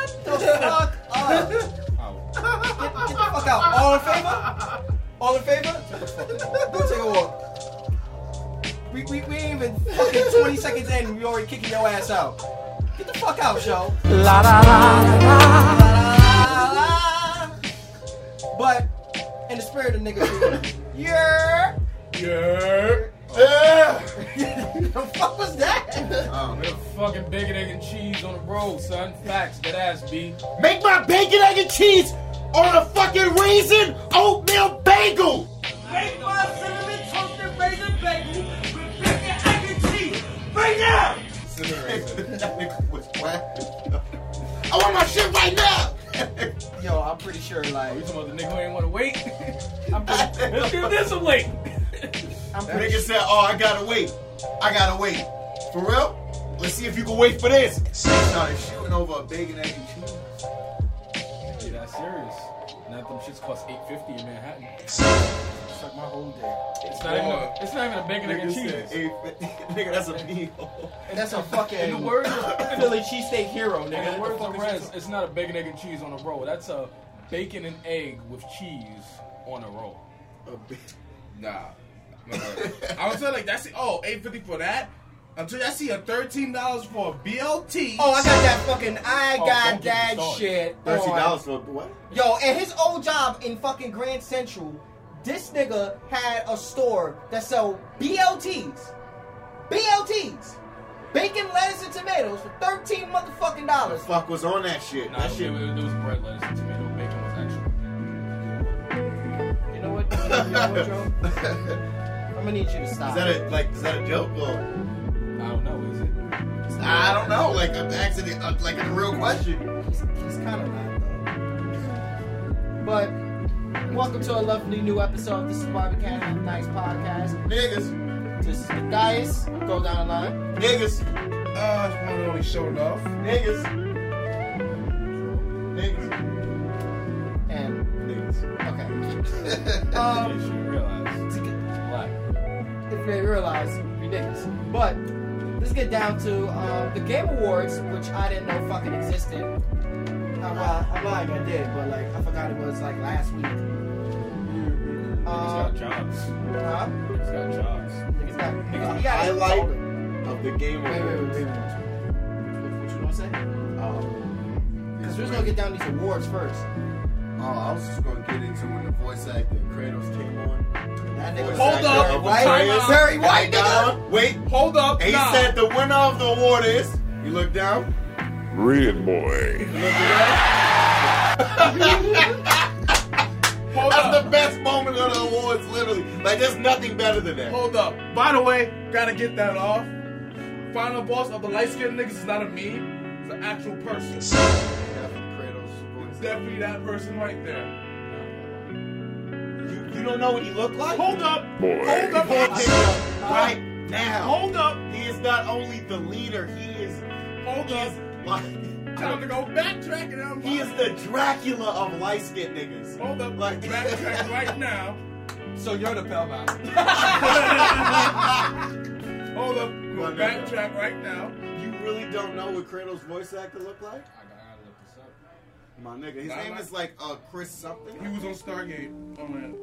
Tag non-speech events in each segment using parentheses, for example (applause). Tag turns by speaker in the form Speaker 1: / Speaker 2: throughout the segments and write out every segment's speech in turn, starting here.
Speaker 1: fuck up. Get, get the fuck out. All in favor? All in favor? Go take a walk. We, we, we ain't even fucking 20 seconds in and we already kicking your ass out. Get the fuck out, show.
Speaker 2: La la la la.
Speaker 1: But in the spirit of nigga, yeah. (laughs)
Speaker 3: Yeah.
Speaker 4: Yeah.
Speaker 1: the fuck was that?
Speaker 4: Oh.
Speaker 3: We're fucking bacon, egg, and cheese on the road, son. Facts, that ass B.
Speaker 4: Make my bacon, egg, and cheese on a fucking raisin oatmeal bagel.
Speaker 5: Make my cinnamon toasted raisin bagel with bacon, egg, and cheese. Right now!
Speaker 4: That nigga was laughing. I want my shit right now.
Speaker 1: Yo, I'm pretty sure like
Speaker 3: You talking about the nigga who ain't want to wait? (laughs) I'm pretty, let's do this I'm late.
Speaker 1: I'm
Speaker 4: That
Speaker 1: pretty
Speaker 4: nigga said, "Oh, I gotta wait. I gotta wait. For real? Let's see if you can wait for this." Started shooting over a bacon, egg, and cheese.
Speaker 3: Yeah, that's serious. Now them shits cost eight fifty in Manhattan.
Speaker 1: suck my whole dick.
Speaker 3: It's not even. A, it's not even a bacon, egg, and cheese.
Speaker 4: (laughs) Nigga, that's a meal.
Speaker 1: That's a fucking
Speaker 3: In the words, of- in the-
Speaker 1: (laughs) Philly cheesesteak hero, nigga.
Speaker 3: in the
Speaker 1: What
Speaker 3: words
Speaker 1: the
Speaker 3: of
Speaker 1: fuck is
Speaker 3: Rez, it's not a bacon, egg, and cheese on a roll. That's a bacon and egg with cheese on a roll.
Speaker 6: Nah. Nah. I was like, that's it. Oh, 850 for that? Until I see a $13 for a BLT.
Speaker 1: Oh, I got that fucking. I
Speaker 3: Oh,
Speaker 1: got
Speaker 3: don't get me
Speaker 1: that
Speaker 3: started.
Speaker 1: shit.
Speaker 4: Thirty
Speaker 1: on.
Speaker 4: dollars for what?
Speaker 1: Yo, and his old job in fucking Grand Central, this nigga had a store that sold BLTs. BLTs! Bacon, lettuce, and tomatoes for 13 motherfucking
Speaker 4: The
Speaker 1: dollars.
Speaker 4: fuck was on that shit?
Speaker 3: Nah,
Speaker 4: that
Speaker 3: There
Speaker 4: shit.
Speaker 3: was, there was bread, lettuce, and tomato. Bacon was actual.
Speaker 1: You know what? You know what, (laughs) Joe?
Speaker 4: (laughs)
Speaker 1: I'm gonna need you to
Speaker 4: Is
Speaker 1: stop.
Speaker 4: that a like? Is that a joke or?
Speaker 3: I don't know. Is it?
Speaker 4: I don't know. Like I'm asking it, uh, like a real question.
Speaker 1: He's, he's kind of not, though. But, welcome to a lovely new episode. This is Bobby Cannon, Have a Nice Podcast.
Speaker 4: Niggas,
Speaker 1: This is the Dice. Go down the line.
Speaker 4: niggas,
Speaker 6: Uh, it's one and only showed off.
Speaker 4: niggas, niggas,
Speaker 1: And,
Speaker 4: niggas.
Speaker 1: (laughs) okay. Um,
Speaker 3: They should realize.
Speaker 1: to get-
Speaker 3: Black.
Speaker 1: if they realize we niggas. But let's get down to um, the Game Awards, which I didn't know fucking existed. I'm, uh, I'm lying, I did, but like I forgot it was like last week.
Speaker 3: Niggas got
Speaker 1: Um,
Speaker 3: jobs.
Speaker 1: huh?
Speaker 3: Niggas got jobs.
Speaker 1: Niggas got niggas,
Speaker 4: The
Speaker 1: we got
Speaker 4: highlight of the game.
Speaker 1: Wait, wait, wait, wait.
Speaker 4: awards.
Speaker 1: What what you gonna say?
Speaker 4: Um,
Speaker 1: Because we're just gonna get down these awards first.
Speaker 4: Oh, I was just gonna get into when the voice actor Kratos came on.
Speaker 1: That nigga was
Speaker 6: Hold
Speaker 1: like,
Speaker 6: up,
Speaker 1: very
Speaker 4: Of
Speaker 1: white,
Speaker 4: Atreus.
Speaker 1: very white
Speaker 4: And, uh,
Speaker 1: nigga.
Speaker 4: Wait,
Speaker 6: Hold up.
Speaker 4: And he
Speaker 6: nah.
Speaker 4: said the winner of the award is. You look down.
Speaker 2: Red boy.
Speaker 4: You look down.
Speaker 6: hold
Speaker 4: That's
Speaker 6: up.
Speaker 4: the best moment of the awards, literally. Like, there's nothing better than that.
Speaker 6: Hold up. By the way, gotta get that off. Final boss of the light skinned niggas is not a meme, it's an actual person.
Speaker 4: Kratos.
Speaker 6: Definitely that person right there.
Speaker 4: You, you don't know what he looked like.
Speaker 6: Hold up.
Speaker 2: Boy.
Speaker 6: Hold up.
Speaker 4: Pull a picture right now.
Speaker 6: Hold up.
Speaker 4: He is not only the leader. He is.
Speaker 6: Hold
Speaker 4: He
Speaker 6: up.
Speaker 4: is. Like,
Speaker 6: Time to go backtrack and
Speaker 4: (laughs)
Speaker 6: I'm
Speaker 4: he is the Dracula of light skinned niggas.
Speaker 6: (laughs) Hold up.
Speaker 4: Like-
Speaker 6: backtrack right now.
Speaker 1: So you're the bellbound.
Speaker 6: Hold up.
Speaker 4: Go on,
Speaker 6: Backtrack right now.
Speaker 4: You really don't know what Kratos' voice actor looked like,
Speaker 3: I gotta look this up.
Speaker 4: my nigga. His
Speaker 6: Nah,
Speaker 4: name
Speaker 6: nah.
Speaker 4: is like uh Chris something.
Speaker 6: He was on Stargate. Oh man.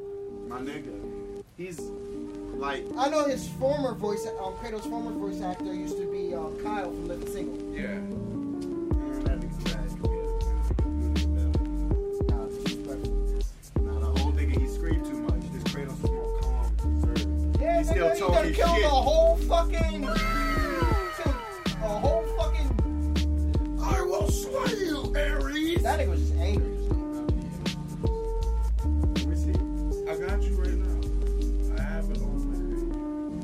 Speaker 4: My nigga. He's (laughs) like.
Speaker 1: I know his former voice, um, Kratos' former voice actor used to be um, Kyle from Living Single.
Speaker 6: Yeah.
Speaker 4: Man, that nigga's bad.
Speaker 1: Nah, this is perfect.
Speaker 4: Nah, the old nigga, he screamed too much. This Kratos was more calm, reserved.
Speaker 1: Yeah,
Speaker 4: He still
Speaker 1: nigga, you
Speaker 4: told
Speaker 1: done
Speaker 4: his
Speaker 1: killed
Speaker 4: shit.
Speaker 1: a whole fucking. A whole fucking.
Speaker 4: I will slay you, Ares!
Speaker 1: That nigga was just angry.
Speaker 4: Let me see.
Speaker 6: I got you right now. I have it on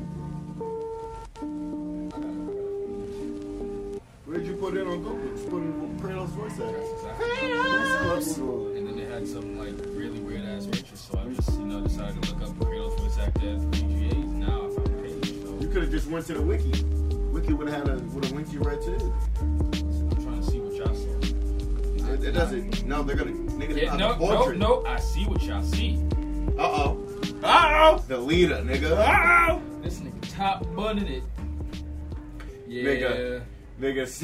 Speaker 4: Where'd you put it on Google? Just put it on Kratos voice
Speaker 3: That's
Speaker 4: actor.
Speaker 3: exactly.
Speaker 4: That's Google.
Speaker 3: And then they had some like really weird ass pictures, so I just you know decided to look up Kratos voice actor as PGAs. Now I found the page.
Speaker 4: You
Speaker 3: So
Speaker 4: could have just went to the wiki. Wiki would have had a would have linked you right to it.
Speaker 3: I'm trying to see what y'all saw.
Speaker 4: It, it doesn't. No, they're gonna nigga. They
Speaker 3: Yeah,
Speaker 4: yeah,
Speaker 3: no, no,
Speaker 4: portrait.
Speaker 3: no. I see what y'all see.
Speaker 4: Uh oh.
Speaker 6: my Uh
Speaker 4: The leader, nigga.
Speaker 6: oh!
Speaker 3: This nigga top bunning it. Yeah.
Speaker 4: Nigga. Nigga.
Speaker 3: This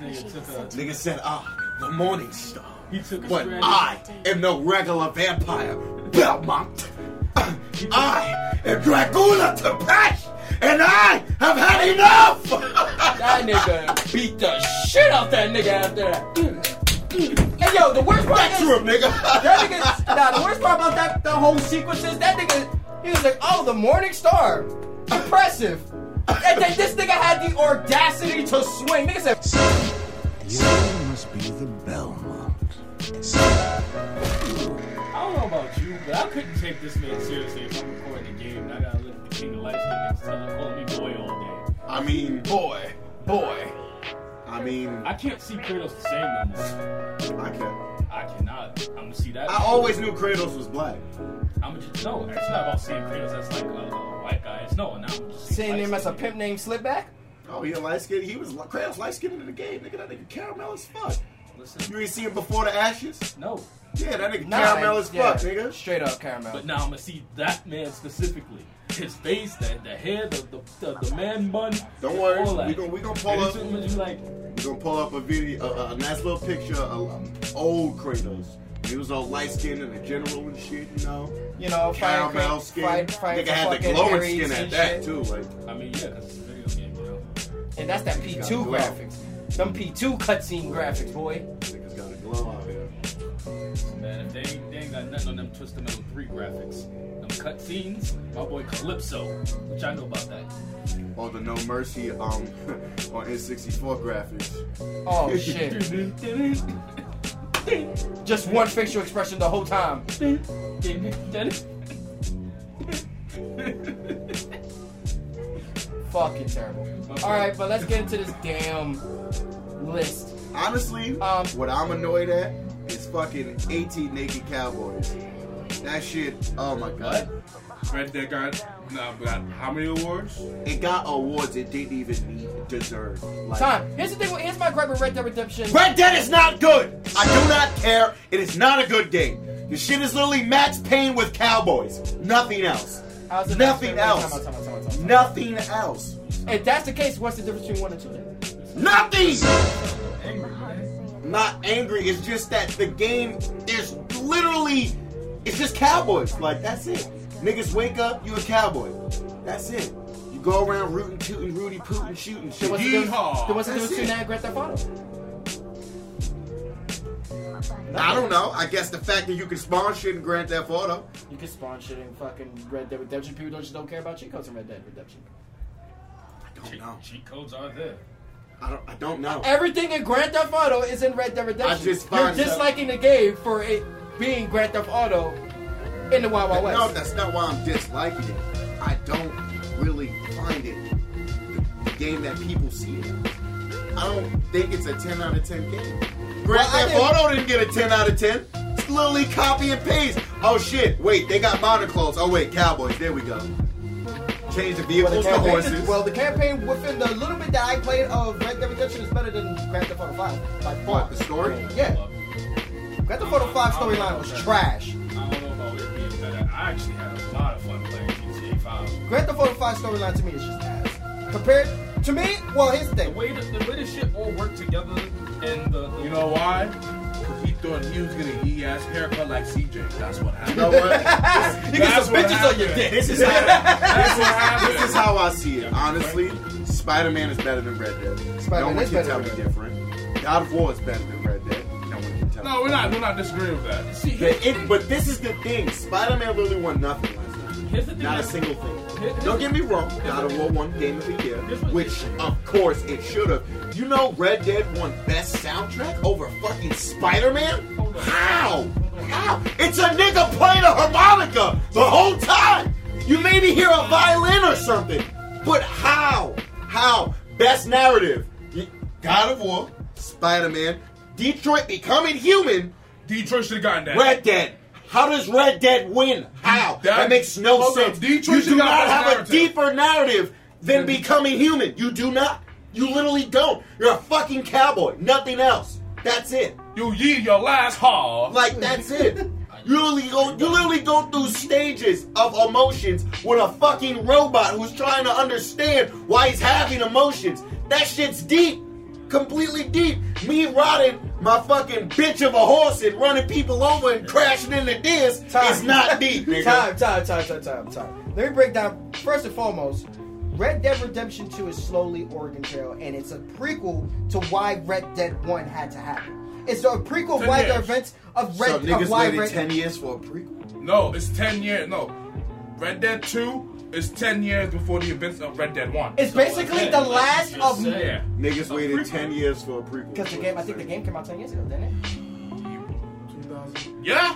Speaker 3: nigga took a
Speaker 4: (laughs) Nigga said, ah, the morning star.
Speaker 3: he took a
Speaker 4: But
Speaker 3: strategy.
Speaker 1: Ah.
Speaker 4: I am no regular vampire,
Speaker 3: (laughs)
Speaker 4: Belmont. I am Dracula Tepesh, and I have had enough!
Speaker 7: That nigga beat the shit out that nigga after that. And yo, the worst part
Speaker 4: That's
Speaker 7: is
Speaker 4: true, nigga.
Speaker 7: that nigga.
Speaker 1: Nah, the worst part about that the whole sequence is that nigga, he was like, oh, the Morning Star. Impressive. And then this nigga had the audacity to swing. Nigga said,
Speaker 3: I don't know about you, but I couldn't take this man seriously if I'm recording a game and I gotta let the king of lights get next to call me boy all day.
Speaker 4: I mean,
Speaker 6: Boy, (laughs) boy.
Speaker 4: I mean,
Speaker 3: I can't see Kratos the same no more.
Speaker 4: I can't.
Speaker 3: I cannot. I'm gonna see that.
Speaker 4: I always knew Kratos was black.
Speaker 3: I'm gonna just no. It's not about seeing Kratos. That's like a, a white guy. It's no. Now I'm just
Speaker 1: seeing him as a
Speaker 3: light-skinned.
Speaker 1: pimp named Slipback?
Speaker 4: Oh, he a light skinned. He was Kratos light skinned in the game. Nigga, that nigga caramel as fuck.
Speaker 3: Listen,
Speaker 4: You ain't seen him before the ashes?
Speaker 3: no.
Speaker 4: Yeah, that nigga
Speaker 1: Nah,
Speaker 4: caramel as
Speaker 1: yeah,
Speaker 4: fuck, nigga.
Speaker 1: Straight up caramel.
Speaker 3: But now I'm gonna see that man specifically. His face, the, the hair, the, the, the, the man bun.
Speaker 4: Don't worry,
Speaker 3: all that.
Speaker 4: we gon' we uh, gonna pull
Speaker 3: And
Speaker 4: up.
Speaker 3: it's gonna be like,
Speaker 4: We're gonna pull up a video, a, a nice little picture of um, old Kratos. He was all light skinned and a general and shit, you know.
Speaker 1: you know, fire
Speaker 4: Caramel
Speaker 1: crate,
Speaker 4: skin.
Speaker 1: fried, fried
Speaker 4: Nigga had the
Speaker 1: fucking
Speaker 4: glowing
Speaker 1: Aries
Speaker 4: skin at
Speaker 1: and
Speaker 4: that
Speaker 1: shit.
Speaker 4: too. Like,
Speaker 3: I mean, yeah, 'cause it's a video game, yo.
Speaker 1: And that's that
Speaker 4: got
Speaker 1: P2
Speaker 4: glow.
Speaker 1: graphics. Them P2 cutscene graphics, boy.
Speaker 4: niggas got a glow out here.
Speaker 3: Man, if they, ain't- they ain't got nothing on them Twisted Metal 3 graphics, them cutscenes, my boy Calypso, which I know about that.
Speaker 4: All the No Mercy um (laughs) on N64 graphics. (laughs)
Speaker 3: (laughs)
Speaker 1: Oh shit. Just one facial expression the whole time. Fucking terrible. Alright, but let's get into this damn list.
Speaker 4: Honestly,
Speaker 1: Um,
Speaker 4: what I'm annoyed at is fucking 18 naked cowboys. That shit, oh my god.
Speaker 6: Red Dead got, nah, got how many awards?
Speaker 4: It got awards it didn't even need- deserve. Like,
Speaker 1: Time. Here's the thing with- here's my gripe with Red Dead Redemption.
Speaker 4: Red Dead is not good. I do not care. It is not a good game. This shit is literally Max Payne with cowboys. Nothing else.
Speaker 1: I was in-
Speaker 4: Nothing
Speaker 1: wait,
Speaker 4: else.
Speaker 1: time out, time out, time out, time out.
Speaker 4: Nothing else.
Speaker 1: If that's the case, what's the difference between one and two then?
Speaker 4: Nothing. Not angry. It's just that the game is literally, it's just cowboys. Like that's it. Niggas wake up, you a cowboy. That's it. You go around rooting, tooting, Rudy, pooting, shooting.
Speaker 1: There
Speaker 4: Shit.
Speaker 1: wasn't there was-
Speaker 6: Yeehaw.
Speaker 1: there wasn't there was
Speaker 4: That's
Speaker 1: two
Speaker 4: it.
Speaker 1: nine Grand Theft Auto.
Speaker 4: I don't know. I guess the fact that you can spawn shit in Grand Theft Auto.
Speaker 1: You can spawn shit in fucking Red Dead Redemption. People don't just don't care about cheat codes in Red Dead Redemption.
Speaker 4: don't know.
Speaker 3: Cheat codes are there.
Speaker 4: I don't. I don't know.
Speaker 1: Everything in Grand Theft Auto is in Red Dead Redemption.
Speaker 4: I just
Speaker 1: You're
Speaker 4: find that-
Speaker 1: disliking the game for it being Grand Theft Auto in the Wild Wild West.
Speaker 4: No, that's not why I'm disliking it. I don't really find it the, the game that people see it. I don't think it's a 10 out of 10 game. Grand
Speaker 1: I
Speaker 4: Theft
Speaker 1: didn't-
Speaker 4: Auto didn't get a 10 out of 10. It's literally copy and paste. Oh shit! Wait, they got modern clothes. Oh wait, cowboys. There we go. Change the
Speaker 1: well,
Speaker 4: vehicles
Speaker 1: the
Speaker 4: to
Speaker 1: campaign,
Speaker 4: horses.
Speaker 1: well, the campaign within the little bit that I played of Red Dead Redemption is better than Grand Theft Auto 5 by far.
Speaker 4: What, the story?
Speaker 1: Yeah. Grand Theft Auto 5 storyline was trash.
Speaker 3: I don't know about it being better. I actually had a lot of fun playing GTA 5.
Speaker 1: Grand Theft Auto 5 storyline to me is just ass. Compared to me, well, here's the
Speaker 3: The
Speaker 1: thing.
Speaker 3: way the, the way the shit all worked together and the, the
Speaker 6: You know why? 'Cause He thought he was getting e ass haircut like CJ. That's what happened.
Speaker 4: you know what?
Speaker 1: (laughs) You get
Speaker 6: That's
Speaker 1: some
Speaker 6: what
Speaker 1: bitches on your
Speaker 6: happened.
Speaker 1: dick.
Speaker 4: This is how,
Speaker 6: That's what happened.
Speaker 4: this is how I see it. Honestly, Spider Man is better than Red Dead.
Speaker 1: Spider-Man
Speaker 4: no one
Speaker 1: is
Speaker 4: can
Speaker 1: better
Speaker 4: tell me
Speaker 1: than Red Dead.
Speaker 4: different. God of War is better than Red Dead. No one can tell me.
Speaker 6: no, we're not. We're not disagreeing with that.
Speaker 3: See, here's
Speaker 4: But,
Speaker 3: the thing.
Speaker 4: it, but this is the thing. Spider-Man literally won nothing last night.
Speaker 3: Here's the thing.
Speaker 4: Not a
Speaker 3: that-
Speaker 4: single thing.
Speaker 3: Here- here's
Speaker 4: Don't
Speaker 3: the-
Speaker 4: get me wrong. God of War won Game of the Year,
Speaker 3: Here's what-
Speaker 4: which of course it should have. You know, Red Dead won Best Soundtrack over fucking Spider-Man.
Speaker 3: Hold on.
Speaker 4: How? How? It's a nigga playing a harmonica the whole time. You maybe hear a violin or something, but how? How? Best narrative. God of War, Spider-Man, Detroit Becoming Human,
Speaker 6: Detroit should have gotten that.
Speaker 4: Red Dead. How does Red Dead win? How? That, makes no
Speaker 6: Hold on,
Speaker 4: sense.
Speaker 6: Detroit
Speaker 4: you
Speaker 6: should
Speaker 4: do
Speaker 6: got
Speaker 4: not
Speaker 6: best
Speaker 4: have
Speaker 6: narrative.
Speaker 4: a deeper narrative than becoming human. You do not. You literally don't. You're a fucking cowboy. Nothing else. That's it.
Speaker 6: You ye your last haul.
Speaker 4: Like that's it. You literally go. You literally go through stages of emotions with a fucking robot who's trying to understand why he's having emotions. That shit's deep. completely deep. Me riding my fucking bitch of a horse and running people over and crashing into this
Speaker 1: Time.
Speaker 4: is not deep, nigga.
Speaker 1: Time, time, time, time, time, time. Let me break down first and foremost. Red Dead Redemption 2 is slowly Oregon Trail, and it's a prequel to why Red Dead 1 had to happen. It's a prequel of why the
Speaker 6: years.
Speaker 1: events of
Speaker 4: So
Speaker 1: Red of
Speaker 4: niggas
Speaker 1: why
Speaker 4: waited
Speaker 1: Red
Speaker 4: ten years for a prequel.
Speaker 6: No, it's 10 years. No. Red Dead 2 is 10 years before the events of Red Dead 1.
Speaker 1: It's basically the
Speaker 3: Like you
Speaker 1: last
Speaker 3: just
Speaker 1: of
Speaker 3: said.
Speaker 1: because
Speaker 4: Niggas waited
Speaker 6: prequel.
Speaker 4: ten years for a prequel.
Speaker 1: the game. I think the game came out ten years ago, didn't it?
Speaker 6: Yeah?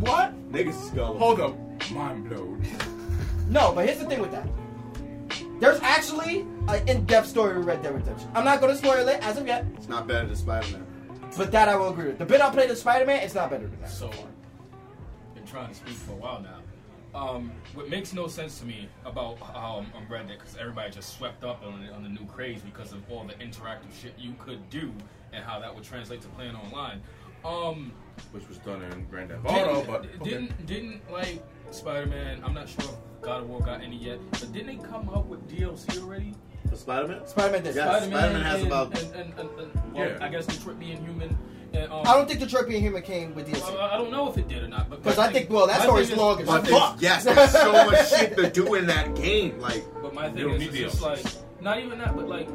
Speaker 6: What?
Speaker 4: Niggas is gullible.
Speaker 6: Hold up. Mind blown.
Speaker 1: No, but here's the thing with that. There's actually an in-depth story with Red Dead Redemption. I'm not going to spoil it as of yet,
Speaker 4: It's not better than Spider-Man.
Speaker 1: but that I will agree with. The bit I played as Spider-Man, it's not better than that.
Speaker 3: So, been trying to speak for a while now. Um, what makes no sense to me about how um, Red Dead, because everybody just swept up on, the- on the new craze because of all the interactive shit you could do and how that would translate to playing online. Um,
Speaker 6: Which was done in Grand Theft
Speaker 3: didn't,
Speaker 6: Auto, but. okay.
Speaker 3: didn't didn't like Spider-Man? I'm not sure if God of War got any yet, but didn't they come out with DLC already?
Speaker 4: For Spider-Man?
Speaker 1: Spider-Man did.
Speaker 4: Yeah. Spider-Man has
Speaker 3: and-
Speaker 4: about-
Speaker 3: and, and, and, and- well,
Speaker 6: Yeah.
Speaker 3: I guess Detroit being human. And, um,
Speaker 1: I don't think Detroit being human came with DLC.
Speaker 3: I, I don't know if it did or not, but
Speaker 1: Because
Speaker 3: my
Speaker 1: I think, well, that
Speaker 3: my
Speaker 1: story's
Speaker 3: thing is-
Speaker 1: long as
Speaker 4: But
Speaker 1: shit.
Speaker 4: fuck, yes, there's so much shit to do in that game. Like,
Speaker 3: But my
Speaker 6: You
Speaker 3: thing
Speaker 6: don't
Speaker 3: is,
Speaker 6: need
Speaker 3: it's just like,
Speaker 6: deals.
Speaker 3: not even that, but like,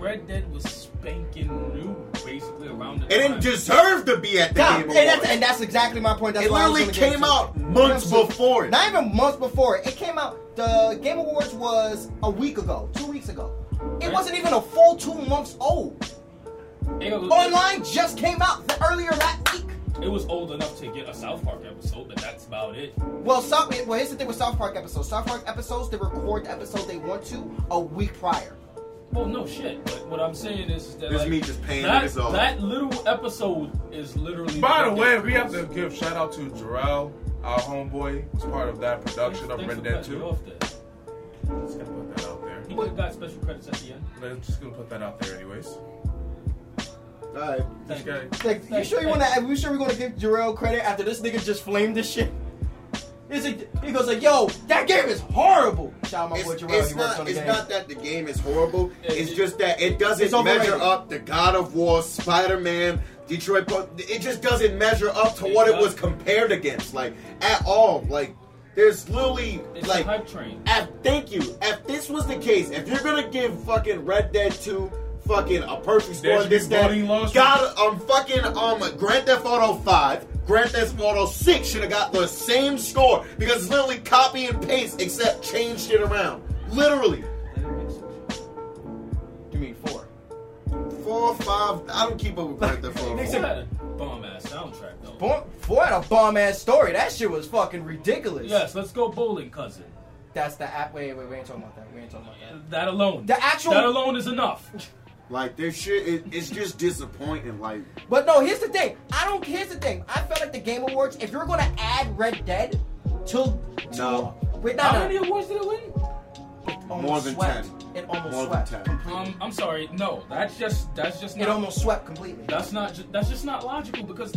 Speaker 3: Red Dead was spanking new, basically around the
Speaker 4: it didn't
Speaker 3: time.
Speaker 4: deserve to be at the
Speaker 1: Yeah,
Speaker 4: Game
Speaker 1: and,
Speaker 4: Awards.
Speaker 1: that's, and that's exactly my point. That's
Speaker 4: it
Speaker 1: why I was
Speaker 4: literally
Speaker 1: gonna get
Speaker 4: came
Speaker 1: to.
Speaker 4: out months
Speaker 1: Not
Speaker 4: before it.
Speaker 1: Not even months before. It came out. The Game Awards was a week ago, two weeks ago. It
Speaker 3: Right.
Speaker 1: wasn't even a full two months old.
Speaker 3: It
Speaker 4: Oh,
Speaker 3: was-
Speaker 1: Online just came out earlier that week.
Speaker 3: It was old enough to get a South Park episode, but that's about it.
Speaker 1: Well, South, well, here's the thing with South Park episodes. South Park episodes, they record the episode they want to a week prior.
Speaker 3: Well, no shit. But what I'm saying is, is that
Speaker 4: This
Speaker 3: like,
Speaker 4: me just paying
Speaker 3: that,
Speaker 4: niggas off.
Speaker 3: that little episode is literally.
Speaker 6: By the
Speaker 3: Red
Speaker 6: way,
Speaker 3: Dead
Speaker 6: we have to
Speaker 3: Redemption.
Speaker 6: give shout out to Jarrell, our homeboy, who's part of that production of
Speaker 3: Thanks
Speaker 6: Red
Speaker 3: for
Speaker 6: Dead
Speaker 3: cutting me
Speaker 6: 2.
Speaker 3: off there.
Speaker 6: Just gotta put that out there.
Speaker 3: He could have got special credits at the end.
Speaker 6: I'm just gonna put that out there, anyways.
Speaker 4: Alright.
Speaker 3: Thank you.
Speaker 6: Okay.
Speaker 1: Like, you sure you want to? You sure we're gonna give Jarrell credit after this nigga just flamed this shit? He's like, he goes like, "Yo, that game is horrible." Shout out my boy
Speaker 4: It's,
Speaker 1: Jarrell.
Speaker 4: it's
Speaker 1: he works on
Speaker 4: not,
Speaker 1: the
Speaker 4: it's
Speaker 1: game.
Speaker 4: not that the game is horrible.
Speaker 3: Yeah,
Speaker 4: It's
Speaker 3: it-
Speaker 4: just that it
Speaker 1: It's
Speaker 4: doesn't
Speaker 1: overrated.
Speaker 4: measure up to God of War, Spider Man, Detroit. Pro- It just doesn't measure up to
Speaker 3: It
Speaker 4: what it was
Speaker 3: doesn't.
Speaker 4: compared against, like at all. Like there's literally
Speaker 3: It's a
Speaker 4: like
Speaker 3: hype train.
Speaker 4: If, thank you. If this was the case, if you're gonna give fucking Red Dead 2 fucking a perfect
Speaker 6: There
Speaker 4: score,
Speaker 6: should be
Speaker 4: this that
Speaker 6: voting laws.
Speaker 4: got um fucking um Grand Theft Auto 5, Grand Theft Auto 6 should have got the same score because it's literally copy and paste except changed it around. Literally.
Speaker 1: You mean four?
Speaker 4: Four, five, I don't keep up with Grand Theft Auto.
Speaker 3: It had
Speaker 4: 4.
Speaker 3: a bomb ass soundtrack though.
Speaker 1: Four, four had a bomb ass story. That shit was fucking ridiculous.
Speaker 3: yes, let's go bowling, cousin.
Speaker 1: That's the app. Wait, wait, we ain't talking about that. We ain't talking about that.
Speaker 3: That alone.
Speaker 1: The actual-
Speaker 3: That alone is enough. (laughs)
Speaker 4: Like this shit it, it's just disappointing. Like
Speaker 1: But no, here's the thing. I don't. Here's the thing. I felt like the Game Awards. If you're gonna add Red Dead, to, to
Speaker 4: No.
Speaker 1: wait,
Speaker 3: How
Speaker 1: not
Speaker 3: many awards did it win?
Speaker 1: almost
Speaker 4: More than
Speaker 1: swept.
Speaker 4: 10.
Speaker 1: It almost
Speaker 4: More than
Speaker 1: swept.
Speaker 4: 10.
Speaker 1: completely.
Speaker 3: Um, I'm sorry. No, that's just that's just not.
Speaker 1: It almost swept completely.
Speaker 3: That's not. Ju- that's just not logical because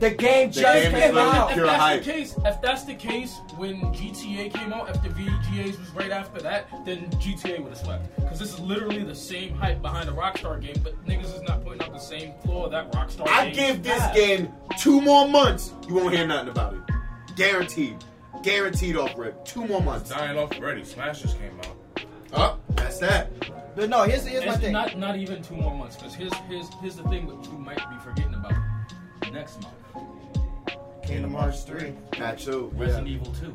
Speaker 1: The game
Speaker 4: The
Speaker 1: just
Speaker 4: game is
Speaker 1: came
Speaker 4: literally
Speaker 1: out.
Speaker 3: if
Speaker 4: pure
Speaker 3: that's
Speaker 4: hype.
Speaker 3: the case, if that's the case, when GTA came out, if the VGAs was right after that, then GTA would have swept. Because this is literally the same hype behind a Rockstar game, but niggas is not putting out the same floor that Rockstar.
Speaker 4: I
Speaker 3: games
Speaker 4: give this
Speaker 3: have.
Speaker 4: game two more months. You won't hear nothing about it. Guaranteed. Guaranteed off rip. Two more months.
Speaker 6: Dying off already. Smash just came out.
Speaker 4: Up. That's that.
Speaker 1: But no, here's here's my
Speaker 3: It's
Speaker 1: thing.
Speaker 3: not not even two more months. Because here's here's here's the thing that you might be forgetting about. Next month,
Speaker 1: Kingdom Hearts three.
Speaker 4: That too.
Speaker 3: Resident Evil Two.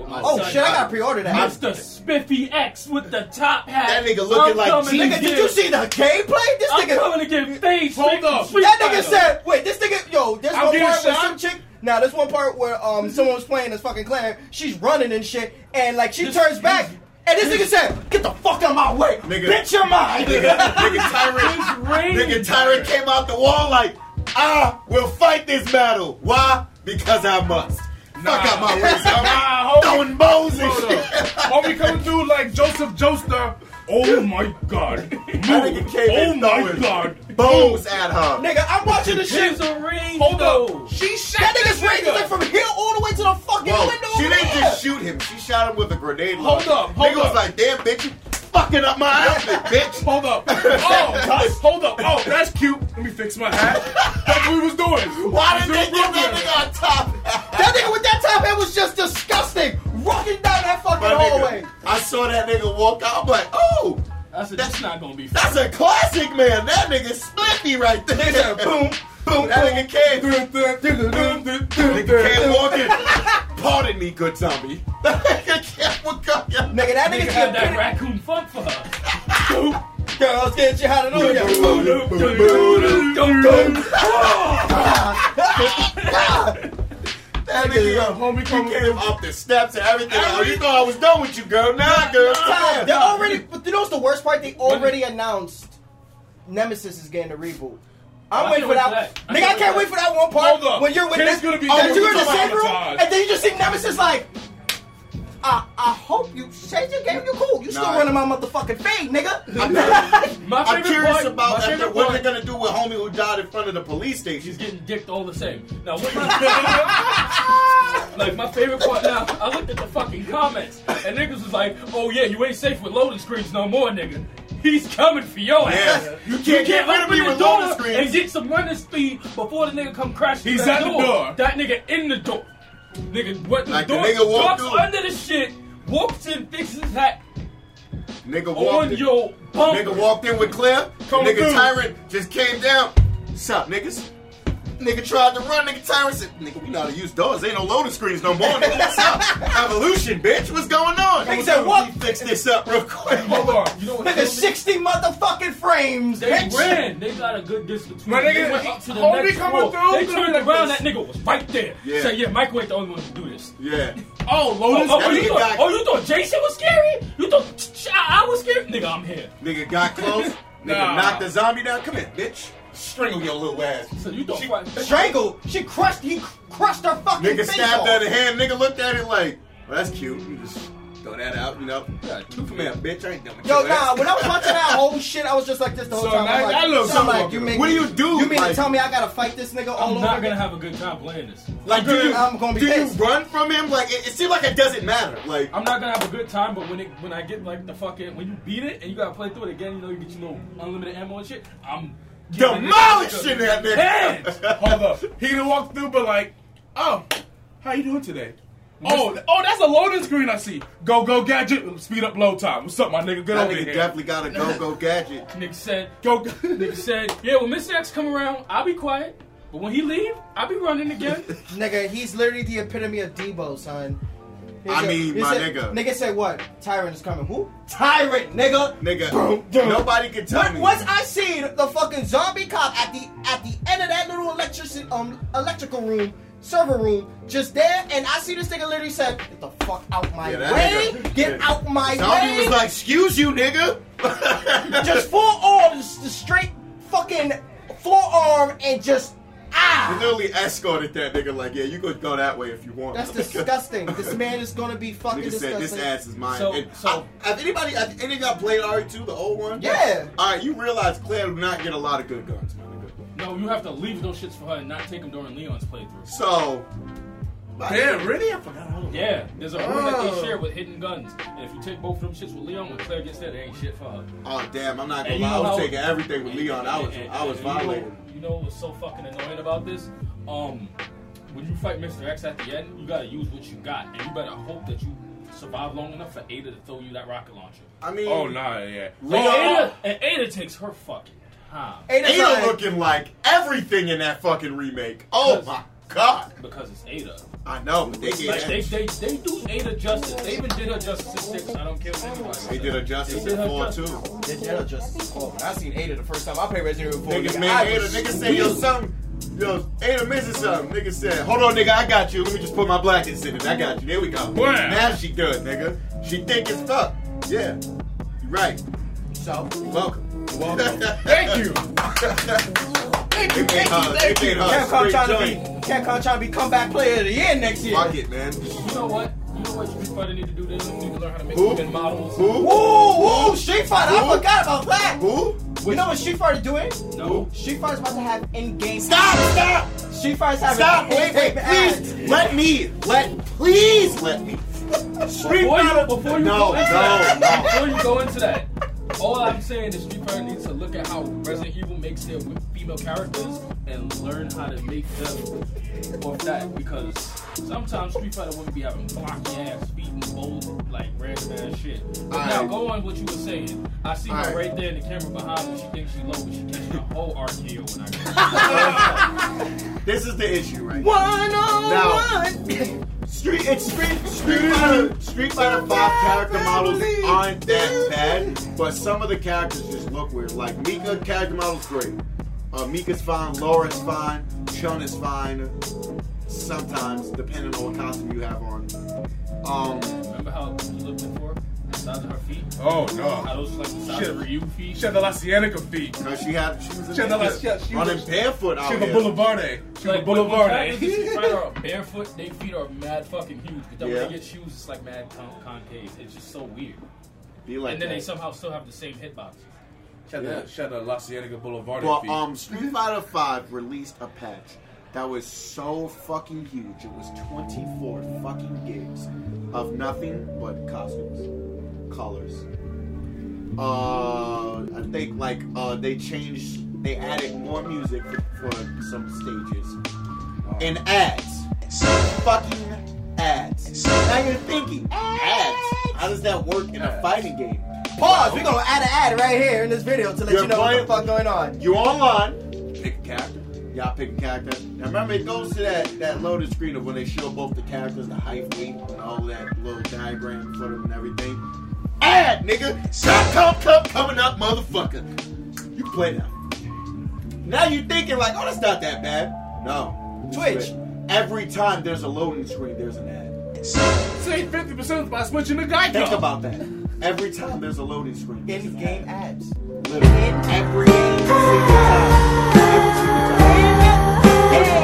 Speaker 1: Oh
Speaker 3: Son,
Speaker 1: shit! I
Speaker 3: I-
Speaker 1: got pre-order that.
Speaker 4: I'm-
Speaker 3: Mr. Spiffy X with the top hat.
Speaker 4: That nigga looking
Speaker 3: I'm
Speaker 4: like
Speaker 3: coming to
Speaker 4: Jesus.
Speaker 1: nigga,
Speaker 3: get-
Speaker 1: did you see the gameplay? This
Speaker 3: I'm
Speaker 1: nigga.
Speaker 3: coming to get face.
Speaker 6: Hold
Speaker 3: Hold
Speaker 6: up.
Speaker 3: up. Street
Speaker 1: That nigga
Speaker 3: Fighter.
Speaker 1: said, "Wait, this nigga, yo, there's
Speaker 6: I'm
Speaker 1: one
Speaker 6: getting
Speaker 1: part where
Speaker 6: shot.
Speaker 1: some chick. Now, there's one part where um someone was playing as fucking clan. She's running and shit, and like she
Speaker 3: This-
Speaker 1: turns back, and this nigga said, "Get the fuck out my way,
Speaker 4: Nigga.
Speaker 1: bitch, you're mine."
Speaker 4: (laughs) nigga Tyrant.
Speaker 3: It's raining.
Speaker 4: nigga Tyrant came out the wall like, I will fight this battle. Why? Because I must. Fuck out my way, son.
Speaker 6: Nah, hold
Speaker 4: Throwing bows and
Speaker 6: Hold
Speaker 4: shit.
Speaker 6: up. Homie coming through like Joseph Joestar. Oh my
Speaker 4: (laughs)
Speaker 6: god.
Speaker 4: That nigga came
Speaker 6: oh
Speaker 4: in
Speaker 6: my
Speaker 4: throwing
Speaker 6: god.
Speaker 4: Bows at her.
Speaker 1: (laughs) nigga, I'm watching the shit.
Speaker 3: It's a rain.
Speaker 6: Hold
Speaker 3: though.
Speaker 6: up. She shot
Speaker 1: That nigga's
Speaker 6: this
Speaker 1: raising
Speaker 6: nigga.
Speaker 1: it from here all the way to the fucking
Speaker 4: Whoa,
Speaker 1: window.
Speaker 4: she
Speaker 1: over
Speaker 4: didn't
Speaker 1: there.
Speaker 4: just shoot him. She shot him with a grenade.
Speaker 6: Hold
Speaker 4: launcher.
Speaker 6: up, hold
Speaker 4: Nigga was
Speaker 6: up.
Speaker 4: like, damn, bitch, you fucking up my outfit, bitch.
Speaker 6: Hold up.
Speaker 4: (laughs)
Speaker 6: Oh, hold up. Oh, that's cute. Let me fix my hat. That's what we was doing.
Speaker 4: Why did
Speaker 6: We
Speaker 4: they
Speaker 6: was
Speaker 4: give
Speaker 6: doing
Speaker 4: that
Speaker 6: Brooklyn.
Speaker 4: nigga a top?
Speaker 1: That nigga with that top hat was just disgusting. Rocking down that fucking
Speaker 4: My
Speaker 1: hallway.
Speaker 4: nigga, I saw that nigga walk out. I'm like, oh,
Speaker 3: That's, a, that's not gonna be.
Speaker 4: that's a classic man. That nigga spliffy right there. boom, boom. That nigga came. nigga came walking. Pardon me, good zombie. That nigga can't walk up.
Speaker 1: Nigga, that
Speaker 3: Nigga
Speaker 1: nigga's
Speaker 3: had that
Speaker 1: getting
Speaker 3: raccoon funk for her.
Speaker 1: Girls get you hotter than you.
Speaker 4: That nigga, yo, homie, you came up the steps and everything. Oh, you thought I was done with you, girl. Nah, girl.
Speaker 1: Nah, They
Speaker 4: Damn.
Speaker 1: already. But you know what's the worst part? They already announced Nemesis is getting a reboot. I'm
Speaker 3: I can't
Speaker 1: waiting for
Speaker 3: wait
Speaker 1: that.
Speaker 3: for that. I
Speaker 1: Nigga, I
Speaker 3: can't
Speaker 1: can't
Speaker 3: wait
Speaker 1: wait for that one part
Speaker 6: Hold up.
Speaker 1: when you're with
Speaker 6: Kid's
Speaker 1: this,
Speaker 6: gonna be-
Speaker 1: that
Speaker 6: Oh,
Speaker 1: you're in
Speaker 6: we're
Speaker 1: the same
Speaker 6: talking
Speaker 1: room,
Speaker 6: about
Speaker 1: and then you just see Nemesis like. I, I hope you change your game. You're cool. You still
Speaker 4: Nah.
Speaker 1: running my motherfucking fade, nigga.
Speaker 3: (laughs) My
Speaker 4: I'm
Speaker 3: favorite
Speaker 4: curious
Speaker 3: part-
Speaker 4: about
Speaker 3: my
Speaker 4: after-
Speaker 3: favorite
Speaker 4: what
Speaker 3: part-
Speaker 4: they're gonna do with homie who died in front of the police station.
Speaker 3: He's getting dicked all the same. Now, what my- like my favorite part now, I looked at the fucking comments, and niggas was like, "Oh yeah, you ain't safe with loading screens no more, nigga. He's coming for your ass.
Speaker 4: Yeah. You can't get rid of
Speaker 3: open
Speaker 4: me
Speaker 3: the
Speaker 4: with loading
Speaker 3: door
Speaker 4: screens."
Speaker 3: And get some running speed before the nigga come crashing.
Speaker 6: He's
Speaker 3: through
Speaker 6: at
Speaker 3: that
Speaker 6: the door.
Speaker 3: That nigga in the door. Nigga, what the
Speaker 4: Like the
Speaker 3: door?
Speaker 4: nigga
Speaker 3: walks
Speaker 4: walked through.
Speaker 3: under the shit, walks in, fixes his hat
Speaker 4: Nigga
Speaker 3: on
Speaker 4: walked in.
Speaker 3: your bumper.
Speaker 4: Nigga walked in with Cliff.
Speaker 6: Come
Speaker 4: nigga
Speaker 6: through.
Speaker 4: Tyrant just came down. Sup, niggas? Nigga tried to run. Nigga Tyrant said, "Nigga, we know how to use doors. Ain't no loading screens no more. Nigga, what's
Speaker 1: (laughs)
Speaker 4: up? Evolution, bitch. What's going on?"
Speaker 1: Nigga said, "What?"
Speaker 4: Fix this up real quick.
Speaker 6: Hold on. You know
Speaker 1: (laughs)
Speaker 6: what?
Speaker 1: Nigga, 60 motherfucking frames,
Speaker 3: They
Speaker 1: bitch.
Speaker 3: ran. They got a good distance. between
Speaker 6: My
Speaker 3: them.
Speaker 6: nigga,
Speaker 3: they went up to the
Speaker 6: homie
Speaker 3: next
Speaker 6: coming
Speaker 3: floor. They
Speaker 6: through, gonna be
Speaker 3: turned
Speaker 6: like
Speaker 3: around.
Speaker 6: this.
Speaker 3: That nigga was right there.
Speaker 4: Yeah.
Speaker 3: Said, "Yeah, Michael ain't the only one to do this."
Speaker 4: Yeah.
Speaker 6: Oh,
Speaker 3: Oh,
Speaker 6: Lotus.
Speaker 3: oh, oh,
Speaker 4: That
Speaker 3: you
Speaker 4: nigga
Speaker 3: thought,
Speaker 4: got-
Speaker 3: oh, you thought Jason was scary? You thought I, I was scary? Nigga, I'm here.
Speaker 4: Nigga got close. Nigga
Speaker 6: Nah.
Speaker 4: knocked the zombie down. Come here, bitch. Strangle your little ass.
Speaker 3: So you thought
Speaker 1: Strangled. She crushed. He crushed her fucking
Speaker 4: Nigga
Speaker 1: face
Speaker 4: stabbed
Speaker 1: off.
Speaker 4: her in the hand. Nigga looked at it like, well, that's cute. You just throw that out, you know. Yeah, Come here, bitch. I ain't done with
Speaker 1: Yo,
Speaker 4: your
Speaker 1: nah,
Speaker 4: ass.
Speaker 1: when
Speaker 4: (laughs)
Speaker 1: I was watching that whole shit, I was just like this the whole
Speaker 6: So
Speaker 1: time.
Speaker 6: now
Speaker 1: I'm like,
Speaker 6: I love
Speaker 1: so I'm
Speaker 6: Summer
Speaker 1: like,
Speaker 6: Walker.
Speaker 1: you make
Speaker 4: What do
Speaker 1: me-
Speaker 4: you do?
Speaker 1: You mean
Speaker 4: Like-
Speaker 1: to tell me I gotta fight this nigga all
Speaker 3: I'm
Speaker 1: over
Speaker 3: not
Speaker 1: again?
Speaker 3: gonna have a good time playing this.
Speaker 4: Like, do you,
Speaker 1: I'm gonna be
Speaker 4: do you
Speaker 1: pissed.
Speaker 4: run from him? Like, it, it seemed like it doesn't matter. Like,
Speaker 3: I'm not gonna have a good time, but when it when I get like the fucking when you beat it and you gotta play through it again, you know you get your little unlimited ammo and shit. I'm giving this
Speaker 4: (laughs) demolishing that
Speaker 3: nigga
Speaker 4: nigga. (laughs)
Speaker 3: hands.
Speaker 6: Hold up. He didn't walk through, but like, oh, how you doing today? Oh, th- oh, that's a loading screen I see. Go, go, gadget. Speed up load time. What's up, my nigga? Get
Speaker 4: That
Speaker 6: over
Speaker 4: nigga
Speaker 6: here.
Speaker 4: definitely got a go-go gadget.
Speaker 3: Nigga said, (laughs)
Speaker 6: Go.
Speaker 3: nigga said, yeah. When Mr. X come around, I'll be quiet. But when he leave, I'll be running
Speaker 4: (laughs)
Speaker 3: again.
Speaker 1: Nigga, he's literally the epitome of Debo, son. He
Speaker 4: I
Speaker 1: said-
Speaker 4: mean,
Speaker 1: he
Speaker 4: my
Speaker 1: said-
Speaker 4: nigga.
Speaker 1: Nigga said what? Tyrant is coming. Who? Tyrant, nigga. (laughs)
Speaker 4: Nigga,
Speaker 1: Boom, boom.
Speaker 4: nobody can tell
Speaker 1: When-
Speaker 4: me.
Speaker 1: Once I seen the fucking zombie cop at the at the end of that little electricity um electrical room server room just there, and I see this nigga literally said, "Get the fuck out my
Speaker 4: Yeah, that
Speaker 1: way!
Speaker 4: nigga-
Speaker 1: Get out my way!"
Speaker 4: Zombie was like, excuse you, nigga.
Speaker 1: (laughs) just forearms, the straight fucking forearm, and just
Speaker 4: He
Speaker 1: ah.
Speaker 4: literally escorted that nigga like, yeah, you could go that way if you want.
Speaker 1: That's disgusting. this man is gonna be fucking
Speaker 4: (laughs) Nigga said
Speaker 1: disgusting.
Speaker 4: this ass is mine.
Speaker 3: So-
Speaker 4: And
Speaker 3: so-
Speaker 4: I- have anybody have any of y'all played RE2, the old one?
Speaker 1: Yeah.
Speaker 4: All right, you realize Claire do not get a lot of good guns, my nigga.
Speaker 3: no, you have to leave those shits for her and not take them during Leon's playthrough.
Speaker 4: So,
Speaker 6: (laughs) Damn, really? I forgot. all about that.
Speaker 3: Yeah, there's a room that
Speaker 4: Oh.
Speaker 3: they share with hidden guns. And if you take both of them shits with Leon, when Claire gets there, there ain't shit for her.
Speaker 4: oh damn, I'm not
Speaker 3: And
Speaker 4: gonna
Speaker 3: you
Speaker 4: lie. I
Speaker 3: know
Speaker 4: was
Speaker 3: how-
Speaker 4: taking everything with Leon. I was,
Speaker 3: and-
Speaker 4: I
Speaker 3: and
Speaker 4: was
Speaker 3: you know-
Speaker 4: violating.
Speaker 3: You know what was so fucking annoying about this? Um, when you fight Mr. X at the end, you gotta use what you got, and you better hope that you survive long enough for Ada to throw you that rocket launcher.
Speaker 4: I mean,
Speaker 6: Oh, nah, yeah.
Speaker 3: Like,
Speaker 4: Oh.
Speaker 3: Ada, and Ada takes her fucking time
Speaker 1: Ain't
Speaker 4: Ada
Speaker 1: like,
Speaker 4: looking like everything in that fucking remake. Oh my god,
Speaker 3: because it's Ada.
Speaker 4: I know, but they
Speaker 3: Like they,
Speaker 4: did.
Speaker 3: they, they do Ada justice. They even did her justice in six. I don't care what anybody says.
Speaker 4: They did a justice
Speaker 3: They did
Speaker 4: in
Speaker 3: her
Speaker 4: four too.
Speaker 3: justice.
Speaker 1: They did just cool. I seen Ada the first time I played Resident Evil 4.
Speaker 4: Niggas
Speaker 1: nigga,
Speaker 4: man,
Speaker 1: I
Speaker 4: Ada,
Speaker 1: was
Speaker 4: niggas said yo something. Yo, Ada missing something. Nigga said, hold on, nigga, I got you. Let me just put my blackness in it. I got you. There we go.
Speaker 6: Wow.
Speaker 4: Now she good, nigga. She think it's up. Yeah, you right.
Speaker 1: So,
Speaker 4: You're welcome. (laughs)
Speaker 1: welcome.
Speaker 4: Thank you. Thank you. Thank you. Thank you.
Speaker 1: Can't come trying to be, can't come trying to be comeback player of the year next year.
Speaker 4: Fuck it, man.
Speaker 3: You know what? You know what? You probably need to do this. You need to learn how to make
Speaker 4: Who?
Speaker 3: women models.
Speaker 4: Who?
Speaker 1: Woo, woo, Street Fighter,
Speaker 4: Who?
Speaker 1: I forgot about that.
Speaker 4: Who?
Speaker 1: You know what Street Fighter doing?
Speaker 3: No.
Speaker 1: Street Fighter's about to have in-game
Speaker 4: Stop! Stop!
Speaker 1: Street Fighter's having
Speaker 4: Stop! Wait,
Speaker 1: in-game
Speaker 4: wait,
Speaker 1: ads.
Speaker 4: please! Let me! Let please let me! Street
Speaker 3: Before you,
Speaker 4: battle.
Speaker 3: before you
Speaker 4: no,
Speaker 3: go into that,
Speaker 4: no, no.
Speaker 3: before you go into that, all I'm saying is Street Fighter needs to look at how Resident Evil makes their wi- female characters and learn how to make them off that because sometimes Street Fighter women be having blocky ass, feet and bold, like random ass shit. But now
Speaker 4: Alright.
Speaker 3: go on what you were saying. I see her
Speaker 4: Alright.
Speaker 3: right there in the camera behind me. She thinks she low, but she catching a whole RKO when I
Speaker 4: This is the issue, right? One on one. Street, it's Street, Street Fighter, Street Fighter Five character models aren't that bad, but some of the characters just look weird. Like Mika, character model's great. Uh, Mika's fine, Laura's fine, Chun is fine. Sometimes, depending on what costume you have on. Um,
Speaker 3: Remember how you looked before? The size of her feet?
Speaker 6: Oh
Speaker 3: How
Speaker 6: no.
Speaker 3: those like the size
Speaker 6: Shit.
Speaker 3: of Ryu feet?
Speaker 6: She had the La Cienega feet. She
Speaker 4: cause she had, she was
Speaker 6: had the La she
Speaker 4: in
Speaker 6: had- she
Speaker 4: running
Speaker 6: was a-
Speaker 4: barefoot
Speaker 6: She
Speaker 4: out
Speaker 6: was a
Speaker 4: here.
Speaker 6: Boulevarde. She was a
Speaker 3: Like when
Speaker 6: Boulevarde.
Speaker 3: Chinese people are (laughs) barefoot, their feet are mad fucking huge. But then
Speaker 4: Yeah.
Speaker 3: when they get shoes, it's like mad con- concave. It's just so weird.
Speaker 4: Be like
Speaker 3: and then they
Speaker 4: that.
Speaker 3: somehow still have the same hitbox.
Speaker 6: She had the- She had the La Cienega Boulevard
Speaker 4: But
Speaker 6: feet.
Speaker 4: um, Street Fighter Five released a patch that was so fucking huge. It was 24 fucking gigs of nothing but costumes, colors. Uh, I think like uh, they changed, they added more music for, for some stages and ads. Fucking ads. Now you're thinking ads. How does that work in a fighting game?
Speaker 8: Pause. We're gonna add an ad right here in this video to let
Speaker 4: You're
Speaker 8: you know what
Speaker 4: playing-
Speaker 8: the fuck going on.
Speaker 4: You online, pick a character. Y'all pick a character. Now remember, it goes to that, that loaded screen of when they show both the characters, the height, weight, and all that little diagram for them and everything. Ad, nigga. Shot Cup Cup coming up, motherfucker. You play now. Now you thinking like, oh, that's not that bad. No.
Speaker 8: Twitch.
Speaker 4: Every time there's a loading screen, there's an ad.
Speaker 6: Save 50% by switching the guy.
Speaker 4: Think about that. Every time there's a loading screen. there's an
Speaker 8: In-game
Speaker 4: ad.
Speaker 8: ads.
Speaker 4: Literally. Every single time. Every single time.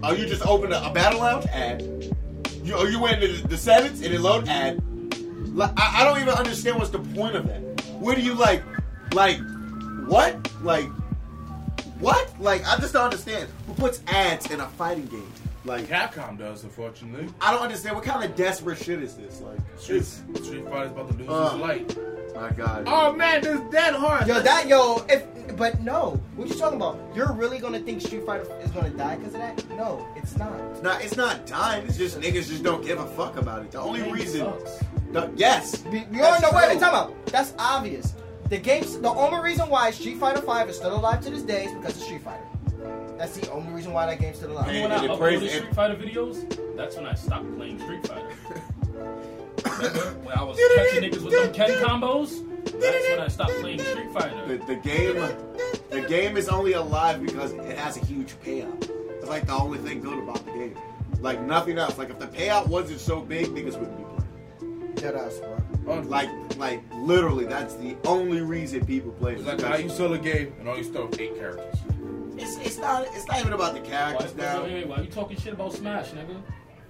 Speaker 4: Oh, you just opened a, a battle lounge ad. You oh, you went into the, the settings and it loaded ad. Like, I, I don't even understand what's the point of that. Where do you like, like, what, like, what, like? I just don't understand. Who puts ads in a fighting game? Like,
Speaker 6: Capcom does, unfortunately.
Speaker 4: I don't understand. What kind of desperate shit is this? Like,
Speaker 6: Street,
Speaker 4: it's,
Speaker 6: Street Fighter's about to lose
Speaker 4: Uh.
Speaker 6: his light.
Speaker 4: my God.
Speaker 6: Oh man, this dead hard.
Speaker 8: Yo, that yo, if but no, what you talking about? You're really gonna think Street Fighter is gonna die because of that? No, it's not.
Speaker 4: Nah, it's not dying. It's just niggas just don't give a fuck about it. The only
Speaker 3: Game
Speaker 4: reason,
Speaker 3: sucks.
Speaker 4: the, yes,
Speaker 8: We we already know.
Speaker 4: That's
Speaker 8: Wait, wait,
Speaker 4: true.
Speaker 8: time out. That's obvious. The game's the only reason why Street Fighter Five is still alive to this day is because of Street Fighter. That's the only reason why that game's still alive.
Speaker 4: Man,
Speaker 3: When I
Speaker 4: it
Speaker 3: uploaded
Speaker 4: praise-
Speaker 3: Street Fighter videos, that's when I stopped playing Street Fighter. Remember when I was catching niggas with them Ken combos, that's when I stopped playing Street
Speaker 4: the,
Speaker 3: Fighter.
Speaker 4: the game, the game is only alive because it has a huge payout. It's like the only thing good about the game. Like nothing else. Like if the payout wasn't so big, niggas wouldn't be playing.
Speaker 8: Dead ass, bro.
Speaker 6: Oh,
Speaker 4: Like, like literally, that's the only reason people play.
Speaker 6: It's
Speaker 4: It.
Speaker 6: like how you sell a game and all you throw eight characters.
Speaker 4: It's, it's not. It's not even about the
Speaker 3: Why,
Speaker 4: characters now.
Speaker 3: wait, wait, why you talking shit about Smash, nigga?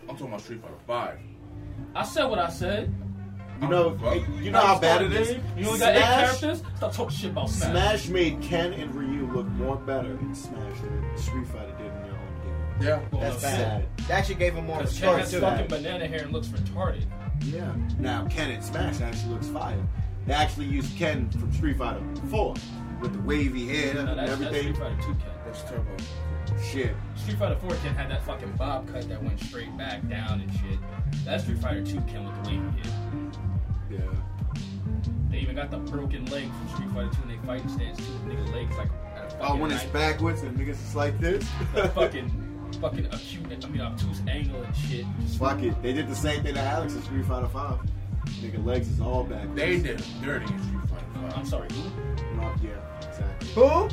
Speaker 6: I'm talking about Street Fighter Five.
Speaker 3: I said what I said.
Speaker 4: You know. You know how bad it is.
Speaker 3: You only got eight
Speaker 4: Smash-
Speaker 3: characters? Stop talking shit about
Speaker 4: Smash made Ken and Ryu look more better in Smash than Street Fighter did in their own game.
Speaker 6: Yeah.
Speaker 8: That's
Speaker 4: Sad.
Speaker 8: bad. They actually gave him more of a
Speaker 3: Because Ken
Speaker 8: story
Speaker 3: has
Speaker 8: too.
Speaker 3: fucking banana hair and looks retarded.
Speaker 4: Yeah. Now Ken in Smash actually looks fire. They actually used Ken from Street Fighter 4 with the wavy hair
Speaker 3: No,
Speaker 4: and
Speaker 3: that's, that's
Speaker 4: everything.
Speaker 3: Street Fighter 2 Ken.
Speaker 6: That's Turbo.
Speaker 4: Shit.
Speaker 3: Street Fighter 4 Ken had that fucking bob cut that went straight back down and shit. That Street Fighter 2 Ken with the wavy hair.
Speaker 4: Yeah.
Speaker 3: They even got the broken leg from Street Fighter 2 and they fighting stance too. Nigga legs like at a fucking,
Speaker 4: Oh, when it's
Speaker 3: nine-
Speaker 4: backwards and niggas is like this. (laughs)
Speaker 3: fucking fucking acute, I mean obtuse angle and shit. Just
Speaker 4: Fuck it. They did the same thing to Alex in Street Fighter 5. Nigga legs is all backwards.
Speaker 6: They did it dirty in Street Fighter
Speaker 3: I'm
Speaker 6: Five.
Speaker 3: sorry, who?
Speaker 4: No, yeah, exactly.
Speaker 8: Who?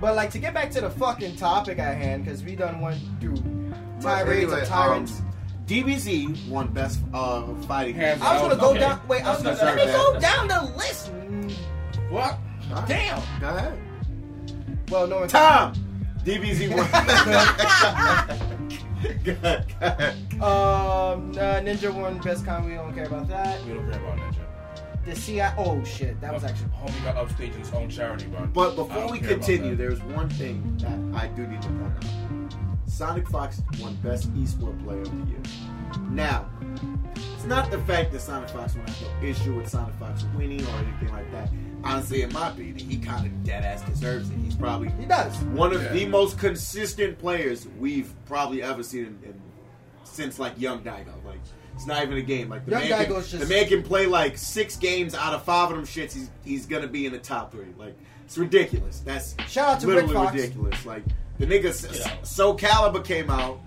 Speaker 8: But like to get back to the fucking topic at hand, because we done went through
Speaker 4: But
Speaker 8: tirades
Speaker 4: anyway,
Speaker 8: of tyrants.
Speaker 4: um, DBZ won best uh, fighting. game.
Speaker 6: Hands
Speaker 8: I was gonna go
Speaker 3: Okay.
Speaker 8: down. Wait, I was gonna
Speaker 3: That's
Speaker 8: let
Speaker 4: not
Speaker 8: me go
Speaker 3: bad.
Speaker 8: down the list. Mm,
Speaker 6: What?
Speaker 8: Damn.
Speaker 4: Go ahead.
Speaker 8: Well, no one.
Speaker 4: Tom! DBZ
Speaker 3: (laughs)
Speaker 4: won. (laughs) Go ahead, go ahead.
Speaker 8: Um, uh, Ninja won best con. We don't care about that.
Speaker 6: We don't care about Ninja.
Speaker 8: the CIA. Oh shit, that was actually.
Speaker 6: Homie got upstage in his own charity run.
Speaker 4: But
Speaker 6: I
Speaker 4: before
Speaker 6: don't
Speaker 4: we
Speaker 6: care about
Speaker 4: continue,
Speaker 6: that.
Speaker 4: there's one thing that I do need to point out. Sonic Fox won Best Esport Player of the Year. Now, it's not the fact that Sonic Fox won. I have no issue with Sonic Fox winning or anything like that. Honestly, in my opinion, he kind of dead ass deserves it. He's probably
Speaker 8: He does.
Speaker 4: one of
Speaker 6: Yeah.
Speaker 4: the most consistent players we've probably ever seen in, in, since like young Digo. Like it's not even a game. Like the
Speaker 8: Young
Speaker 4: man, can,
Speaker 8: Daigo's just-
Speaker 4: the man can play like six games out of five of them shits. He's he's gonna be in the top three. Like it's ridiculous. That's
Speaker 8: Shout out to Rick
Speaker 4: literally
Speaker 8: Fox.
Speaker 4: ridiculous. Like the nigga S-
Speaker 3: Yeah.
Speaker 4: So Caliber came out.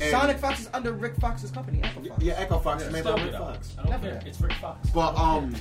Speaker 4: and-
Speaker 8: Sonic Fox is under Rick Fox's company. Echo Fox.
Speaker 4: Yeah, Echo Fox is made by
Speaker 3: Stop it.
Speaker 4: Rick
Speaker 3: I
Speaker 4: Fox.
Speaker 3: don't
Speaker 8: Never.
Speaker 3: care. It's Rick Fox.
Speaker 4: But um,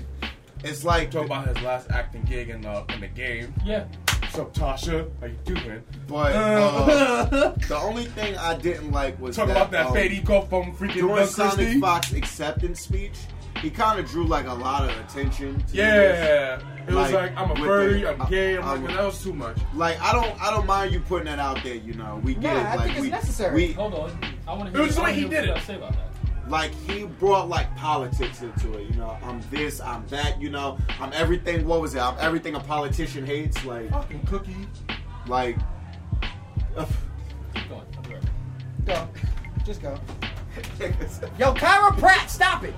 Speaker 4: it's like
Speaker 6: Talk about his last acting gig in the in the game.
Speaker 3: Yeah.
Speaker 6: What's up, Tasha? How you doing?
Speaker 8: (laughs)
Speaker 4: but uh, the only thing I didn't like was
Speaker 6: (laughs) Talk
Speaker 4: that,
Speaker 6: about that
Speaker 4: um,
Speaker 6: fade he got from freaking
Speaker 4: during
Speaker 6: Doug
Speaker 4: Sonic
Speaker 6: Christie.
Speaker 4: Fox acceptance speech, he kind of drew like a lot of attention. To this.
Speaker 6: Yeah, it was
Speaker 4: Like,
Speaker 6: like, I'm a
Speaker 4: with
Speaker 6: furry,
Speaker 4: the-
Speaker 6: I'm gay. I'm,
Speaker 4: I'm-
Speaker 6: like, that was too much.
Speaker 4: Like I don't, I don't mind you putting that out there. You know, we get
Speaker 8: Nah,
Speaker 4: it.
Speaker 8: I
Speaker 4: Like
Speaker 8: think it's
Speaker 4: we,
Speaker 8: necessary.
Speaker 4: we
Speaker 3: Hold on. I want to
Speaker 6: It
Speaker 3: hear
Speaker 6: was the
Speaker 3: I
Speaker 6: way
Speaker 3: wanna
Speaker 6: he
Speaker 3: hear
Speaker 6: did
Speaker 3: what you
Speaker 6: it.
Speaker 3: gotta say about that.
Speaker 4: like he brought like politics into it. You know, I'm this, I'm that. You know, I'm everything. What was it? I'm everything a politician hates. Like,
Speaker 6: Fucking cookie.
Speaker 4: like. (laughs)
Speaker 3: Keep going. I'll be right
Speaker 8: Go. Just go. Yo, Kyra Pratt, stop it.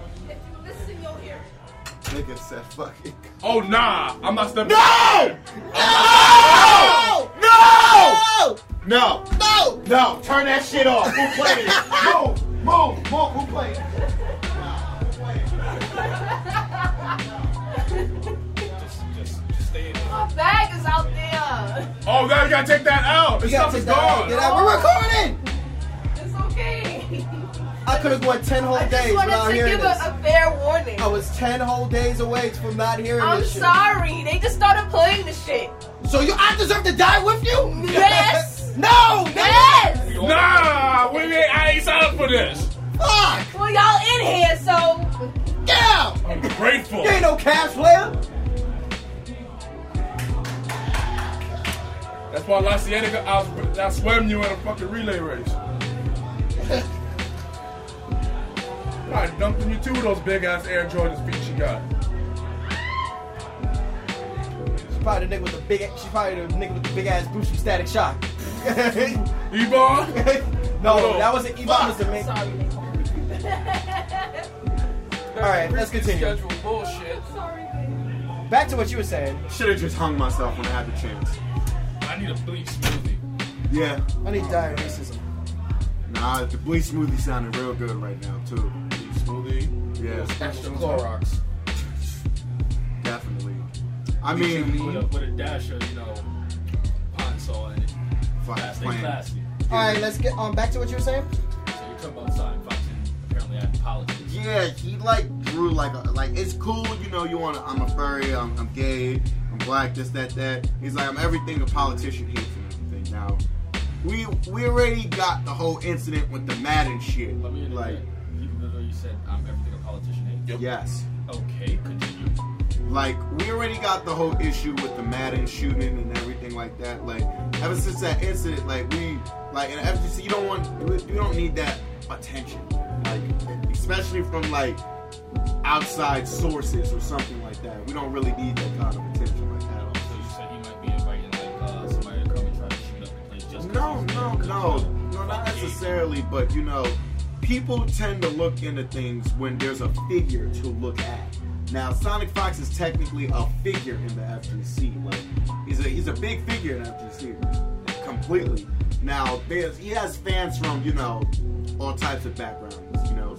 Speaker 2: This is in your ear.
Speaker 4: Nigga said, "Fucking
Speaker 6: Oh nah, I'm not stepping.
Speaker 4: no, no, no, no, no, no! Turn that shit off. Who playing? Move, move, move. Who playing?
Speaker 3: Just, just, just stay in. it.
Speaker 2: My bag is out there.
Speaker 6: Oh, now you gotta take that out. This
Speaker 8: You gotta
Speaker 6: stuff
Speaker 8: take
Speaker 6: is
Speaker 8: that out.
Speaker 6: gone.
Speaker 8: Get out. We're recording.
Speaker 2: It's okay.
Speaker 8: I could have gone ten whole
Speaker 2: I just
Speaker 8: days
Speaker 2: wanted
Speaker 8: without
Speaker 2: to
Speaker 8: hearing
Speaker 2: give a,
Speaker 8: this.
Speaker 2: a fair warning.
Speaker 8: I was ten whole days away from not hearing
Speaker 2: I'm
Speaker 8: this shit.
Speaker 2: sorry. They just started playing the shit.
Speaker 8: So you, I deserve to die with you?
Speaker 2: Yes.
Speaker 8: (laughs) no.
Speaker 2: Yes.
Speaker 6: Nah, we ain't, I ain't signed up for this.
Speaker 8: Fuck.
Speaker 2: Well, y'all in here, so
Speaker 8: Get out.
Speaker 6: I'm grateful.
Speaker 8: You ain't no cash player.
Speaker 6: That's why La Cienega, I, I swam you in a fucking relay race. I dumped in you two of those big ass Air Jordans feet she got.
Speaker 8: She's probably the nigga with the big. She's probably the nigga with the big ass boots from Static Shock. (laughs)
Speaker 6: Yvonne?
Speaker 8: no, that wasn't Ivan. Was the
Speaker 2: I'm
Speaker 8: main.
Speaker 2: sorry. They called me.
Speaker 8: All right, let's continue.
Speaker 9: Schedule bullshit.
Speaker 2: sorry. babe.
Speaker 8: Back to what you were saying.
Speaker 4: Should have just hung myself when I had the chance.
Speaker 3: I need a bleach smoothie.
Speaker 4: Yeah.
Speaker 8: I need diuresis.
Speaker 4: Nah, the bleach smoothie sounded real good right now too.
Speaker 6: Smoothie.
Speaker 4: Yeah,
Speaker 3: Extra Clorox.
Speaker 4: definitely. I
Speaker 3: With
Speaker 4: mean,
Speaker 3: a, with a dash of, you know, pine salt in it. Fast
Speaker 4: fucking
Speaker 3: and
Speaker 4: plan.
Speaker 3: classy.
Speaker 8: All right, let's get um back to what you were saying.
Speaker 3: So you come outside and Fox and apparently acting politics.
Speaker 4: Yeah, he like drew like a, like it's cool, you know. You want to, I'm a furry, I'm, I'm gay, I'm black, this, that, that. He's like I'm everything a politician hates and everything. Now, we we already got the whole incident with the Madden shit.
Speaker 3: Let me
Speaker 4: Like,
Speaker 3: interject. Even though you said I'm everything a politician hates.
Speaker 4: yes.
Speaker 3: Okay, continue.
Speaker 4: Like, we already got the whole issue with the Madden shooting and everything like that. Like, ever since that incident, like we, like, and FGC, you don't want, you don't need that attention, like, especially from like outside sources or something like that. We don't really need that kind of attention like that.
Speaker 3: So you said he might be inviting like uh, somebody to come and try to shoot up the place just 'cause
Speaker 4: No,
Speaker 3: he's-
Speaker 4: no, no, no, not necessarily. But you know, people tend to look into things when there's a figure to look at. Now, Sonic Fox is technically a figure in the FGC. Like, he's a he's a big figure in FGC, completely. Now, there's he has fans from you know all types of backgrounds. You know,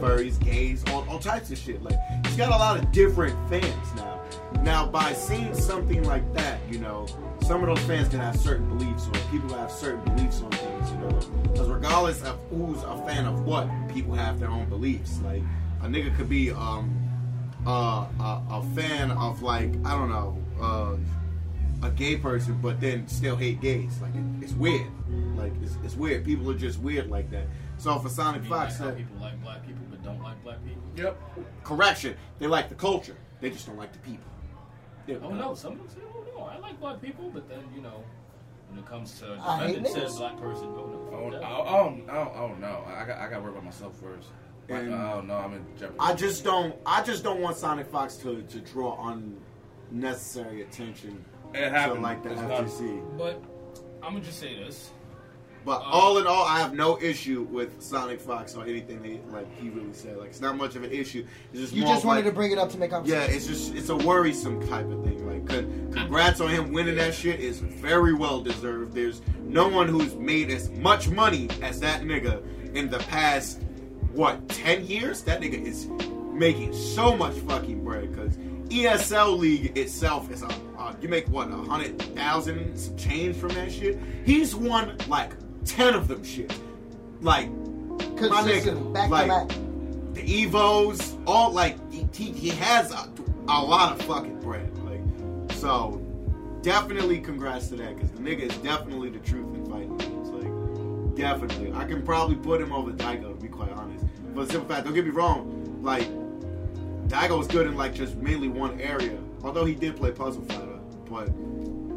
Speaker 4: furries, gays, all, all types of shit. Like, he's got a lot of different fans now. Now, by seeing something like that, you know, some of those fans can have certain beliefs, or people have certain beliefs on things, you know. Because regardless of who's a fan of what, people have their own beliefs. Like, a nigga could be um, uh, a, a fan of, like, I don't know, uh, a gay person, but then still hate gays. Like, it, it's weird. Like, it's, it's weird. People are just weird like that. So for
Speaker 3: You
Speaker 4: Sonic
Speaker 3: mean
Speaker 4: Fox,
Speaker 3: like how
Speaker 4: that-
Speaker 3: people like black people but don't like black people.
Speaker 6: Yep.
Speaker 4: correction, they like the culture. They just don't like the people. There we
Speaker 3: Oh
Speaker 4: go.
Speaker 3: no, some people say, oh no, I like black people, but then you know, when it comes to
Speaker 8: I hate
Speaker 3: defending said
Speaker 8: niggas.
Speaker 3: black person, oh no,
Speaker 6: I don't,
Speaker 3: fuck
Speaker 6: I
Speaker 3: that.
Speaker 6: don't, I don't, I don't know. I got, I got to work on myself first.
Speaker 4: And
Speaker 6: oh no, I'm in jeopardy.
Speaker 4: I just don't. I just don't want Sonic Fox to, to draw unnecessary attention
Speaker 6: It
Speaker 4: to
Speaker 6: happened.
Speaker 4: like the
Speaker 6: It's done.
Speaker 4: FTC.
Speaker 3: But I'm gonna just say this.
Speaker 4: But
Speaker 6: Uh,
Speaker 4: all in all, I have no issue with Sonic Fox or anything that he, like he really said. Like it's not much of an issue. It's just
Speaker 1: You
Speaker 4: more
Speaker 1: just
Speaker 4: of,
Speaker 1: wanted to
Speaker 4: like,
Speaker 1: bring it up to make
Speaker 4: Yeah,
Speaker 1: conversation.
Speaker 4: it's just it's a worrisome type of thing. Like, con- congrats on him winning that shit is very well deserved. There's no one who's made as much money as that nigga in the past what ten years. That nigga is making so much fucking bread because ESL League itself is a uh, you make what a hundred thousand some change from that shit. He's won like ten of them shit. Like my
Speaker 1: Consistent,
Speaker 4: nigga,
Speaker 1: back
Speaker 4: like-
Speaker 1: to back.
Speaker 4: the Evos, all like he, he, he has a, a lot of fucking bread. Like, so definitely congrats to that because the nigga is definitely the truth in fighting games. Like, definitely, I can probably put him over Daigo to be quite honest. But the simple fact, don't get me wrong, like Daigo was good in like just mainly one area. Although he did play Puzzle Fighter, but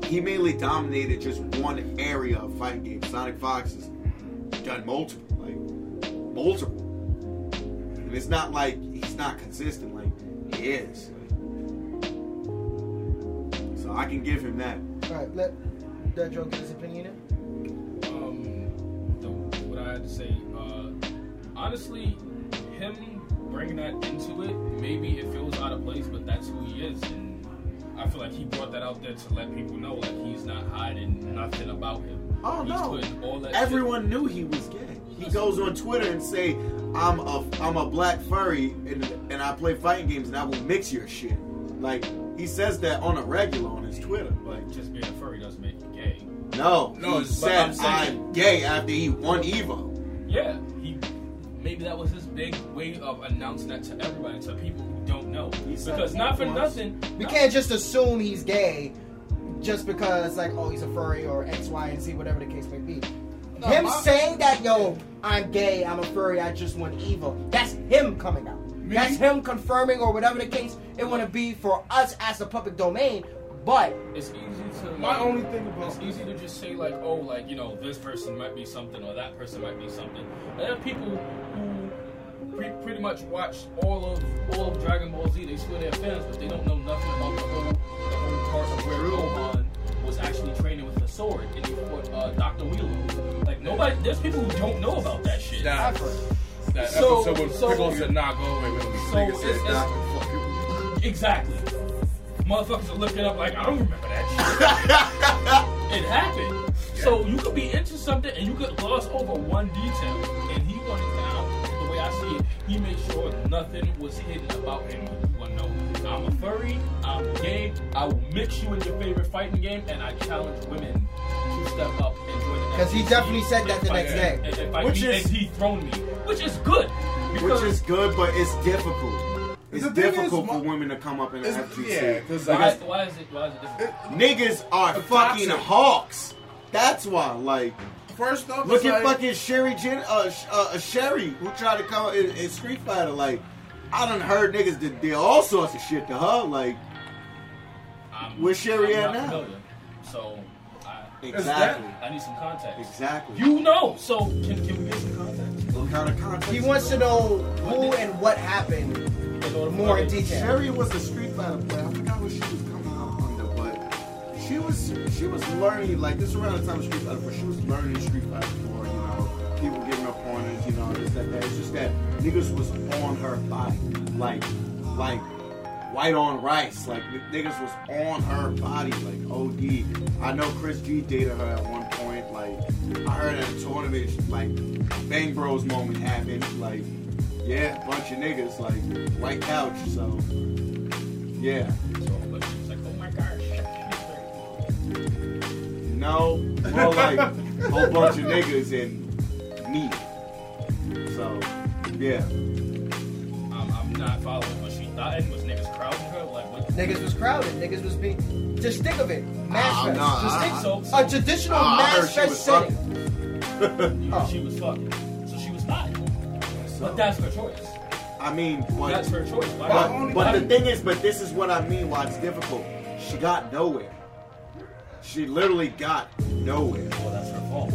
Speaker 4: he mainly dominated just one area of fighting games. Sonic Fox has done multiple, like multiple. And it's not like he's not consistent. Like he is. Like, so I can give him that.
Speaker 1: All right, let that Joe get his opinion in.
Speaker 3: Um, the, what I had to say. Uh, honestly, him bringing that into it, maybe it feels out of place, but that's who he is, and I feel like he brought that out there to let people know, like he's not hiding nothing about him.
Speaker 4: Oh
Speaker 3: he's putting all
Speaker 4: no!
Speaker 3: that
Speaker 4: Everyone knew he was gay. He goes on Twitter and say, "I'm a I'm a black furry and and I play fighting games and I will mix your shit." Like he says that on a regular on his Twitter.
Speaker 3: shit, but just being a furry doesn't make you gay.
Speaker 4: No,
Speaker 6: No,
Speaker 4: he
Speaker 6: it's-
Speaker 4: said
Speaker 6: I'm
Speaker 4: I'm,
Speaker 6: saying-
Speaker 4: gay after he won Evo.
Speaker 3: Yeah, he. Maybe that was his big way of announcing that to everybody, to people who don't know.
Speaker 4: said
Speaker 3: Because
Speaker 4: it
Speaker 3: not for
Speaker 4: once.
Speaker 3: nothing,
Speaker 1: We can't just assume he's gay just because, like, oh, he's a furry or X, Y, and Z, whatever the case may be. him
Speaker 6: my-
Speaker 1: saying that, yo, I'm gay, I'm a furry, I just want evil. That's him coming out. That's him confirming or whatever the case it want to be for us as the public domain. But
Speaker 3: It's easy to.
Speaker 6: My only thing about
Speaker 3: it's easy to just say like, oh, like you know, this person might be something or that person might be something. And there are people who pre- pretty much watch all of all of Dragon Ball Z. They swear they're fans, but they don't know nothing about the whole the whole part of where Gohan was actually training with the sword and he fought uh, Doctor Wheeler. Like nobody, there's people who don't know about that shit.
Speaker 6: that, that
Speaker 3: So-
Speaker 6: episode when
Speaker 3: so-
Speaker 6: Piccolo said, "Nah, go away with me."
Speaker 3: So
Speaker 6: Nigga
Speaker 3: it's-
Speaker 6: said,
Speaker 3: it's-
Speaker 6: "Nah."
Speaker 3: (laughs) Exactly. Motherfuckers are looking up like, I don't remember that shit.
Speaker 1: (laughs)
Speaker 3: it happened. So you could be into something and you could gloss over one detail. And he wanted to, out. the way I see it, he made sure nothing was hidden about him. He wanted to know, I'm a furry, I'm gay, I will mix you in your favorite fighting game, and I challenge women to step up and join the
Speaker 1: Because he
Speaker 3: FTC
Speaker 1: definitely said that
Speaker 3: and
Speaker 1: the
Speaker 3: fight
Speaker 1: next
Speaker 3: me.
Speaker 1: day.
Speaker 3: And, and fight
Speaker 4: Which
Speaker 3: me,
Speaker 4: is-
Speaker 3: and he thrown me. Which is good.
Speaker 4: Which
Speaker 3: because-
Speaker 4: is good, but it's difficult. It's
Speaker 6: The thing is,
Speaker 4: difficult for
Speaker 6: my-
Speaker 4: women to come up in the
Speaker 6: It's-
Speaker 4: FGC.
Speaker 6: yeah, because
Speaker 3: why,
Speaker 6: like,
Speaker 3: why is it why is it different?
Speaker 4: Niggas are fucking
Speaker 6: toxic.
Speaker 4: hawks. That's why, like,
Speaker 6: first off,
Speaker 4: look
Speaker 6: it's
Speaker 4: at
Speaker 6: like,
Speaker 4: fucking Sherry Jen, uh, Sh- uh, uh, Sherry, who tried to come in, in Street Fighter. Like, I done heard niggas did, did all sorts of shit to her. Like,
Speaker 3: I'm,
Speaker 4: Where's Sherry
Speaker 3: Um, I'm
Speaker 4: at
Speaker 3: not
Speaker 4: now?
Speaker 3: Familiar, so I,
Speaker 4: exactly,
Speaker 3: I need some context.
Speaker 4: exactly.
Speaker 3: You know, so can, can we get some context?
Speaker 4: what kind of context?
Speaker 1: he wants to know who and what happened
Speaker 3: In order for
Speaker 1: more in
Speaker 3: me-
Speaker 1: detail.
Speaker 4: Sherry was a Street Fighter player. I forgot what she was coming up under, but she was she was learning like this around the time of Street Fighter, but she was learning Street Fighter four. You know, people giving her pointers. You know, this that that. It's just that niggas was on her body, like like white on rice. Like n- niggas was on her body, like OD. I know Chris G dated her at one point. Like I heard at a tournament, she- like Bang Bros moment happened. Like yeah, bunch of niggas like white couch. So yeah,
Speaker 3: So, but she's like, oh my gosh.
Speaker 4: no, more like a whole bunch of niggas and me. So yeah,
Speaker 3: I'm, I'm not following what she thought it was niggas crowding her. Like, what?
Speaker 1: Niggas was crowded. Niggas was being. Just think of it. Mass
Speaker 4: Ah,
Speaker 1: fest.
Speaker 4: nah,
Speaker 1: just
Speaker 4: I-
Speaker 1: think
Speaker 4: I-
Speaker 3: So,
Speaker 1: A
Speaker 3: so
Speaker 1: traditional
Speaker 4: Ah, I heard
Speaker 1: mass
Speaker 4: she
Speaker 1: fest
Speaker 4: was
Speaker 1: setting.
Speaker 4: fucking.
Speaker 1: oh.
Speaker 3: she was fucking. So she was not.
Speaker 4: Oh.
Speaker 3: But that's her choice.
Speaker 4: I mean, what?
Speaker 3: That's her choice. Why
Speaker 4: But, but the thing is, but this is what I mean why it's difficult. She got nowhere. She literally got nowhere.
Speaker 3: well, that's her fault.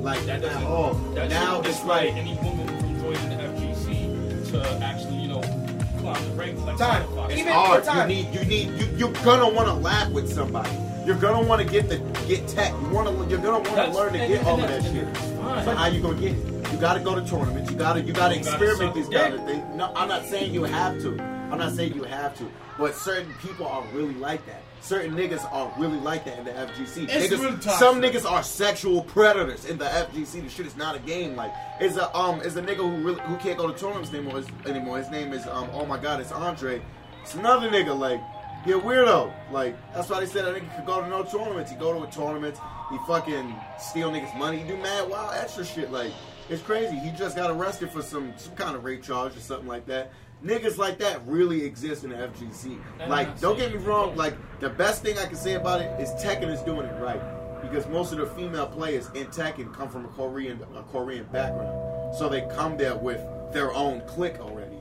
Speaker 4: Like
Speaker 3: That
Speaker 4: at
Speaker 3: doesn't.
Speaker 4: all.
Speaker 3: That
Speaker 4: now
Speaker 3: shouldn't
Speaker 4: it's
Speaker 3: dissuade
Speaker 4: like
Speaker 3: any woman from joining the FGC to actually, you know, climb the ranks. Like
Speaker 1: Time.
Speaker 3: Santa Claus.
Speaker 1: Even-
Speaker 4: hard.
Speaker 1: time.
Speaker 4: You need you need you, you're gonna want to laugh with somebody. You're gonna want to get the get tech. You want to you're gonna want to
Speaker 3: That's-
Speaker 4: learn to
Speaker 3: and-
Speaker 4: get
Speaker 3: and
Speaker 4: all of that
Speaker 3: that's-
Speaker 4: shit.
Speaker 3: fine.
Speaker 4: But how you gonna get it? You gotta go to tournaments. You gotta you gotta
Speaker 3: gotta
Speaker 4: experiment
Speaker 3: suck
Speaker 4: these
Speaker 3: dick.
Speaker 4: kind of things. No, I'm not saying you have to. I'm not saying you have to. But certain people are really like that. Certain niggas are really like that in the FGC.
Speaker 6: It's
Speaker 4: Niggas-
Speaker 6: really toxic.
Speaker 4: some niggas are sexual predators in the FGC. The shit is not a game. Like, is a um is a nigga who really who can't go to tournaments anymore. His, anymore. His name is um oh my god, it's Andre. It's another nigga. Like, you're a weirdo. Like, that's why they said that nigga could go to no tournaments. He go to a tournament. He fucking steal niggas money. He do mad wild extra shit. Like, it's crazy. He just got arrested for some some kind of rape charge or something like that. Niggas like that really exist in the FGC.
Speaker 3: And
Speaker 4: Like,
Speaker 3: I'm
Speaker 4: don't
Speaker 3: saying
Speaker 4: get me
Speaker 3: it's
Speaker 4: wrong.
Speaker 3: wrong.
Speaker 4: Like, the best thing I can say about it is Tekken is doing it right because most of the female players in Tekken come from a Korean a Korean background, so they come there with their own clique already,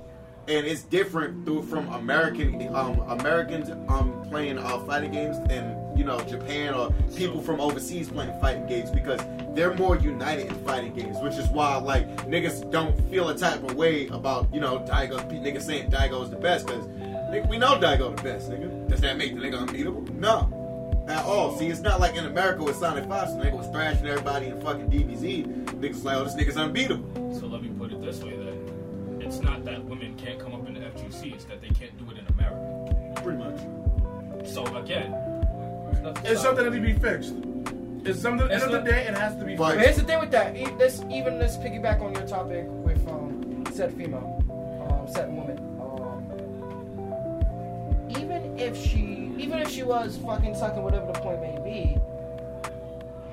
Speaker 4: and it's different through from American um, Americans um, playing uh, fighting games and you know Japan or people from overseas playing fighting games because they're more united in fighting games, which is why like niggas don't feel a type of way about you know Daigo niggas saying Daigo is the best because. Nigga, we know Dago the best, nigga. Does that make the nigga unbeatable? No. At all. See, it's not like in America with Sonic Fox, the nigga was thrashing everybody in fucking DBZ. Niggas like, oh, this nigga's unbeatable.
Speaker 3: So let me put it this way then. It's not that women can't come up in the FGC, it's that they can't do it in America.
Speaker 4: Pretty much.
Speaker 3: So again, nothing stopping-
Speaker 6: It's something that need to be fixed. It's something. End
Speaker 3: It's
Speaker 6: of the
Speaker 3: not-
Speaker 6: day, it has to be.
Speaker 4: But-
Speaker 1: But here's the thing with that. E- This even let's piggyback on your topic with um, said female, um, said woman. Um, even if she, even if she was fucking sucking, whatever the point may be,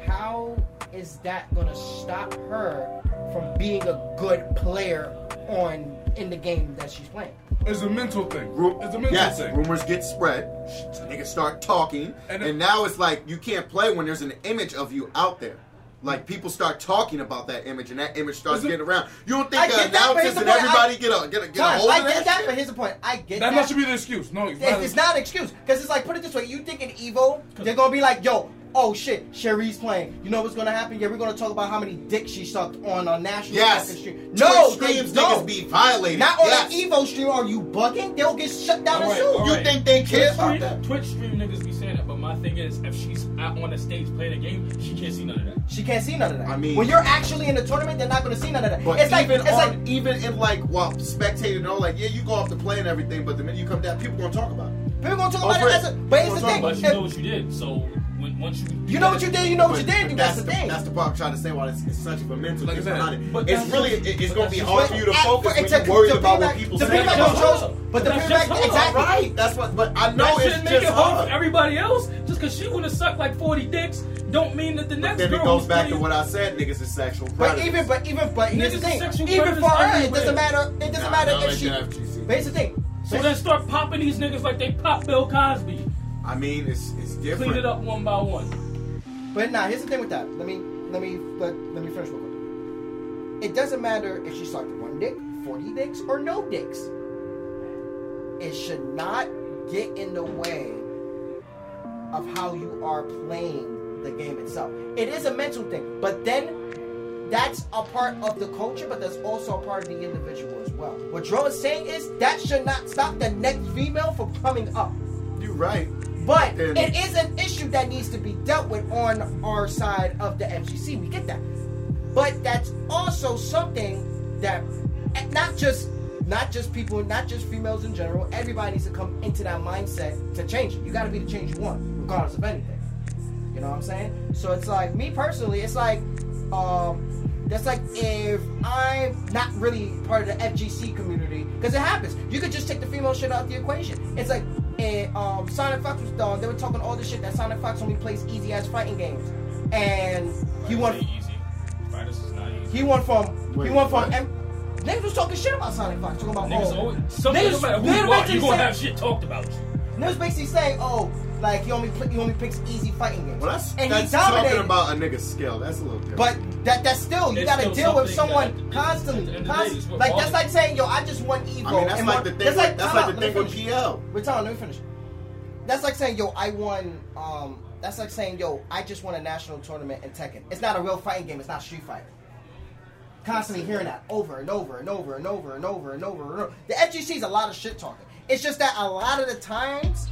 Speaker 1: how is that gonna stop her from being a good player on in the game that she's playing?
Speaker 6: It's a mental thing.
Speaker 4: Ru-
Speaker 6: It's a mental
Speaker 4: yes,
Speaker 6: thing.
Speaker 4: rumors get spread. Sh- Niggas start talking, and,
Speaker 6: And it-
Speaker 4: now it's like you can't play when there's an image of you out there. Like people start talking about that image, and that image starts
Speaker 6: Is it-
Speaker 4: getting around. You don't
Speaker 1: I
Speaker 4: think the
Speaker 1: get that, but
Speaker 4: announcers
Speaker 1: here's the
Speaker 4: and
Speaker 1: point,
Speaker 4: everybody
Speaker 1: I-
Speaker 4: get a get a, get a
Speaker 1: Fine,
Speaker 4: hold
Speaker 1: I
Speaker 4: of
Speaker 1: get
Speaker 4: that?
Speaker 1: that,
Speaker 4: shit?
Speaker 1: but here's the point. I get
Speaker 6: That
Speaker 1: that
Speaker 6: must should be the excuse. No, it's not.
Speaker 1: It's, it's not an excuse because it's like put it this way: you think in evil, they're gonna be like, "Yo, oh shit, Cherie's playing." You know what's gonna happen? Yeah, we're gonna talk about how many dicks she sucked on a national
Speaker 4: Yes.
Speaker 1: fucking stream. No,
Speaker 4: Twitch streams
Speaker 1: they don't.
Speaker 4: niggas be violated.
Speaker 1: Not on
Speaker 4: yes.
Speaker 1: an evil stream. Are you bugging? They'll get shut down
Speaker 3: All right,
Speaker 1: as soon.
Speaker 3: all
Speaker 4: You
Speaker 3: right.
Speaker 4: think they care
Speaker 3: Twitch
Speaker 4: about
Speaker 3: stream,
Speaker 4: that?
Speaker 3: Twitch stream niggas be saying that, but my thing is, if she's out on the stage playing a game, she can't see none of that.
Speaker 1: She can't see none of that.
Speaker 4: I mean-
Speaker 1: when you're actually in the tournament, they're not gonna see none of that.
Speaker 4: But
Speaker 1: it's like
Speaker 4: even
Speaker 1: it's
Speaker 4: on,
Speaker 1: like
Speaker 4: even in like while spectating and all, like yeah, you go off the play and everything, but the minute you come down, people gonna talk about it.
Speaker 1: people gonna talk
Speaker 4: Oh,
Speaker 1: about
Speaker 4: Brett,
Speaker 1: it as a. But
Speaker 4: we're
Speaker 1: it's the
Speaker 4: talking
Speaker 1: thing.
Speaker 3: But you
Speaker 1: if-
Speaker 3: know what you did. So when once you
Speaker 1: you know what you did. You know what you
Speaker 4: But-
Speaker 1: did.
Speaker 4: but
Speaker 1: do, That's the thing.
Speaker 4: That's the part I'm trying to say. Why it's, it's such a mental
Speaker 6: Like I
Speaker 4: thing
Speaker 6: said,
Speaker 4: behind it.
Speaker 3: but
Speaker 4: It's
Speaker 3: that's
Speaker 4: really
Speaker 3: just-
Speaker 4: it-
Speaker 3: but
Speaker 4: it's gonna
Speaker 3: that's
Speaker 4: be
Speaker 3: just-
Speaker 4: hard for you to
Speaker 1: At-
Speaker 4: focus
Speaker 1: it's
Speaker 4: when you're
Speaker 1: a-
Speaker 4: worried
Speaker 1: to
Speaker 4: about what
Speaker 1: piggyback-
Speaker 4: people
Speaker 1: to
Speaker 4: say.
Speaker 1: piggyback
Speaker 3: That's
Speaker 1: on
Speaker 3: just
Speaker 1: Joe's-
Speaker 3: her.
Speaker 1: But the
Speaker 3: That's
Speaker 1: piggyback
Speaker 3: just her.
Speaker 1: exactly.
Speaker 4: Right. That's what. But I know
Speaker 3: that
Speaker 4: it's
Speaker 3: shouldn't make
Speaker 4: just
Speaker 3: it hard
Speaker 4: hard.
Speaker 3: for everybody else. Just because she would have sucked like 40 dicks, don't mean that the next
Speaker 4: Then it
Speaker 3: girl
Speaker 4: goes
Speaker 3: who's
Speaker 4: back to
Speaker 3: playing-
Speaker 4: what I said. Niggas is sexual
Speaker 1: But
Speaker 4: predators.
Speaker 1: even, but even, but here's the
Speaker 3: Niggas are
Speaker 1: thing.
Speaker 3: sexual
Speaker 1: Even
Speaker 3: predators
Speaker 1: for her, it
Speaker 3: everywhere.
Speaker 1: doesn't matter. It doesn't
Speaker 4: Nah,
Speaker 1: matter
Speaker 4: nah,
Speaker 1: if
Speaker 4: like
Speaker 1: she.
Speaker 4: the FGC.
Speaker 1: But here's the thing.
Speaker 3: So then start popping these niggas like they pop Bill Cosby.
Speaker 4: I mean, it's it's different.
Speaker 3: Clean it up one by one.
Speaker 1: But nah, here's the thing with that. Let me, let me, let, let me finish real quick. It doesn't matter if she sucked one dick, forty dicks, or no dicks. It should not get in the way of how you are playing the game itself. It is a mental thing, but then that's a part of the culture, but that's also a part of the individual as well. What Joe is saying is that should not stop the next female from coming up.
Speaker 4: You're right.
Speaker 1: But
Speaker 4: And-
Speaker 1: it is an issue that needs to be dealt with on our side of the FGC. We get that. But that's also something that and not just not just people, not just females in general, everybody needs to come into that mindset to change it. You gotta be the change you want, regardless of anything. You know what I'm saying? So it's like me personally, it's like um that's like if I'm not really part of the FGC community, because it happens. You could just take the female shit out the equation. It's like and um, Sonic Fox was done. They were talking all this shit that Sonic Fox only plays easy ass fighting games, and he won.
Speaker 3: Easy. Right, this is not easy.
Speaker 1: He won from.
Speaker 4: Wait,
Speaker 1: he won from.
Speaker 4: what?
Speaker 1: M- niggas was talking shit about Sonic Fox. Talking about
Speaker 3: Niggas
Speaker 1: oh,
Speaker 3: always. Something, no matter who
Speaker 1: niggas
Speaker 3: you are, you
Speaker 1: basically
Speaker 3: gonna
Speaker 1: saying-
Speaker 3: have shit talked about you.
Speaker 1: niggas basically saying, oh, like he only pl- he only picks easy fighting games.
Speaker 4: Well, that's
Speaker 1: and
Speaker 4: that's
Speaker 1: he dominated.
Speaker 4: talking about a nigga's skill. That's a little different.
Speaker 1: But that that's still you
Speaker 3: It's
Speaker 1: gotta
Speaker 3: still
Speaker 1: deal with
Speaker 3: something that-
Speaker 1: someone
Speaker 3: at the
Speaker 1: constantly.
Speaker 3: end of the
Speaker 1: const-
Speaker 3: day, it's what
Speaker 1: like that's
Speaker 3: bothers
Speaker 1: like saying, yo, I just won Evo.
Speaker 4: I mean, that's
Speaker 1: oh, and
Speaker 4: like
Speaker 1: won-
Speaker 4: the thing.
Speaker 1: That's like,
Speaker 4: with, that's
Speaker 1: time
Speaker 4: like
Speaker 1: out,
Speaker 4: the
Speaker 1: let me
Speaker 4: thing with
Speaker 1: finish.
Speaker 4: PL.
Speaker 1: Wait, Tom, let me finish. That's like saying, yo, I won. Um, that's like saying, yo, I just won a national tournament in Tekken. It's not a real fighting game. It's not Street Fighter. constantly hearing that over and over and over and over and over and over and over. The FGC is a lot of shit talking. It's just that a lot of the times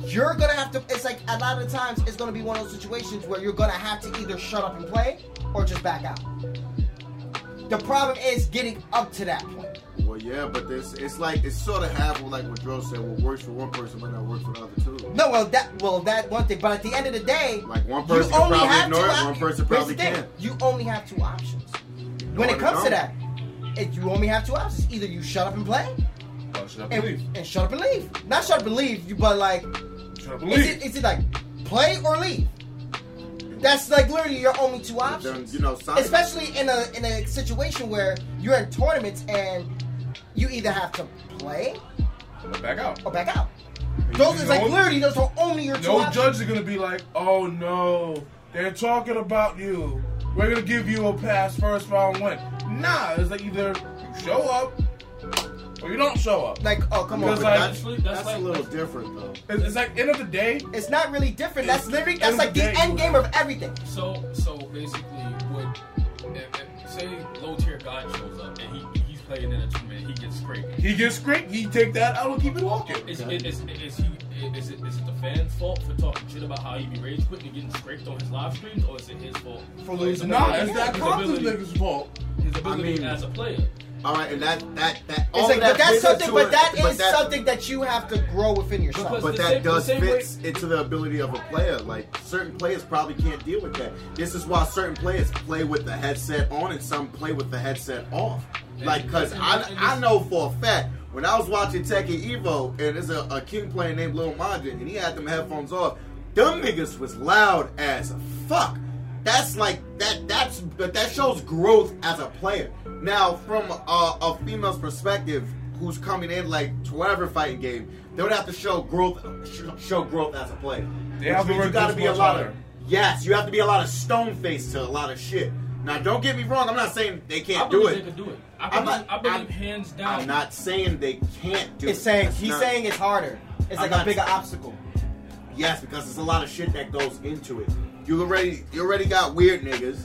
Speaker 1: you're gonna have to. It's like a lot of the times it's gonna be one of those situations where you're gonna have to either shut up and play or just back out. The problem is getting up to that point.
Speaker 4: Well, yeah, but this it's like it's sort of half of like what Dro said. What works for one person might not work for the other two.
Speaker 1: No, well that well that one thing, but at the end of the day,
Speaker 4: Like one person can probably ignore it, one
Speaker 1: op-
Speaker 4: person
Speaker 1: Here's
Speaker 4: probably
Speaker 1: the thing,
Speaker 4: can.
Speaker 1: You only have two options. When
Speaker 4: No,
Speaker 1: it
Speaker 4: they
Speaker 1: comes to that,
Speaker 4: don't.
Speaker 1: it, you only have two options. Either you shut up and play,
Speaker 6: Oh, should I
Speaker 1: and,
Speaker 6: believe?
Speaker 1: and shut up and leave. Not shut up and leave, you- but like,
Speaker 6: Should I
Speaker 1: is
Speaker 6: believe?
Speaker 1: it, is it like play or leave? That's like literally your only two
Speaker 4: But then,
Speaker 1: options.
Speaker 4: you know, Sonic,
Speaker 1: Especially in a in a situation where you're in tournaments and you either have to play
Speaker 6: Back out.
Speaker 1: or back out. Those is like
Speaker 6: No-
Speaker 1: literally those are only your two
Speaker 6: No
Speaker 1: options.
Speaker 6: judge is gonna be like, oh no, they're talking about you. We're gonna give you a pass first round win. Nah, it's like either you show up or you don't show up.
Speaker 1: Like, oh come on.
Speaker 6: Because,
Speaker 4: but
Speaker 6: like,
Speaker 4: that's,
Speaker 3: Actually, that's
Speaker 4: that's
Speaker 3: like-
Speaker 4: a little different though.
Speaker 6: It's, it's like end of the day.
Speaker 1: It's not really different. That's literally
Speaker 6: End
Speaker 1: that's
Speaker 6: of
Speaker 1: like
Speaker 6: the
Speaker 1: the
Speaker 6: day,
Speaker 1: end
Speaker 6: you-
Speaker 1: game of everything.
Speaker 3: So, so basically, what if, if, say low tier god shows up and he he's playing in a two minute, he gets scraped.
Speaker 6: He gets scraped. He take that out and keep it walking.
Speaker 3: Is, is, is, is, he, is, it, is it the fan's fault for talking shit about how he be rage quit and getting scraped on his live streams, or is it his fault
Speaker 1: For losing
Speaker 6: Nah,
Speaker 1: Yeah.
Speaker 6: it's that
Speaker 3: His
Speaker 6: Compton's
Speaker 3: ability-
Speaker 6: nigga's fault.
Speaker 3: His ability
Speaker 4: I mean-
Speaker 3: as a player.
Speaker 4: All right, and that that
Speaker 1: It's
Speaker 4: that. all
Speaker 1: like,
Speaker 4: of that
Speaker 1: but that's
Speaker 4: fits
Speaker 1: something.
Speaker 4: into
Speaker 1: But
Speaker 4: it,
Speaker 1: that is
Speaker 4: but that-
Speaker 1: something that you have to grow within yourself.
Speaker 3: Because-
Speaker 4: But
Speaker 3: the
Speaker 4: that
Speaker 3: same- the
Speaker 4: does
Speaker 3: same
Speaker 4: fits
Speaker 3: way-
Speaker 4: into the ability of a player. Like certain players probably can't deal with that. This is why certain players play with the headset on and some play with the headset off. Like, cause I I know for a fact when I was watching Tekken Evo and there's a, a king player named Lil Majin and he had them headphones off. Them niggas was loud as fuck. That's like that. That's but that shows growth as a player. Now, from a, a female's perspective, who's coming in like to whatever fighting game, they would have to show growth, sh- show growth as a player.
Speaker 6: They
Speaker 4: Which
Speaker 6: have to
Speaker 4: means you
Speaker 6: work
Speaker 4: got to
Speaker 6: this
Speaker 4: be a
Speaker 6: much
Speaker 4: lot of
Speaker 6: harder.
Speaker 4: yes, you have to be a lot of stone faced to a lot of shit. Now, don't get me wrong. I'm not saying they
Speaker 3: I
Speaker 4: can't do
Speaker 3: believe they
Speaker 4: it.
Speaker 3: could do it. I
Speaker 4: I'm
Speaker 3: believe,
Speaker 4: not-
Speaker 3: I believe
Speaker 4: I'm-
Speaker 3: hands down.
Speaker 4: I'm not saying they can't do it.
Speaker 1: It's saying
Speaker 4: That's
Speaker 1: he's
Speaker 4: not-
Speaker 1: saying it's harder. It's like
Speaker 4: I'm
Speaker 1: a
Speaker 4: not-
Speaker 1: bigger obstacle.
Speaker 4: Yes, because there's a lot of shit that goes into it. You already you already got weird niggas,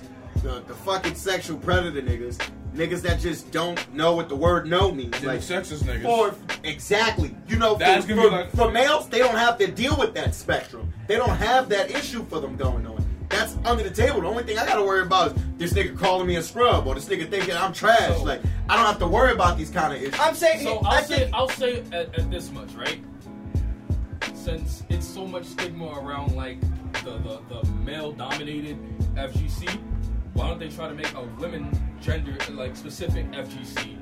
Speaker 4: the, the fucking sexual predator niggas, niggas that just don't know what the word no means.
Speaker 6: Like, sexist niggas.
Speaker 4: For exactly, you know,
Speaker 6: That's
Speaker 4: for,
Speaker 6: gonna be
Speaker 4: for-
Speaker 6: like-
Speaker 4: for males, they don't have to deal with that spectrum. They don't have that issue for them going on. That's under the table. The only thing I gotta worry about is this nigga calling me a scrub or this nigga thinking I'm trash.
Speaker 3: So-
Speaker 4: like I don't have to worry about these kind of issues.
Speaker 1: I'm saying.
Speaker 3: So
Speaker 1: I
Speaker 3: I'll say
Speaker 1: think
Speaker 3: I'll say at, at this much, right? Since it's so much stigma around like the the, the male dominated FGC, why don't they try to make a women gender like specific FGC?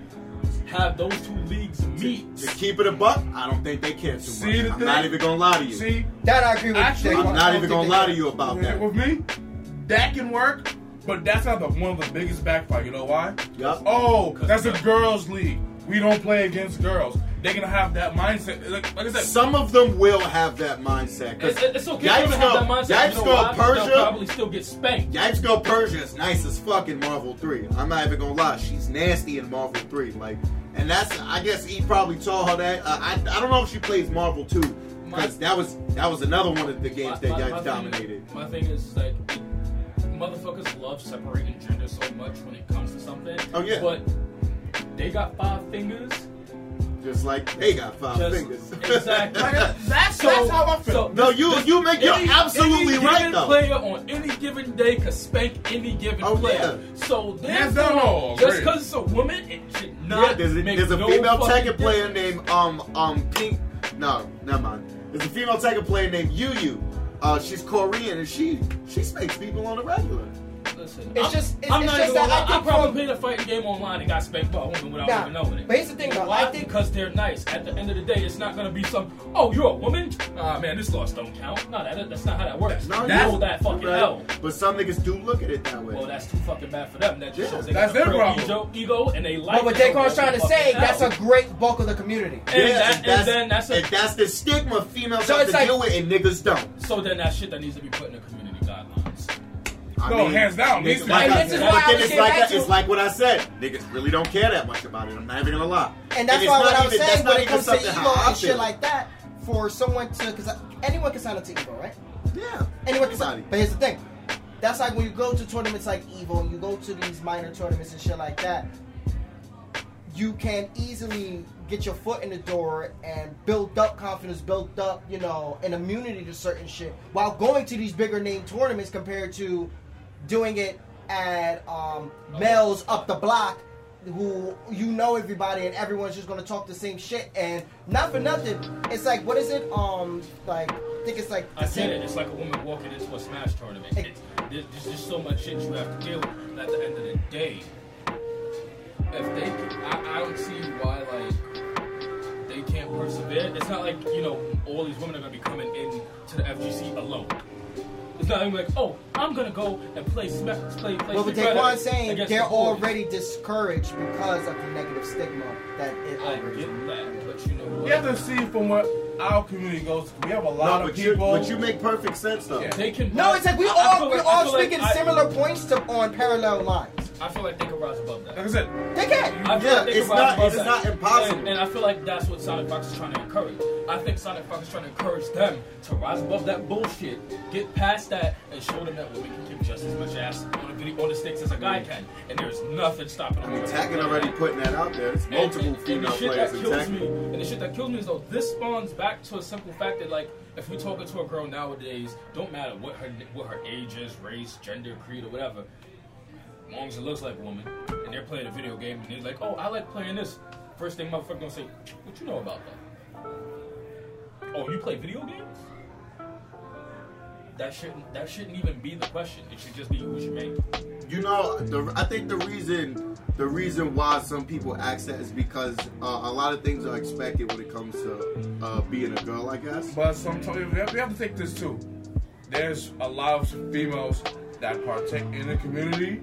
Speaker 3: Have those two leagues meet.
Speaker 4: to keep it a buck, I don't think they care too
Speaker 6: See
Speaker 4: much.
Speaker 6: the
Speaker 4: I'm
Speaker 6: thing?
Speaker 4: not even gonna lie to you.
Speaker 6: See,
Speaker 1: that I agree with.
Speaker 6: Actually,
Speaker 1: Jay.
Speaker 6: I'm
Speaker 1: I
Speaker 4: I'm not
Speaker 1: don't
Speaker 4: even
Speaker 1: think
Speaker 4: gonna
Speaker 1: they
Speaker 4: lie
Speaker 1: do.
Speaker 4: to you about
Speaker 6: Yeah,
Speaker 4: that.
Speaker 6: With me, that can work, but that's not the one of the biggest backfire. You know why?
Speaker 4: Yup.
Speaker 6: Oh, that's a girls' league. We don't play against girls. They're gonna have that mindset. Like, like I said,
Speaker 4: Some of them will have that mindset. 'cause
Speaker 3: It's, it's okay for them to have that mindset.
Speaker 4: Yipes
Speaker 3: you know
Speaker 4: go
Speaker 3: why? 'Cause They'll probably
Speaker 4: Persia.
Speaker 3: still get spanked.
Speaker 4: Yipes go Persia is nice as fuck in Marvel 3. I'm not even gonna lie, she's nasty in Marvel 3. Like, and that's I guess he probably told her that. Uh, I, I don't know if she plays Marvel 2 because that was that was another one of the games that Yipes dominated.
Speaker 3: Thing, my thing is like, motherfuckers love separating gender so much when it comes to something.
Speaker 4: Oh, yeah.
Speaker 3: But they got five fingers.
Speaker 4: Just like they got five
Speaker 3: Just- (laughs)
Speaker 4: fingers. (laughs)
Speaker 3: exactly.
Speaker 6: that's, that's how I feel.
Speaker 4: no, you you make you're
Speaker 3: any-
Speaker 4: absolutely
Speaker 3: any
Speaker 4: right
Speaker 3: given
Speaker 4: though.
Speaker 3: player on any given day could spank any given
Speaker 4: Oh,
Speaker 3: player.
Speaker 4: yeah.
Speaker 3: So
Speaker 6: That's
Speaker 3: therefore,
Speaker 6: not all,
Speaker 3: just
Speaker 6: really.
Speaker 3: because it's a woman, it should not.
Speaker 4: Yeah, there's a,
Speaker 3: make
Speaker 4: there's a
Speaker 3: no
Speaker 4: female
Speaker 3: fucking
Speaker 4: Tekken player
Speaker 3: difference.
Speaker 4: named um um Pink. No, never mind. There's a female Tekken player named Yu Yu. Uh, she's Korean and she she spanks people on the regular.
Speaker 3: Listen,
Speaker 1: It's
Speaker 3: I'm,
Speaker 1: just- it's-
Speaker 3: I'm
Speaker 1: it's
Speaker 3: not
Speaker 1: just
Speaker 3: even gonna
Speaker 1: that I
Speaker 3: lie. I,
Speaker 1: think
Speaker 3: probably
Speaker 1: from-
Speaker 3: played a fighting game online and got spanked by a woman without
Speaker 1: Nah,
Speaker 3: even knowing it.
Speaker 1: but here's the thing, though.
Speaker 3: Why?
Speaker 1: I think-
Speaker 3: because they're nice. At the end of the day, it's not gonna be some. Oh, you're a woman? Ah, man, this loss don't count. No, that, that's not how that works.
Speaker 4: No,
Speaker 3: you
Speaker 4: that's-
Speaker 3: know that fucking
Speaker 4: Right.
Speaker 3: hell.
Speaker 4: But some niggas do look at it that way.
Speaker 3: Well, that's too fucking bad for them. That just
Speaker 4: Yeah,
Speaker 3: shows they
Speaker 6: that's
Speaker 3: got a
Speaker 6: their
Speaker 3: real
Speaker 6: problem.
Speaker 3: Ego, ego, and they like.
Speaker 1: But what
Speaker 3: it, so
Speaker 1: Dakon's
Speaker 3: go
Speaker 1: trying to
Speaker 3: fucking
Speaker 1: say,
Speaker 3: hell.
Speaker 1: that's a great bulk of the community.
Speaker 3: And that- and
Speaker 4: that's,
Speaker 3: then that's a-
Speaker 4: and that's the stigma females
Speaker 1: So
Speaker 4: have
Speaker 1: it's
Speaker 4: to
Speaker 1: like-
Speaker 4: deal with, and niggas don't.
Speaker 3: So then that shit that needs to be put in the community guidelines.
Speaker 4: I
Speaker 6: No, hands
Speaker 4: niggas-
Speaker 6: down, these are-
Speaker 4: like,
Speaker 6: And
Speaker 4: I-
Speaker 6: this is
Speaker 4: but
Speaker 1: why I
Speaker 4: then
Speaker 1: was
Speaker 4: it's
Speaker 1: getting
Speaker 4: like
Speaker 1: back
Speaker 4: that,
Speaker 1: to-
Speaker 4: it's like what I said. Niggas really don't care that much about it. I'm not even gonna lie.
Speaker 1: And that's
Speaker 4: it's
Speaker 1: why
Speaker 4: not
Speaker 1: what I was
Speaker 4: even-
Speaker 1: saying
Speaker 4: that's not
Speaker 1: when it
Speaker 4: even
Speaker 1: comes to
Speaker 4: something
Speaker 1: ego
Speaker 4: how I
Speaker 1: and shit
Speaker 4: feel.
Speaker 1: like that, for someone to, because anyone can sign up to ego, right?
Speaker 4: yeah,
Speaker 1: Anyone can sign.
Speaker 4: Anybody.
Speaker 1: But here's the thing: That's like when you go to tournaments like Evo and you go to these minor tournaments and shit like that. You can easily get your foot in the door and build up confidence, build up, you know, an immunity to certain shit while going to these bigger name tournaments compared to doing it at um, Mel's up the block who you know everybody and everyone's just gonna talk the same shit and not for nothing. It's like what is it? Um, like I think it's like
Speaker 3: I said it. It's like a woman walking into a Smash tournament. It's, there's, there's just so much shit you have to deal with. And at the end of the day, if they, could, I, I don't see why like they can't persevere. It's not like you know all these women are gonna be coming in to the FGC alone. It's not even like oh I'm gonna go and play Smash, play play.
Speaker 1: But with
Speaker 3: Street Fighter
Speaker 1: Daquan saying
Speaker 3: against
Speaker 1: they're
Speaker 3: the boys.
Speaker 1: already discouraged because of the negative stigma that it
Speaker 3: I
Speaker 1: already.
Speaker 3: get that, but you know what?
Speaker 6: You have to see from what our community goes. through. We have a lot
Speaker 4: No,
Speaker 6: of
Speaker 4: but you,
Speaker 6: people.
Speaker 4: but you make perfect sense though.
Speaker 3: Yeah, they can.
Speaker 1: No, it's like we
Speaker 3: I- I
Speaker 1: all
Speaker 3: feel
Speaker 1: we're
Speaker 3: like- I
Speaker 1: all
Speaker 3: feel like
Speaker 1: speaking
Speaker 3: I-
Speaker 1: similar points to on parallel lines.
Speaker 3: I feel like they can rise above that.
Speaker 6: like I said,
Speaker 1: They can.
Speaker 3: I feel
Speaker 4: Yeah,
Speaker 3: like they can
Speaker 4: it's
Speaker 3: rise
Speaker 4: not-
Speaker 3: above
Speaker 4: it's
Speaker 3: that.
Speaker 4: not impossible.
Speaker 3: And, and I feel like that's what Sonic Fox is trying to encourage. I think Sonic Fox is trying to encourage them to rise above that bullshit, get past that, and show them that women can kick just as much ass on a video on the sticks as a guy can. And there's nothing stopping
Speaker 4: I
Speaker 3: them.
Speaker 4: mean, Tagging already putting that out there. It's
Speaker 3: And-
Speaker 4: multiple
Speaker 3: and- and
Speaker 4: female
Speaker 3: the shit
Speaker 4: players
Speaker 3: That
Speaker 4: in
Speaker 3: kills me,
Speaker 4: Tekken.
Speaker 3: and the shit that kills me is though this spawns back to a simple fact that like if we talking to a girl nowadays, don't matter what her what her age is, race, gender, creed, or whatever. As long as it looks like a woman, and they're playing a video game, and they're like, "Oh, I like playing this." First thing, motherfucker, gonna say, "What you know about that?" Oh, you play video games? That shouldn't that shouldn't even be the question. It should just be who's your man.
Speaker 4: You know, the, I think the reason the reason why some people ask that is because uh, a lot of things are expected when it comes to uh, being a girl. I guess.
Speaker 6: But sometimes we have, we have to take this too. There's a lot of females that partake in the community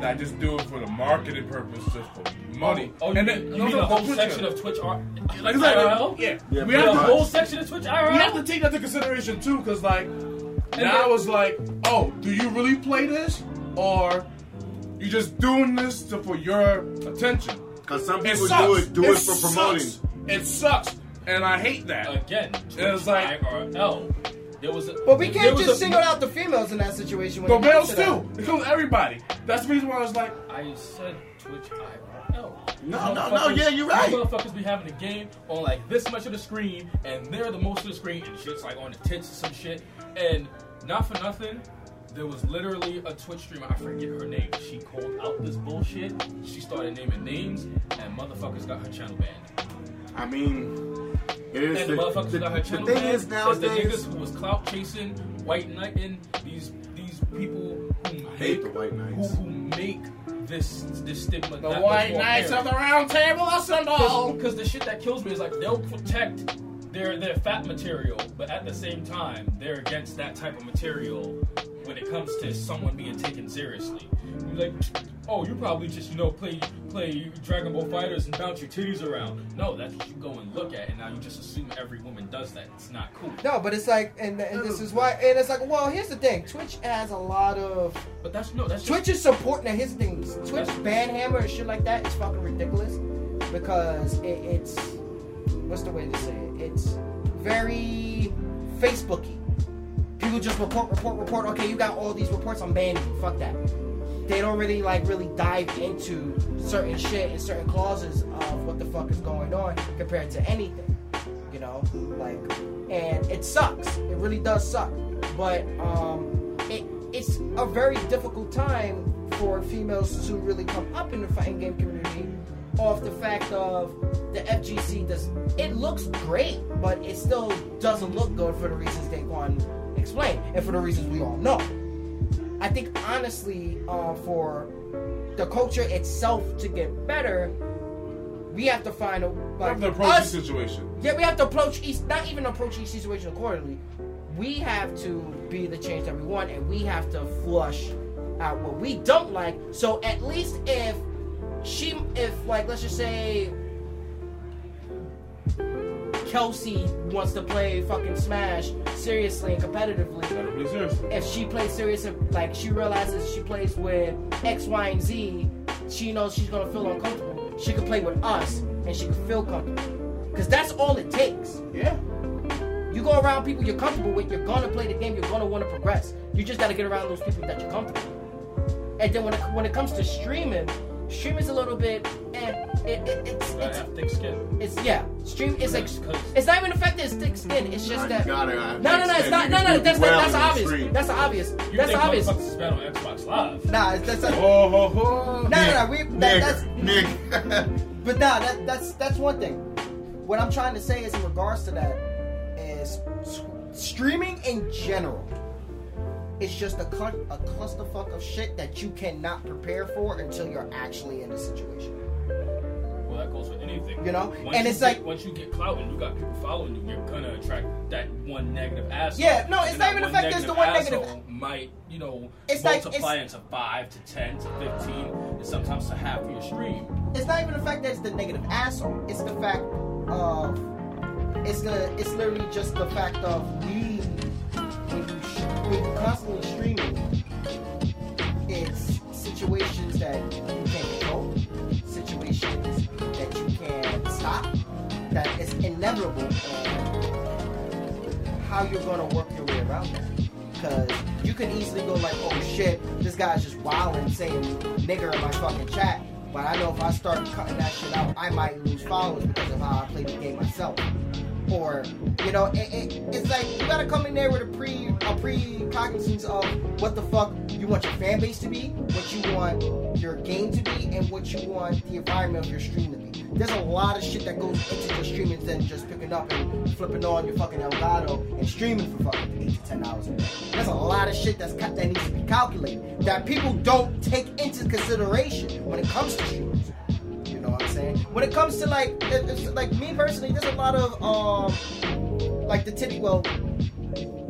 Speaker 6: that just do it for the marketing purpose, just for money.
Speaker 3: Oh, you,
Speaker 6: And
Speaker 3: mean,
Speaker 6: then-
Speaker 3: you
Speaker 6: no,
Speaker 3: mean
Speaker 6: no,
Speaker 3: the whole
Speaker 6: Twitter.
Speaker 3: section of Twitch R- like
Speaker 6: Like I said,
Speaker 3: IRL?
Speaker 6: yeah.
Speaker 4: Yeah,
Speaker 6: we
Speaker 4: pretty
Speaker 6: have
Speaker 3: The
Speaker 6: to
Speaker 4: much.
Speaker 3: whole section of Twitch IRL.
Speaker 6: We have to take that into consideration too, because like now
Speaker 3: then-
Speaker 6: it's like, oh, do you really play this, or you just doing this to, for your attention?
Speaker 4: Because some
Speaker 6: It
Speaker 4: people
Speaker 6: sucks.
Speaker 4: do it do it, for
Speaker 6: sucks.
Speaker 4: promoting.
Speaker 6: It sucks, and I hate that.
Speaker 3: again.
Speaker 6: It was like-
Speaker 3: IRL. There was a,
Speaker 1: But we
Speaker 3: there
Speaker 1: can't
Speaker 3: was
Speaker 1: just
Speaker 3: a-
Speaker 1: single out the females in that situation. When
Speaker 6: the
Speaker 1: it comes
Speaker 6: males
Speaker 1: to that.
Speaker 6: too. It comes everybody. That's the reason why I was like,
Speaker 3: I said Twitch IRL.
Speaker 4: No, no, no, yeah, you're right.
Speaker 3: These motherfuckers be having a game on like this much of the screen, and they're the most of the screen, and shit's like on the tits or some shit. And not for nothing, there was literally a Twitch streamer, I forget her name, she called out this bullshit. She started naming names, and motherfuckers got her channel banned.
Speaker 4: I mean, it is.
Speaker 3: And the motherfuckers got her channel
Speaker 4: the thing
Speaker 3: banned.
Speaker 4: is nowadays
Speaker 3: It's the niggas who was clout chasing, white knighting, these these people who make,
Speaker 4: hate the white
Speaker 3: who,
Speaker 4: knights.
Speaker 3: who make this this stigma.
Speaker 6: the white knights of the round table
Speaker 1: Oh.
Speaker 6: assemble.
Speaker 3: because the shit that kills me is like they'll protect their their fat material, but at the same time they're against that type of material when it comes to someone being taken seriously. You're like, oh, you probably just you know play play Dragon Ball Fighters and bounce your titties around. No, that's what you go and look at, and now you just assume every woman does that. It's not cool.
Speaker 1: No, but it's like, and, and this is why, and it's like, well, here's the thing. Twitch has a lot of
Speaker 3: But that's no, that's just
Speaker 1: Twitch is supporting now here's the thing. Twitch ban hammer and shit like that is fucking ridiculous because it, it's what's the way to say it? It's very Facebooky. People just report, report, report. Okay, you got all these reports. I'm banning you. Fuck that. They don't really like really dive into certain shit and certain clauses of what the fuck is going on compared to anything. You know, like, and it sucks. It really does suck. But um, it it's a very difficult time for females to really come up in the fighting game community off the fact of the FGC does it looks great, but it still doesn't look good for the reasons Daquan explained and for the reasons we all know. I think honestly, uh, for the culture itself to get better, we have to find a
Speaker 6: We
Speaker 1: like
Speaker 6: have to approach the
Speaker 1: us,
Speaker 6: situation.
Speaker 1: yeah, we have to approach each, not even approach each situation accordingly. We have to be the change that we want, and we have to flush out what we don't like. So at least if she, if like, let's just say Kelsey wants to play fucking Smash seriously and competitively,
Speaker 6: Gotta be serious.
Speaker 1: if she plays serious, if, like she realizes she plays with X, Y, and Z, she knows she's gonna feel uncomfortable. She can play with us, and she can feel comfortable, cause that's all it takes.
Speaker 6: Yeah.
Speaker 1: You go around people you're comfortable with, you're gonna play the game, you're gonna want to progress. You just gotta get around those people that you're comfortable with. And then when it, when it comes to streaming, streaming's a little bit, and it, it, it's,
Speaker 3: Gotta
Speaker 1: it's
Speaker 3: have thick skin.
Speaker 1: it's yeah. Stream is like
Speaker 3: Because-
Speaker 1: it's not even the fact that it's thick skin. It's just
Speaker 4: Nah, you
Speaker 1: that
Speaker 4: gotta have
Speaker 1: no, no, no.
Speaker 4: thick
Speaker 1: It's
Speaker 4: skin.
Speaker 1: not. No,
Speaker 4: You
Speaker 1: no.
Speaker 4: do
Speaker 1: That's
Speaker 4: well
Speaker 1: that's
Speaker 4: in the
Speaker 1: obvious.
Speaker 4: street.
Speaker 1: That's obvious.
Speaker 3: You
Speaker 1: That's
Speaker 3: think
Speaker 1: obvious.
Speaker 3: motherfuckers is bad on Xbox Live?
Speaker 1: Nah, that's that's.
Speaker 6: Oh, ho, ho.
Speaker 1: No, no, no. We that, that's
Speaker 4: Nick, Nick.
Speaker 1: but nah. That that's that's one thing. What I'm trying to say is in regards to that is s- streaming in general. It's just a clu- a clusterfuck of shit that you cannot prepare for until you're actually in the situation.
Speaker 3: Well, that goes with anything.
Speaker 1: You know?
Speaker 3: Once
Speaker 1: And
Speaker 3: you
Speaker 1: it's
Speaker 3: get-
Speaker 1: like-
Speaker 3: once you get clout and you got people following you, you're gonna attract that one negative asshole.
Speaker 1: Yeah, no, it's
Speaker 3: And
Speaker 1: not
Speaker 3: that
Speaker 1: even the
Speaker 3: one
Speaker 1: fact that it's the one negative-
Speaker 3: asshole Might you know
Speaker 1: It's like-
Speaker 3: multiply into five to ten to fifteen and sometimes to half of your stream.
Speaker 1: it's not even the fact that it's the negative asshole. It's the fact of it's the it's literally just the fact of we when you sh- when you constantly streaming, it's situations that you can't control, situations that you can't stop, that it's inevitable, and how you're gonna work your way around that. Because you can easily go like, oh shit, this guy's just wilding saying nigger in my fucking chat. But I know if I start cutting that shit out, I might lose followers because of how I play the game myself. Or, you know, it, it, it's like you gotta come in there with a pre a precognizance of what the fuck you want your fan base to be, what you want your game to be, and what you want the environment of your stream to be. There's a lot of shit that goes into just streaming than just picking up and flipping on your fucking Elgato and streaming for fucking eight to ten hours a day. There's a lot of shit that's cal- that needs to be calculated that people don't take into consideration when it comes to streamers. You know what I'm saying? When it comes to like, it- it's like me personally, there's a lot of um, like the titty. Well,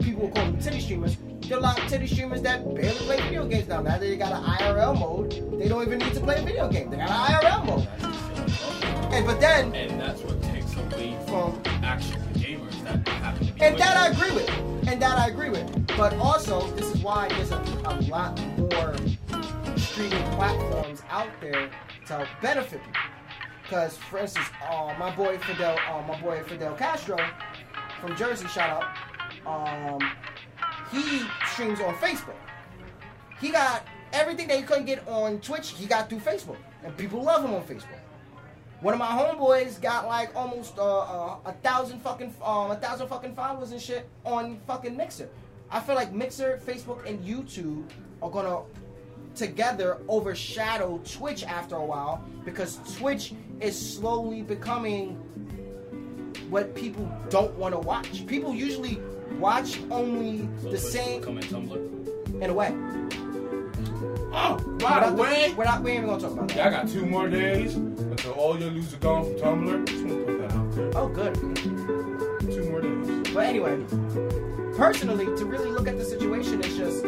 Speaker 1: people call them titty streamers. There are a lot of titty streamers that barely play video games now. Now that they got an IRL mode, they don't even need to play a video game. They got an IRL mode. And but then
Speaker 3: And that's what takes away
Speaker 1: Well-
Speaker 3: from action gamers that happen to be.
Speaker 1: And
Speaker 3: with
Speaker 1: that I
Speaker 3: you.
Speaker 1: agree with. And that I agree with. But also, this is why there's a, a lot more streaming platforms out there to help benefit people. Because, for instance, uh, my boy Fidel, uh, my boy Fidel Castro from Jersey, shout out. Um, he streams on Facebook. He got everything that he couldn't get on Twitch. He got through Facebook, and people love him on Facebook. One of my homeboys got like almost uh, uh, a thousand fucking um, a thousand fucking followers and shit on fucking Mixer. I feel like Mixer, Facebook, and YouTube are gonna together overshadow Twitch after a while because Twitch is slowly becoming what people don't want to watch. People usually watch only
Speaker 3: So
Speaker 1: the
Speaker 3: it's
Speaker 1: same
Speaker 3: Come in Tumblr.
Speaker 1: in a way.
Speaker 6: Oh, by the
Speaker 1: Without the-
Speaker 6: way,
Speaker 1: we're not, we ain't even gonna talk about
Speaker 6: y'all
Speaker 1: that.
Speaker 6: got two more days until all your losers gone from Tumblr. Just gonna put that out there.
Speaker 1: Oh, good.
Speaker 6: Two more days.
Speaker 1: But anyway, personally, to really look at the situation, it's just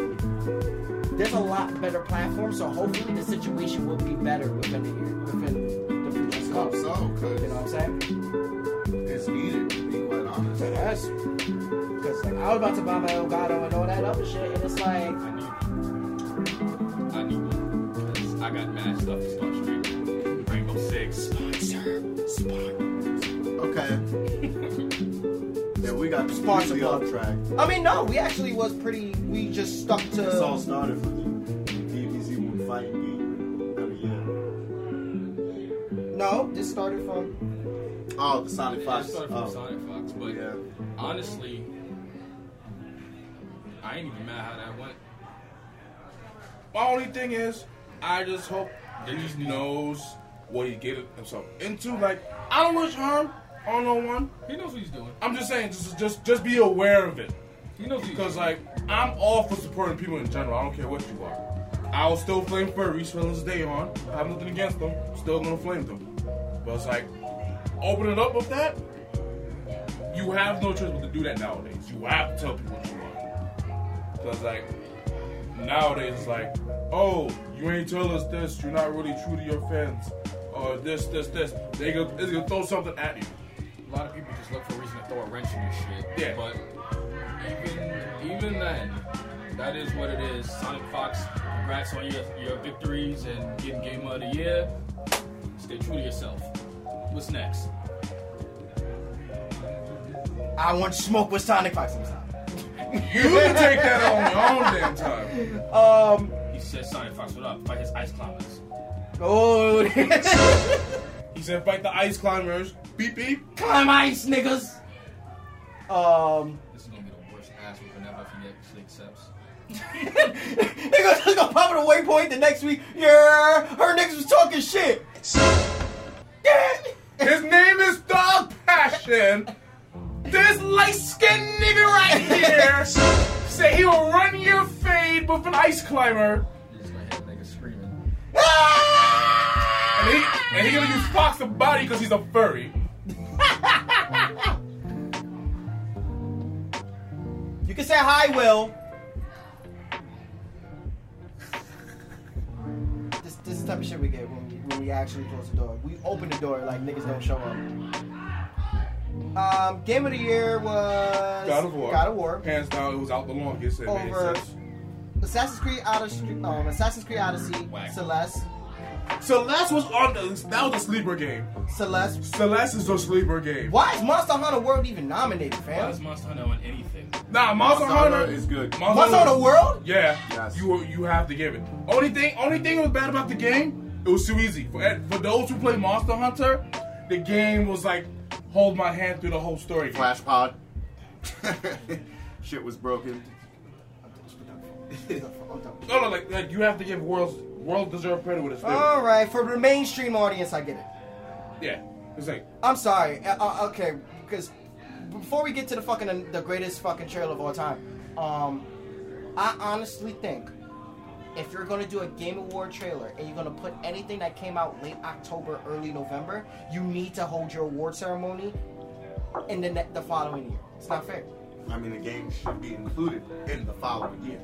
Speaker 1: there's a lot better platforms. So hopefully, the situation will be better within the year, within the future.
Speaker 4: So, so,
Speaker 1: you know what
Speaker 4: cause
Speaker 1: I'm saying?
Speaker 4: it's needed, to be quite honest.
Speaker 1: Yes. Because like I was about to buy my Elgato and all that other shit, and it's like,
Speaker 3: I need. I need one. 'Cause I got mad stuff to start streaming. Rainbow Six.
Speaker 4: (laughs) Okay. yeah, we got
Speaker 1: Sponsor
Speaker 4: completely off track.
Speaker 1: I mean, no, we actually was pretty. We just stuck to.
Speaker 4: This all started from the DBZ one fighting game. Oh, yeah.
Speaker 1: no, this started from.
Speaker 4: Oh, the Sonic
Speaker 3: Yeah, it
Speaker 4: Fox.
Speaker 3: started from
Speaker 4: Oh.
Speaker 3: Sonic Fox, but
Speaker 4: Yeah.
Speaker 3: honestly, I ain't even mad how that went.
Speaker 6: My only thing is, I just hope that he knows what he get himself into. Like, I don't wish harm on no one.
Speaker 3: He knows what he's doing.
Speaker 6: I'm just saying, just just just be aware of it.
Speaker 3: He knows what he's
Speaker 6: Because
Speaker 3: doing.
Speaker 6: like I'm all for supporting people in general. I don't care what you are. I'll still flame furries till this day on. I have nothing against them. Still gonna flame them. But it's like open it up with that. You have no choice but to do that nowadays. You have to tell people what you want. Cause like nowadays it's like, oh, you ain't tell us this. You're not really true to your fans. Or this, this, this. They gonna, they gonna throw something at you.
Speaker 3: a lot of people just look for a reason to throw a wrench in your shit.
Speaker 6: Yeah.
Speaker 3: But even even then, that is what it is. Sonic Fox, congrats on your your victories and getting Game of the Year. Stay true to yourself. What's next?
Speaker 1: I want smoke with Sonic Fox sometime.
Speaker 6: You can take that on your own damn time.
Speaker 1: Um.
Speaker 3: He said Sonic Fox what up by his ice climbers.
Speaker 1: Oh. (laughs)
Speaker 6: He said, fight the ice climbers. Beep beep.
Speaker 1: Climb ice, niggas. Um.
Speaker 3: This is gonna be the worst ass whooping ever if he actually accepts.
Speaker 1: Niggas just gonna pop at a waypoint the next week. Yeah, her niggas was talking shit. Yeah.
Speaker 6: His name is Dog Passion. This light skinned nigga right here say he will run your fade with an ice climber.
Speaker 3: You're just gonna hear the nigga screaming.
Speaker 6: And he, and he gonna use Fox the body because he's a furry.
Speaker 1: You can say hi, Will. This, this is the type of shit we get when we, when we actually close the door. We open the door like niggas don't show up. Um, game of the year was
Speaker 6: God of War.
Speaker 1: God of War.
Speaker 6: Hands down, it was out the longest. It made
Speaker 1: Over.
Speaker 6: sense.
Speaker 1: Assassin's Creed Odyssey. Um, Assassin's Creed Odyssey.
Speaker 3: Whack.
Speaker 1: Celeste.
Speaker 6: Celeste was on the. That was a sleeper game.
Speaker 1: Celeste.
Speaker 6: Celeste is a sleeper game.
Speaker 1: Why is Monster Hunter World even nominated,
Speaker 3: Why
Speaker 1: fam?
Speaker 3: does Monster Hunter on anything?
Speaker 6: Nah, Monster Hunter
Speaker 4: is good.
Speaker 1: Monster Hunter World?
Speaker 6: Yeah,
Speaker 4: Yes.
Speaker 6: you you have to give it. Only thing, only thing that was bad about the game, it was too easy for eh, for those who play Monster Hunter. The game was like hold my hand through the whole story.
Speaker 4: Flash pod. (laughs) Shit was broken.
Speaker 6: No, no, like, like you have to give worlds world deserved credit with its due.
Speaker 3: Oh.
Speaker 1: All right, for the mainstream audience, I get it.
Speaker 6: yeah, it's like
Speaker 1: I'm sorry. Uh, uh, okay, because before we get to the fucking uh, the greatest fucking trailer of all time, um, I honestly think if you're gonna do a Game Award trailer and you're gonna put anything that came out late October, early November, you need to hold your award ceremony in the ne- the following year. It's not fair.
Speaker 4: I mean, the game should be included in the following year.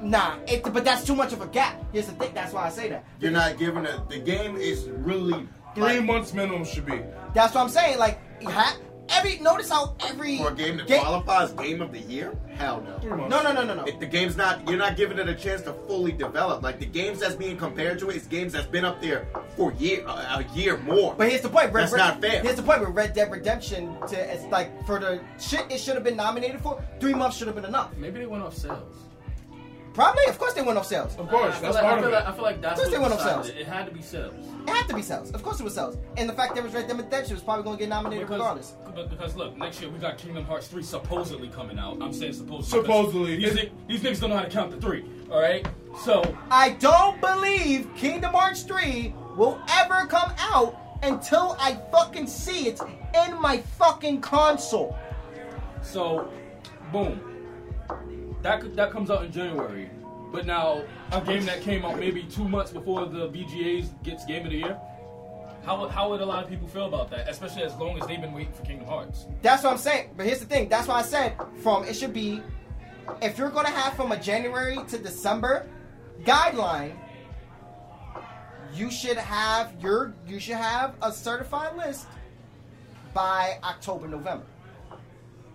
Speaker 1: Nah, it, but that's too much of a gap. Here's the thing. That's why I say that.
Speaker 4: You're not giving it. The game is really
Speaker 6: three months minimum should be.
Speaker 1: That's what I'm saying. Like, ha- every notice how every
Speaker 4: for a game that
Speaker 1: ga-
Speaker 4: qualifies game of the year. Hell
Speaker 6: Three
Speaker 4: no.
Speaker 6: months.
Speaker 1: No, no, no, no, no.
Speaker 4: If the game's not, you're not giving it a chance to fully develop. Like the games that's being compared to it is games that's been up there for year, uh, a, a year more.
Speaker 1: But here's the point. Red,
Speaker 4: That's
Speaker 1: Red-
Speaker 4: not fair.
Speaker 1: Here's the point with Red Dead Redemption. To it's like for the shit it should have been nominated for, three months should have been enough.
Speaker 3: Maybe they went off sales.
Speaker 1: Probably, of course, they went off sales.
Speaker 6: Of
Speaker 1: It
Speaker 6: course,
Speaker 3: I feel
Speaker 6: that's
Speaker 3: like,
Speaker 6: part
Speaker 3: I feel
Speaker 6: of
Speaker 3: like, I
Speaker 6: it.
Speaker 3: feel like that's
Speaker 1: Of
Speaker 3: what
Speaker 1: course they went off
Speaker 3: decided
Speaker 1: sales.
Speaker 3: it. It had to be sales.
Speaker 1: had to be sales. Of course, it was sales. And the fact that it was Red Dead Redemption was probably going to get nominated regardless.
Speaker 3: But because look, next year we got Kingdom Hearts 3 supposedly coming out. I'm saying supposedly.
Speaker 6: Supposedly.
Speaker 3: because These, ni- these niggas don't know how to count to three. Alright? So,
Speaker 1: I don't believe Kingdom Hearts 3 will ever come out until I fucking see it in my fucking console.
Speaker 3: so, boom. That could, that comes out in January. But now, a game that came out maybe two months before the BGAs gets Game of the Year. How, how would a lot of people feel about that? Especially as long as they've been waiting for Kingdom Hearts.
Speaker 1: That's what I'm saying. But here's the thing. That's why I said from it should be if you're gonna have from a January to December guideline, you should have your you should have a certified list by October, November.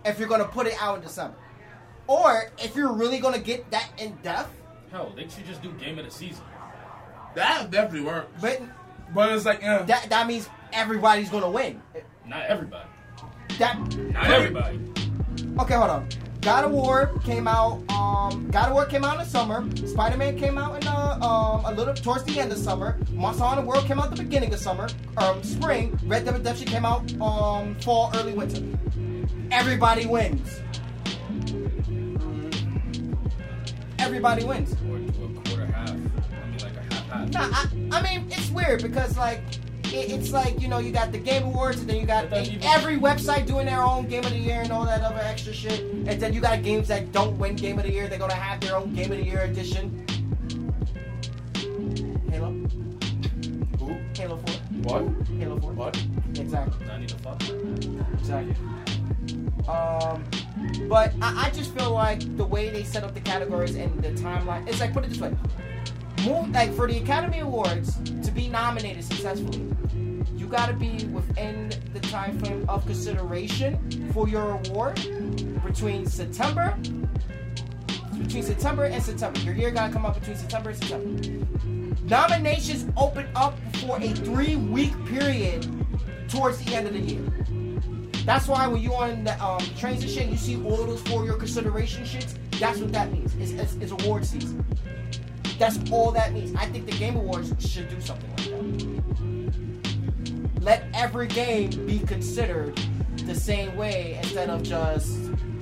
Speaker 1: If you're gonna put it out in December. Or if you're really gonna get that in depth,
Speaker 3: Hell, they should just do Game of the Season.
Speaker 6: That definitely worked.
Speaker 1: but
Speaker 6: But it's like, eh.
Speaker 1: that that means everybody's gonna win.
Speaker 3: Not everybody.
Speaker 1: That
Speaker 3: Not everybody.
Speaker 1: Okay, hold on. God of War came out. Um, God of War came out in the summer. Spider Man came out in uh, um, a little towards the end of summer. Monster Hunter World came out the beginning of summer, um, spring. Red Dead Redemption came out um, fall, early winter. Everybody wins. Everybody wins.
Speaker 3: Or do a quarter half. I mean, like a half half.
Speaker 1: Nah, I, I mean it's weird because like it, it's like you know you got the Game Awards and then you got
Speaker 3: But that's even-
Speaker 1: every website doing their own Game of the Year and all that other extra shit, and then you got games that don't win Game of the Year. They're gonna have their own Game of the Year edition. Halo,
Speaker 6: Who?
Speaker 1: Halo Four,
Speaker 6: What?
Speaker 1: Halo Four.
Speaker 6: What?
Speaker 1: Exactly,
Speaker 3: I need to fuck.
Speaker 1: exactly. Um, but I, I just feel like the way they set up the categories and the timeline. It's like put it this way: move like for the Academy Awards to be nominated successfully, you gotta be within the time frame of consideration for your award between September between September and September. Your year gotta come up between September and September. Nominations open up for a three week period towards the end of the year. That's why when you on the um, trains and shit, you see all those for your consideration shits. That's what that means. It's, it's, it's award season. That's all that means. I think the Game Awards should do something like that. Let every game be considered the same way instead of just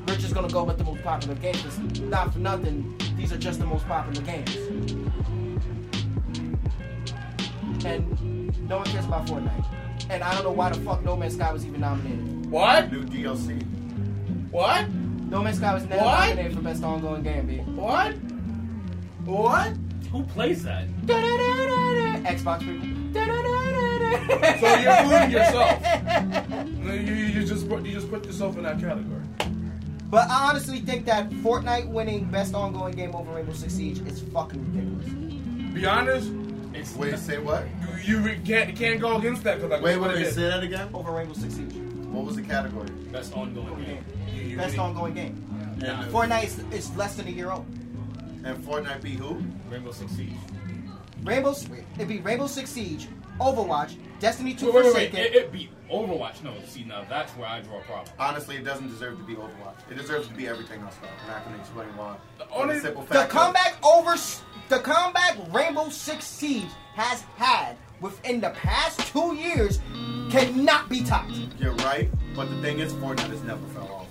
Speaker 1: we're just gonna go with the most popular games. 'Cause Not for nothing, these are just the most popular games. And no one cares about Fortnite. And I don't know why the fuck No Man's Sky was even nominated.
Speaker 9: What?
Speaker 4: New DLC.
Speaker 9: What?
Speaker 1: No Man's Sky was never
Speaker 9: What?
Speaker 1: nominated for best ongoing game, B.
Speaker 9: What? What?
Speaker 3: Who plays that?
Speaker 1: Da-da-da-da-da. Xbox people. (laughs) Da-da-da-da-da.
Speaker 6: So you're
Speaker 3: (laughs)
Speaker 6: fooling yourself. No, You, you just put you just put yourself in that category.
Speaker 1: But I honestly think that Fortnite winning best ongoing game over Rainbow Six Siege is fucking ridiculous.
Speaker 6: Be honest,
Speaker 3: It's
Speaker 4: Wait, say what?
Speaker 6: you, you can't can't go against that because I
Speaker 4: Wait,
Speaker 6: what
Speaker 4: wait,
Speaker 6: it
Speaker 4: wait,
Speaker 6: is.
Speaker 4: say that again?
Speaker 1: Over Rainbow Six Siege.
Speaker 4: What was the category?
Speaker 3: best ongoing game.
Speaker 6: You- you
Speaker 1: Best
Speaker 6: really-
Speaker 1: ongoing game.
Speaker 4: And,
Speaker 1: Fortnite is, is less than a year old.
Speaker 4: and Fortnite beat who?
Speaker 3: Rainbow Six Siege.
Speaker 1: Rainbow, it'd be Rainbow Six Siege, Overwatch, Destiny 2
Speaker 3: Wait, wait, wait, wait.
Speaker 1: Forsaken.
Speaker 3: It, it beat Overwatch. No, see now that's where I draw a problem.
Speaker 4: Honestly, it doesn't deserve to be Overwatch. It deserves to be everything else, though. And I can explain why.
Speaker 6: The
Speaker 4: For
Speaker 6: only-
Speaker 4: simple
Speaker 1: The
Speaker 4: fact of-
Speaker 1: comeback over the comeback Rainbow Six Siege has had within the past two years cannot be topped.
Speaker 4: You're right, but the thing is, Fortnite has never fell off.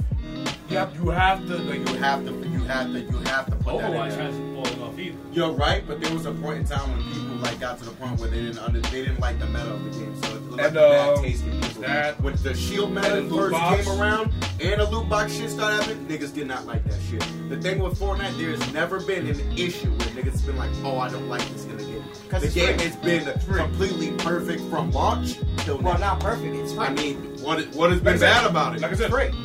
Speaker 6: You have to. Like,
Speaker 4: You have to, you have to, you have to put that
Speaker 3: Overwatch
Speaker 4: in there.
Speaker 3: hasn't fallen off either.
Speaker 4: You're right, but there was a point in time when people like got to the point where they didn't under, they didn't like the meta of the game, so it left
Speaker 6: And,
Speaker 4: a bad
Speaker 6: um,
Speaker 4: taste in people.
Speaker 6: that-
Speaker 4: when the shield meta
Speaker 6: and the loot
Speaker 4: first
Speaker 6: box.
Speaker 4: came around and the loot box shit started happening, niggas did not like that shit. The thing with Fortnite, there's never been an issue where niggas been like, oh, I don't like this in the game.
Speaker 1: 'Cause
Speaker 4: The
Speaker 1: it's
Speaker 4: game
Speaker 1: free.
Speaker 4: has been completely perfect from launch till
Speaker 1: Well,
Speaker 4: now.
Speaker 1: not perfect. It's free.
Speaker 4: I mean, what what has been
Speaker 6: Like I said-
Speaker 4: bad about it?
Speaker 6: like I said,
Speaker 4: free.
Speaker 6: it's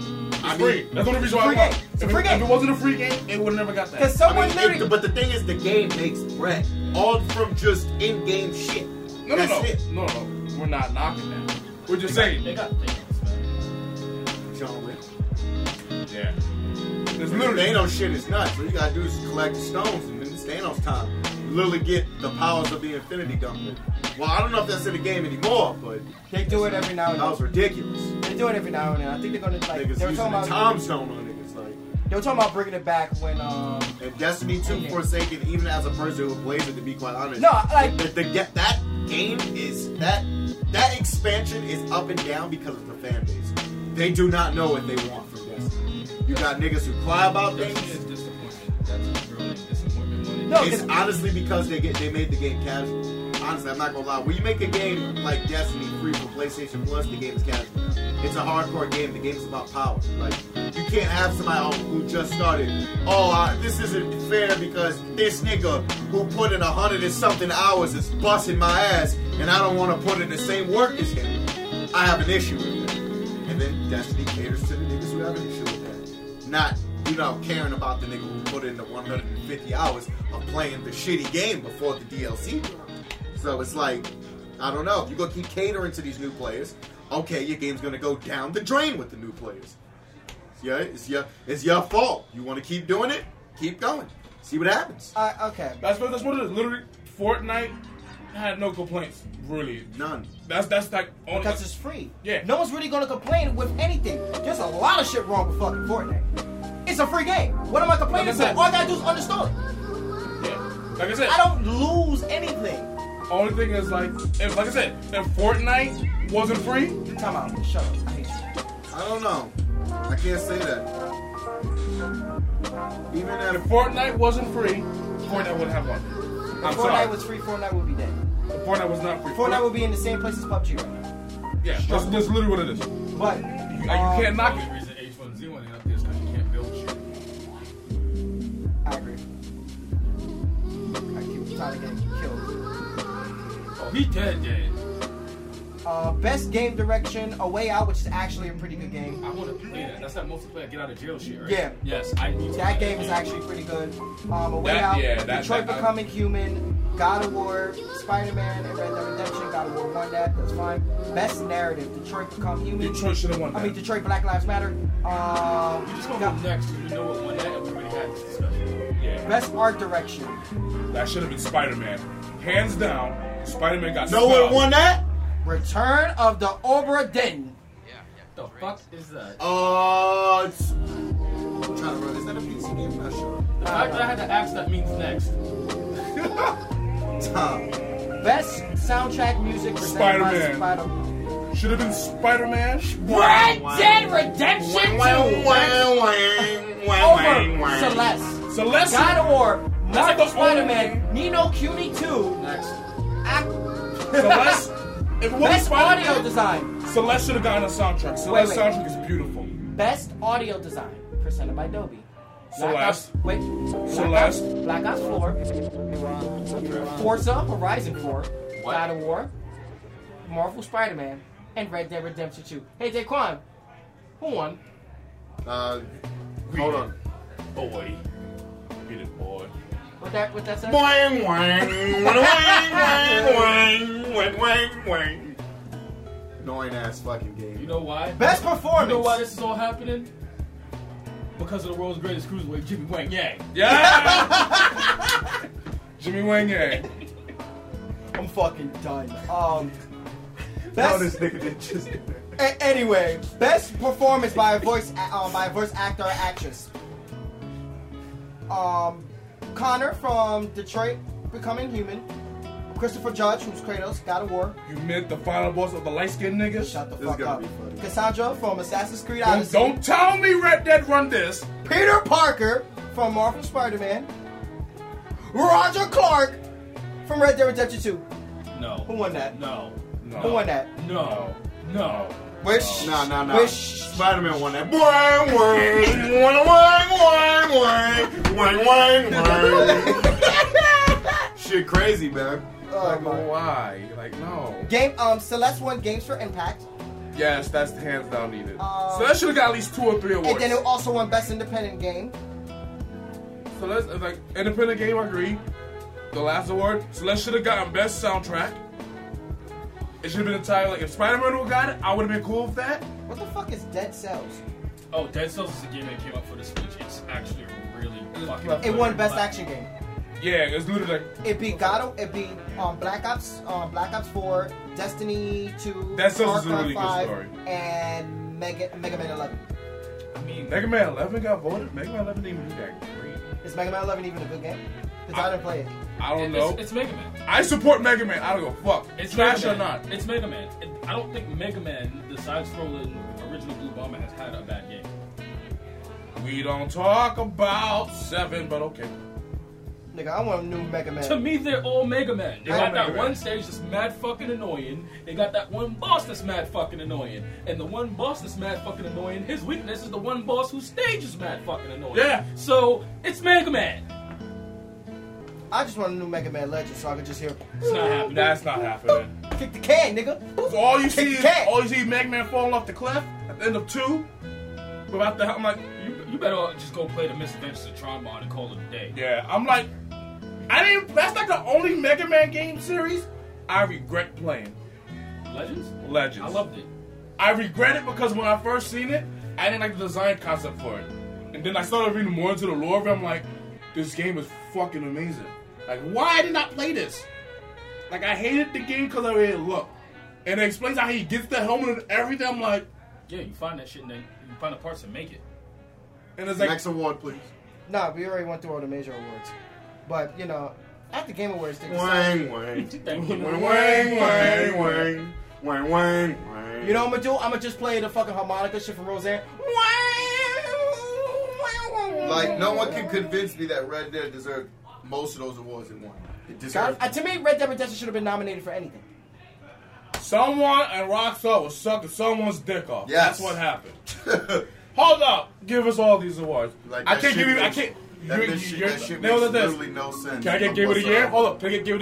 Speaker 4: I mean,
Speaker 6: free. That's the only reason why
Speaker 1: free
Speaker 6: I won.
Speaker 1: game. It's a
Speaker 6: If it-
Speaker 1: free game.
Speaker 6: If it wasn't a free game, they would have never got that.
Speaker 1: Because someone
Speaker 4: I mean,
Speaker 1: literally
Speaker 4: it- but the thing is, the game makes bread all from just in-game shit.
Speaker 6: No, no,
Speaker 4: That's
Speaker 6: no,
Speaker 4: it.
Speaker 6: no, no. We're not knocking that. We're just saying.
Speaker 3: They got things, man.
Speaker 4: John Wick.
Speaker 6: Yeah. There's
Speaker 4: Literally,
Speaker 6: literally.
Speaker 4: Thanos shit is nuts. What you gotta do is collect stones, and then it's Thanos time. You Literally get the powers of the Infinity Gauntlet. Well, I don't know if that's in the game anymore, but
Speaker 1: they do it every now
Speaker 4: that
Speaker 1: and
Speaker 4: was
Speaker 1: then.
Speaker 4: ridiculous.
Speaker 1: They do it every now and then. I think they're gonna like
Speaker 4: niggas
Speaker 1: they were
Speaker 4: using
Speaker 1: talking
Speaker 4: the
Speaker 1: about
Speaker 4: time stone on niggas. Like,
Speaker 1: they were talking about bringing it back when um
Speaker 4: and Destiny 2 Forsaken, even as a person who plays it, to be quite honest,
Speaker 1: no like
Speaker 4: the, the, get- that game is that that expansion is up and down because of the fan base. They do not know what they want from Destiny. You got niggas who cry about
Speaker 3: Destiny is
Speaker 4: things.
Speaker 3: disappointment. That's a real disappointment. When it
Speaker 1: No,
Speaker 4: It's
Speaker 1: 'cause-
Speaker 4: honestly because they get they made the game casual. Honestly, I'm not gonna lie. When you make a game like Destiny free for PlayStation Plus, the game is casual. It's a hardcore game. The game's about power. Like you can't have somebody who just started. Oh, I, this isn't fair because this nigga who put in a hundred and something hours is busting my ass, and I don't want to put in the same work as him. I have an issue with that. And then Destiny caters to the niggas who have an issue with that. Not, you know, caring about the nigga who put in the 150 hours of playing the shitty game before the DLC. dropped. So it's like, I don't know. You're going to keep catering to these new players. Okay, your game's going to go down the drain with the new players. Yeah, it's your, it's your fault. You want to keep doing it? Keep going. See what happens.
Speaker 1: I, okay
Speaker 6: That's what. That's what it is. Literally, Fortnite had no complaints. Really.
Speaker 4: None.
Speaker 6: That's that's like only.
Speaker 1: because it's free.
Speaker 6: Yeah.
Speaker 1: No one's really gonna complain with anything. There's a lot of shit wrong with fucking Fortnite. It's a free game. What am I complaining
Speaker 6: Like I said-
Speaker 1: about? All I gotta do is understand it.
Speaker 6: yeah. Like I said,
Speaker 1: I don't lose anything.
Speaker 6: only thing is like, if like I said, if Fortnite wasn't free,
Speaker 1: Time out. Shut up. I hate you.
Speaker 4: I don't know. I can't say that. Even at
Speaker 6: if Fortnite wasn't free, Fortnite wouldn't have won. I'm
Speaker 1: If Fortnite
Speaker 6: sorry.
Speaker 1: was free, Fortnite would be dead.
Speaker 6: If Fortnite was not free.
Speaker 1: Fortnite would be in the same place as PUBG right now.
Speaker 6: Yeah. That's,
Speaker 3: (laughs)
Speaker 6: that's literally what it is.
Speaker 1: But
Speaker 6: Like, you
Speaker 1: um,
Speaker 6: can't knock
Speaker 3: The
Speaker 6: it.
Speaker 3: only reason H1Z1 ain't up there is because you can't build shit.
Speaker 1: I agree. I keep trying to get killed.
Speaker 3: Oh, he dead, dead.
Speaker 1: Uh, best game direction, A Way Out, which is actually a pretty good game.
Speaker 3: I want to play that. That's that multiplayer get out of jail shit, right?
Speaker 1: Yeah.
Speaker 3: Yes, I need to
Speaker 1: That
Speaker 3: play
Speaker 1: game is actually pretty good. Um, A Way
Speaker 6: That-
Speaker 1: Out,
Speaker 6: yeah, that-
Speaker 1: Detroit
Speaker 6: that-
Speaker 1: Becoming Human, God of War, Spider Man, and Red Dead Redemption. God of War won that. That's fine. Best narrative, Detroit Become Human.
Speaker 6: Detroit should have won.
Speaker 1: I
Speaker 6: that.
Speaker 1: mean, Detroit Black Lives Matter. Um,
Speaker 3: We're just gonna
Speaker 1: got-
Speaker 3: go next. 'cause We know what one that we already had this discussion.
Speaker 6: yeah.
Speaker 1: best art direction.
Speaker 6: That should have been Spider Man. Hands down, Spider Man got
Speaker 4: No one
Speaker 6: snubbed.
Speaker 4: won that?
Speaker 1: Return of the Obra Dinn.
Speaker 3: the fuck is that?
Speaker 4: Uh, it's, I'm trying to run. Is that a PC game? Not sure.
Speaker 3: The fact that I had to ask that means next.
Speaker 4: Tom.
Speaker 1: Best soundtrack music for
Speaker 6: Spider-Man.
Speaker 1: Spider-
Speaker 6: Should have been Spider Man.
Speaker 9: Red Dead Redemption 2. Over Celeste.
Speaker 6: Celeste.
Speaker 1: God of War, Marvel
Speaker 6: the only-
Speaker 1: Spider-Man, Nino Cuny 2,
Speaker 3: Next.
Speaker 6: Celeste. If it wasn't
Speaker 1: (laughs) Best
Speaker 6: Spider
Speaker 1: Audio
Speaker 6: Man,
Speaker 1: Design,
Speaker 6: Celeste should have gotten a soundtrack.
Speaker 1: Wait,
Speaker 6: Celeste's
Speaker 1: wait.
Speaker 6: soundtrack is beautiful.
Speaker 1: Best Audio Design, presented by Adobe. Black Ops,
Speaker 6: Celeste.
Speaker 1: wait, Black Ops,
Speaker 6: Celeste.
Speaker 1: Black Ops 4, Forza Horizon 4,
Speaker 3: What?
Speaker 1: God of War, Marvel Spider-Man, and Red Dead Redemption 2. Hey, Daquan, who won?
Speaker 4: Uh, hold on.
Speaker 3: Boy.
Speaker 6: Beat it, boy.
Speaker 1: What that? What that says?
Speaker 4: Wang, wang, wang, wang, wang, wang, wang, wang. Annoying ass fucking
Speaker 3: You
Speaker 4: game.
Speaker 3: know why?
Speaker 8: Best
Speaker 3: You know why
Speaker 8: performance.
Speaker 3: this is all happening? Because of the world's greatest cruiserweight, Jimmy Wang Yang.
Speaker 6: Yeah. Jimmy Wang Yang.
Speaker 8: I'm fucking done.
Speaker 4: (laughs)
Speaker 8: Um.
Speaker 4: How
Speaker 8: Best,
Speaker 4: this nigga did just.
Speaker 8: a- anyway, best performance by a voice a- uh, by a voice actor or actress. Um, Connor from Detroit Becoming Human, Christopher Judge who's Kratos, God of War.
Speaker 6: You meant the final boss of the light skinned niggas?
Speaker 8: Shut the
Speaker 4: This is
Speaker 8: fuck
Speaker 4: gonna
Speaker 8: up.
Speaker 4: be funny.
Speaker 8: Cassandra from Assassin's Creed
Speaker 6: Don't,
Speaker 8: Odyssey.
Speaker 6: don't tell me Red Dead Run this.
Speaker 8: Peter Parker from Marvel Spider-Man. Roger Clark from Red Dead Redemption 2.
Speaker 3: No.
Speaker 8: Who won that?
Speaker 3: No. No.
Speaker 8: Who won that?
Speaker 3: No. No.
Speaker 8: Wish.
Speaker 4: Nah, nah, nah.
Speaker 8: Wish.
Speaker 4: Spider Man won that. Wang, wang, wang, wang, wang, wang, wang, wang. Shit crazy, man.
Speaker 8: Oh,
Speaker 6: Like,
Speaker 8: my.
Speaker 6: why? Like, no.
Speaker 8: Game. Um. Celeste won Games for Impact,
Speaker 6: Yes, that's the hands down needed.
Speaker 8: Uh,
Speaker 6: so that should have got at least two or three awards.
Speaker 8: and then it also won Best Independent Game.
Speaker 6: so let's, it's like, independent game, I agree. The last award. So that should have gotten best soundtrack. It should have been entirely, like, if Spider Man would have got it, I would have been cool with that.
Speaker 8: What the fuck is Dead Cells?
Speaker 3: Oh, Dead Cells is a game that came up for the Switch. It's actually really fucking.
Speaker 8: It won
Speaker 3: good.
Speaker 8: Best Action Game.
Speaker 6: Yeah, it's literally like,
Speaker 8: It beat God. of- It beat um, Black Ops. Um, Black Ops 4, Destiny 2,
Speaker 6: Dead
Speaker 8: Far
Speaker 6: Cells is a
Speaker 8: Cry
Speaker 6: really good
Speaker 8: 5,
Speaker 6: story.
Speaker 8: and Mega Mega Man 11.
Speaker 3: I mean,
Speaker 6: Mega Man 11 got voted. Mega Man 11 didn't even do that great.
Speaker 8: Is Mega Man 11 even a good game? Because I,
Speaker 6: I-
Speaker 8: didn't play it.
Speaker 6: I don't
Speaker 3: it's,
Speaker 6: know.
Speaker 3: it's Mega Man.
Speaker 6: I support Mega Man. I don't give a fuck.
Speaker 3: It's
Speaker 6: trash
Speaker 3: Mega
Speaker 6: or
Speaker 3: Man.
Speaker 6: not.
Speaker 3: It's Mega Man. It, I don't think Mega Man, the side-scrolling original Blue Bomber, has had a bad game.
Speaker 6: We don't talk about seven, but okay.
Speaker 8: Nigga, I want a new Mega
Speaker 3: To
Speaker 8: Man.
Speaker 3: me, they're all Mega Man. They
Speaker 6: They're
Speaker 3: got
Speaker 6: all
Speaker 3: that
Speaker 6: Mega Man.
Speaker 3: one stage that's mad fucking annoying. They got that one boss that's mad fucking annoying. And the one boss that's mad fucking annoying, his weakness is the one boss whose stage is mad fucking annoying.
Speaker 6: Yeah.
Speaker 3: So, it's Mega Man.
Speaker 8: I just want a new Mega Man Legend so I can just hear
Speaker 3: It's not happening.
Speaker 6: That's not happening.
Speaker 8: kick the can, nigga.
Speaker 6: So all you see, is,
Speaker 8: Cat.
Speaker 6: all you see, is Mega Man falling off the cliff at the end of two. We're About to, I'm like,
Speaker 3: You, you better just go play the Misadventures of Tron mod and call it a day.
Speaker 6: yeah, I'm like, I didn't. That's like the only Mega Man game series I regret playing.
Speaker 3: Legends?
Speaker 6: Legends.
Speaker 3: I loved it.
Speaker 6: I regret it because when I first seen it, I didn't like the design concept for it. And then I started reading more into the lore of it. I'm like, this game is fucking amazing. Like, why did I play this? Like, I hated the game because I hated look. And it explains how he gets the helmet and everything. I'm like,
Speaker 3: Yeah, you find that shit and then you find the parts and make it.
Speaker 6: and it's like,
Speaker 4: Next award, please.
Speaker 8: Nah, we already went through all the major awards. But, you know, at the Game Awards, they decided-
Speaker 4: Wang, wang.
Speaker 3: Thank you.
Speaker 4: Wang, wang, wang, wang. Wang, wang, wang.
Speaker 8: You know what I'm gonna do? I'm gonna just play the fucking harmonica shit from Roseanne.
Speaker 4: Like no one can convince me that Red Dead deserved most of those awards it won. It
Speaker 8: God,
Speaker 4: deserved.
Speaker 8: uh, to me, Red Dead Redemption should have been nominated for anything.
Speaker 6: someone and Rockstar was sucking someone's dick off.
Speaker 4: Yes.
Speaker 6: That's
Speaker 4: (laughs)
Speaker 6: what happened. Hold up. Give us all these awards.
Speaker 4: Like,
Speaker 6: I
Speaker 4: that
Speaker 6: can't
Speaker 4: shit
Speaker 6: give you, I
Speaker 4: makes-
Speaker 6: can't.
Speaker 4: That,
Speaker 6: you're-
Speaker 4: this shit,
Speaker 6: you're-
Speaker 4: that shit
Speaker 6: no,
Speaker 4: makes
Speaker 6: look at this.
Speaker 4: literally no sense.
Speaker 6: Can I get
Speaker 4: Of
Speaker 6: Game of the
Speaker 4: whatsoever.
Speaker 6: Year? Hold up, can I get Game of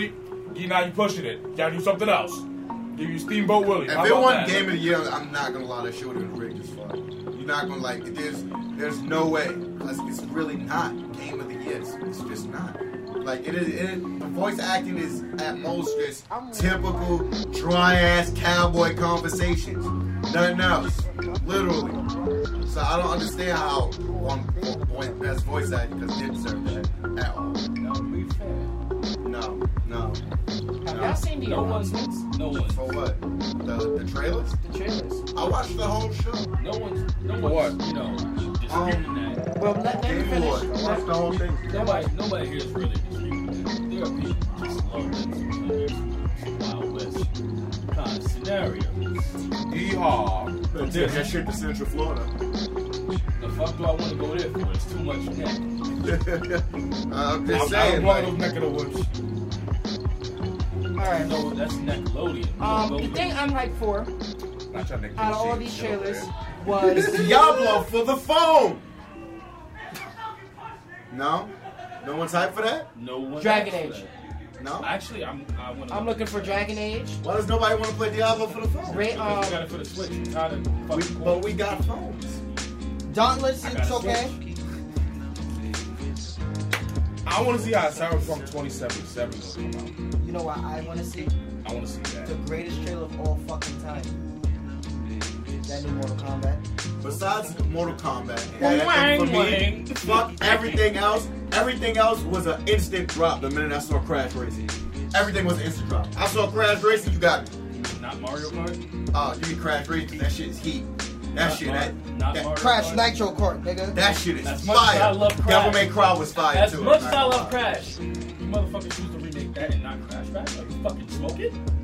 Speaker 6: the Year? Now you pushing it. Gotta do something else. Give you Steamboat Willie. How
Speaker 4: If it
Speaker 6: about
Speaker 4: won
Speaker 6: that?
Speaker 4: Game of the Year, I'm not gonna lie, that shit would have been rigged as fuck. You're not gonna like. There's, there's no way. Cause it's really not Game of the Year. It's, it's just not. Like it is. It, the voice acting is at most just typical dry ass cowboy conversations. Nothing else. Literally. So I don't understand how one one best voice acting because they deserve that at all.
Speaker 3: Now, to be fair,
Speaker 4: No, no.
Speaker 9: Have y'all seen the old ones since?
Speaker 3: No one.
Speaker 4: For what? The, the trailers?
Speaker 9: The trailers.
Speaker 4: I watched the whole show.
Speaker 3: No one. No one. You know, disputing that.
Speaker 1: Well, let, let me
Speaker 4: Game Awards.
Speaker 1: finish.
Speaker 4: I watched the whole thing.
Speaker 3: Nobody, nobody here is really disputing that. There are people who just love that. Some Wild West kind of scenario.
Speaker 6: Yeehaw.
Speaker 4: They Took that shit to Central Florida.
Speaker 3: The fuck do I want to go there for? It's too much neck.
Speaker 4: I'm
Speaker 6: I'm,
Speaker 4: just
Speaker 6: I'm
Speaker 4: saying.
Speaker 6: one of
Speaker 4: like,
Speaker 6: those neck of the woods.
Speaker 1: Alright.
Speaker 3: No, that's Nickelodeon.
Speaker 1: Um, the
Speaker 3: Nickelodeon.
Speaker 1: thing I'm hyped for
Speaker 6: Not your neck of
Speaker 1: out of
Speaker 6: the
Speaker 1: all
Speaker 6: shit.
Speaker 1: these
Speaker 6: Get over
Speaker 1: trailers
Speaker 6: there.
Speaker 1: was
Speaker 4: Diablo for the phone. No, no one's hyped for that.
Speaker 3: no one
Speaker 1: Dragon
Speaker 3: asked for
Speaker 1: Age.
Speaker 4: No.
Speaker 3: that. Actually, I'm. I want to.
Speaker 1: I'm looking for Dragon Age.
Speaker 4: Why does nobody want to play Diablo for the phone?
Speaker 1: Ray,
Speaker 3: Because we got
Speaker 1: um,
Speaker 3: it for the Switch. It's not in
Speaker 4: We,
Speaker 3: fucking
Speaker 4: but we got phones.
Speaker 1: Dauntless.
Speaker 3: I
Speaker 1: It's
Speaker 3: gotta
Speaker 1: okay.
Speaker 6: I want to see how Cyberpunk 2077 is going to come
Speaker 1: You know what I want to see?
Speaker 6: out. I want to see that.
Speaker 1: The greatest trailer of all fucking time. That new Mortal Kombat.
Speaker 4: Besides Mortal Kombat,
Speaker 3: Wang,
Speaker 4: and for
Speaker 3: wang.
Speaker 4: me, fuck everything else. Everything else was an instant drop the minute I saw Crash Racing. Everything was an instant drop. I saw Crash Racing, you got me.
Speaker 3: Not Mario Kart.
Speaker 4: Oh, you get Crash Racing, that shit is heat. That
Speaker 3: Not
Speaker 4: shit,
Speaker 3: Mario,
Speaker 4: that,
Speaker 3: not
Speaker 4: that,
Speaker 3: Mario
Speaker 1: Crash
Speaker 3: Kart.
Speaker 1: Nitro Kart, nigga.
Speaker 4: that shit is
Speaker 3: As much as
Speaker 4: fire.
Speaker 3: I love Crash.
Speaker 4: Devil May Cry was fire
Speaker 3: As
Speaker 4: too.
Speaker 3: much
Speaker 4: I'm
Speaker 3: as
Speaker 4: not
Speaker 3: I
Speaker 4: gonna
Speaker 3: love
Speaker 4: lie.
Speaker 3: Crash, you motherfuckers choose to remake that and not Crash Bash. Are you fucking smoking?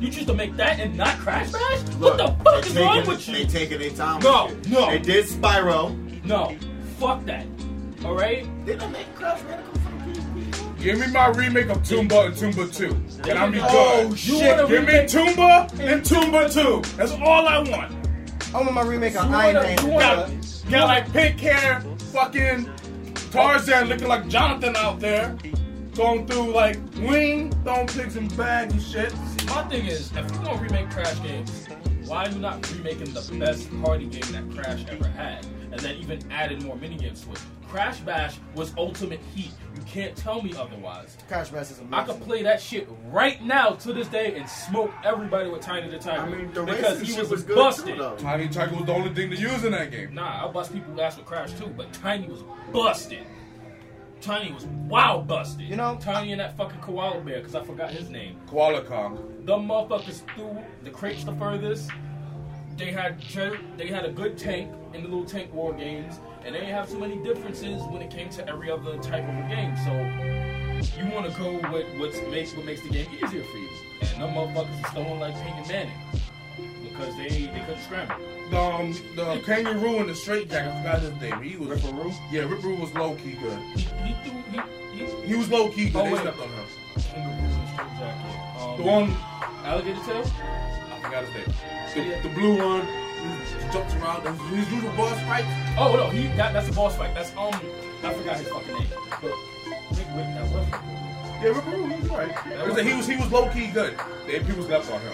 Speaker 3: You choose to make that and not Crash Bash? What
Speaker 4: Look,
Speaker 3: the fuck is
Speaker 4: they taking-
Speaker 3: wrong with
Speaker 4: They
Speaker 3: you?
Speaker 4: taking their time.
Speaker 3: No,
Speaker 4: with it.
Speaker 3: no.
Speaker 4: They did Spyro.
Speaker 3: No, fuck that. All right.
Speaker 4: Did they make Crash Radical for the PSP?
Speaker 6: Give me my remake of Toomba and Toomba 2. And I'll be
Speaker 4: Oh,
Speaker 6: good.
Speaker 3: You want to
Speaker 6: Give me
Speaker 3: remake?
Speaker 6: Toomba and Toomba 2. That's all I want.
Speaker 1: I want my remake of
Speaker 3: You
Speaker 1: Iron
Speaker 3: wanna-
Speaker 1: Man.
Speaker 3: you
Speaker 6: Got,
Speaker 1: nigga.
Speaker 6: got like pink hair, fucking Tarzan looking like Jonathan out there. Going through like wing, throwing pigs in bags and shit.
Speaker 3: My thing is, if you're gonna remake Crash games, why are you not remaking the best party game that Crash ever had? And then even added more minigames to it. Crash Bash was ultimate heat. You can't tell me otherwise.
Speaker 1: Crash Bash is amazing.
Speaker 3: I could play that shit right now to this day and smoke everybody with Tiny the Tiger.
Speaker 4: I mean, the
Speaker 3: because
Speaker 4: racing
Speaker 3: he
Speaker 4: shit was good
Speaker 3: busted.
Speaker 4: too, though.
Speaker 6: Tiny Tiger was the only thing to use in that game.
Speaker 3: Nah, I bust people ass with Crash too, but Tiny was busted. Tiny was wild busted.
Speaker 1: You know-
Speaker 3: Tiny and that fucking koala bear, because I forgot his name.
Speaker 6: Koala Kong.
Speaker 3: The motherfuckers threw the crates the furthest. They had gen- they had a good tank in the little tank war games, and they didn't have so many differences when it came to every other type of a game. So you want to go with what's makes what makes the game easier for you. And them motherfuckers is throwing like Peyton Manning because they they couldn't scramble.
Speaker 6: The, um, the kangaroo in the straight jacket, I forgot his name. He was Ripperoo? Yeah, Ripperoo was low key good.
Speaker 3: He, he threw he, he
Speaker 6: He was low key good.
Speaker 3: Oh,
Speaker 6: they
Speaker 3: wait.
Speaker 6: stepped on him.
Speaker 3: Kangaroos in straight jacket. Um,
Speaker 6: The one,
Speaker 3: alligator tail.
Speaker 6: I forgot his name. The, the blue one, he jumps around. His his usual boss fight.
Speaker 3: Oh no, he that, that's a boss fight. That's um I forgot his fucking name. But nigga, wait, that was.
Speaker 6: Yeah, Ripperoo, he was right. It was that he was, he was low key good. The people stepped on him.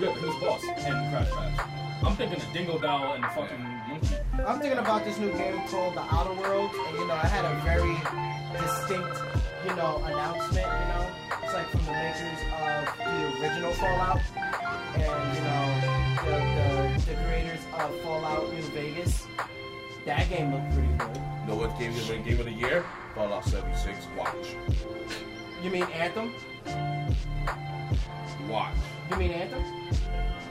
Speaker 3: Yeah, but it was boss and Crash Bash. I'm thinking the Dingo Doll and the fucking monkey.
Speaker 1: I'm thinking about this new game called The Outer Worlds, and you know, I had a very distinct, you know, announcement. You know, it's like from the makers of the original Fallout, and you know, the the, the creators of Fallout New Vegas. That game looked pretty good.
Speaker 6: Know what game is in game of the year? Fallout 76. Watch.
Speaker 1: You mean Anthem?
Speaker 6: Watch.
Speaker 1: You mean Anthem?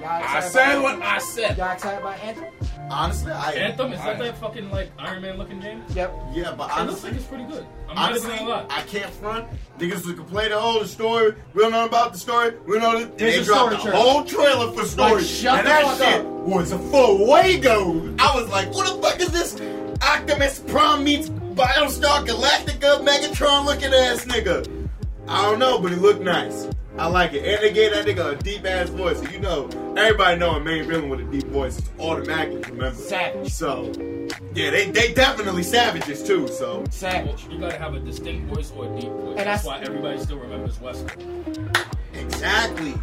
Speaker 1: Y'all
Speaker 6: I
Speaker 1: excited
Speaker 6: said
Speaker 1: about-
Speaker 6: what I said.
Speaker 1: Y'all excited about Anthem?
Speaker 4: Honestly, I
Speaker 3: Anthem is that
Speaker 6: Alright.
Speaker 3: that fucking like Iron Man looking game?
Speaker 1: Yep.
Speaker 4: Yeah, but
Speaker 3: It looks
Speaker 4: honestly,
Speaker 3: like it's pretty good. I'm not even
Speaker 4: honestly,
Speaker 3: gonna lie.
Speaker 4: I can't front. Niggas was complaining, oh, the story. We don't know about the story. We don't know. This.
Speaker 1: There's
Speaker 4: They
Speaker 1: a
Speaker 4: dropped
Speaker 1: story
Speaker 4: the
Speaker 1: trailer.
Speaker 4: whole trailer for story,
Speaker 1: shut
Speaker 4: and
Speaker 1: the
Speaker 4: that
Speaker 1: fuck
Speaker 4: shit
Speaker 1: up.
Speaker 4: was a fuego. I was like, what the fuck is this? Optimus Prime meets Battlestar Galactica Megatron looking ass nigga. I don't know, but it looked nice. I like it. And they gave that nigga a deep ass voice. And you know, everybody know a main villain with a deep voice is automatically remembered.
Speaker 1: Savage.
Speaker 4: So, yeah, they, they definitely savages too, so.
Speaker 1: Savage.
Speaker 3: you gotta have a distinct voice or a deep voice.
Speaker 1: And
Speaker 3: That's
Speaker 1: I-
Speaker 3: why everybody still remembers Wesker.
Speaker 4: Exactly.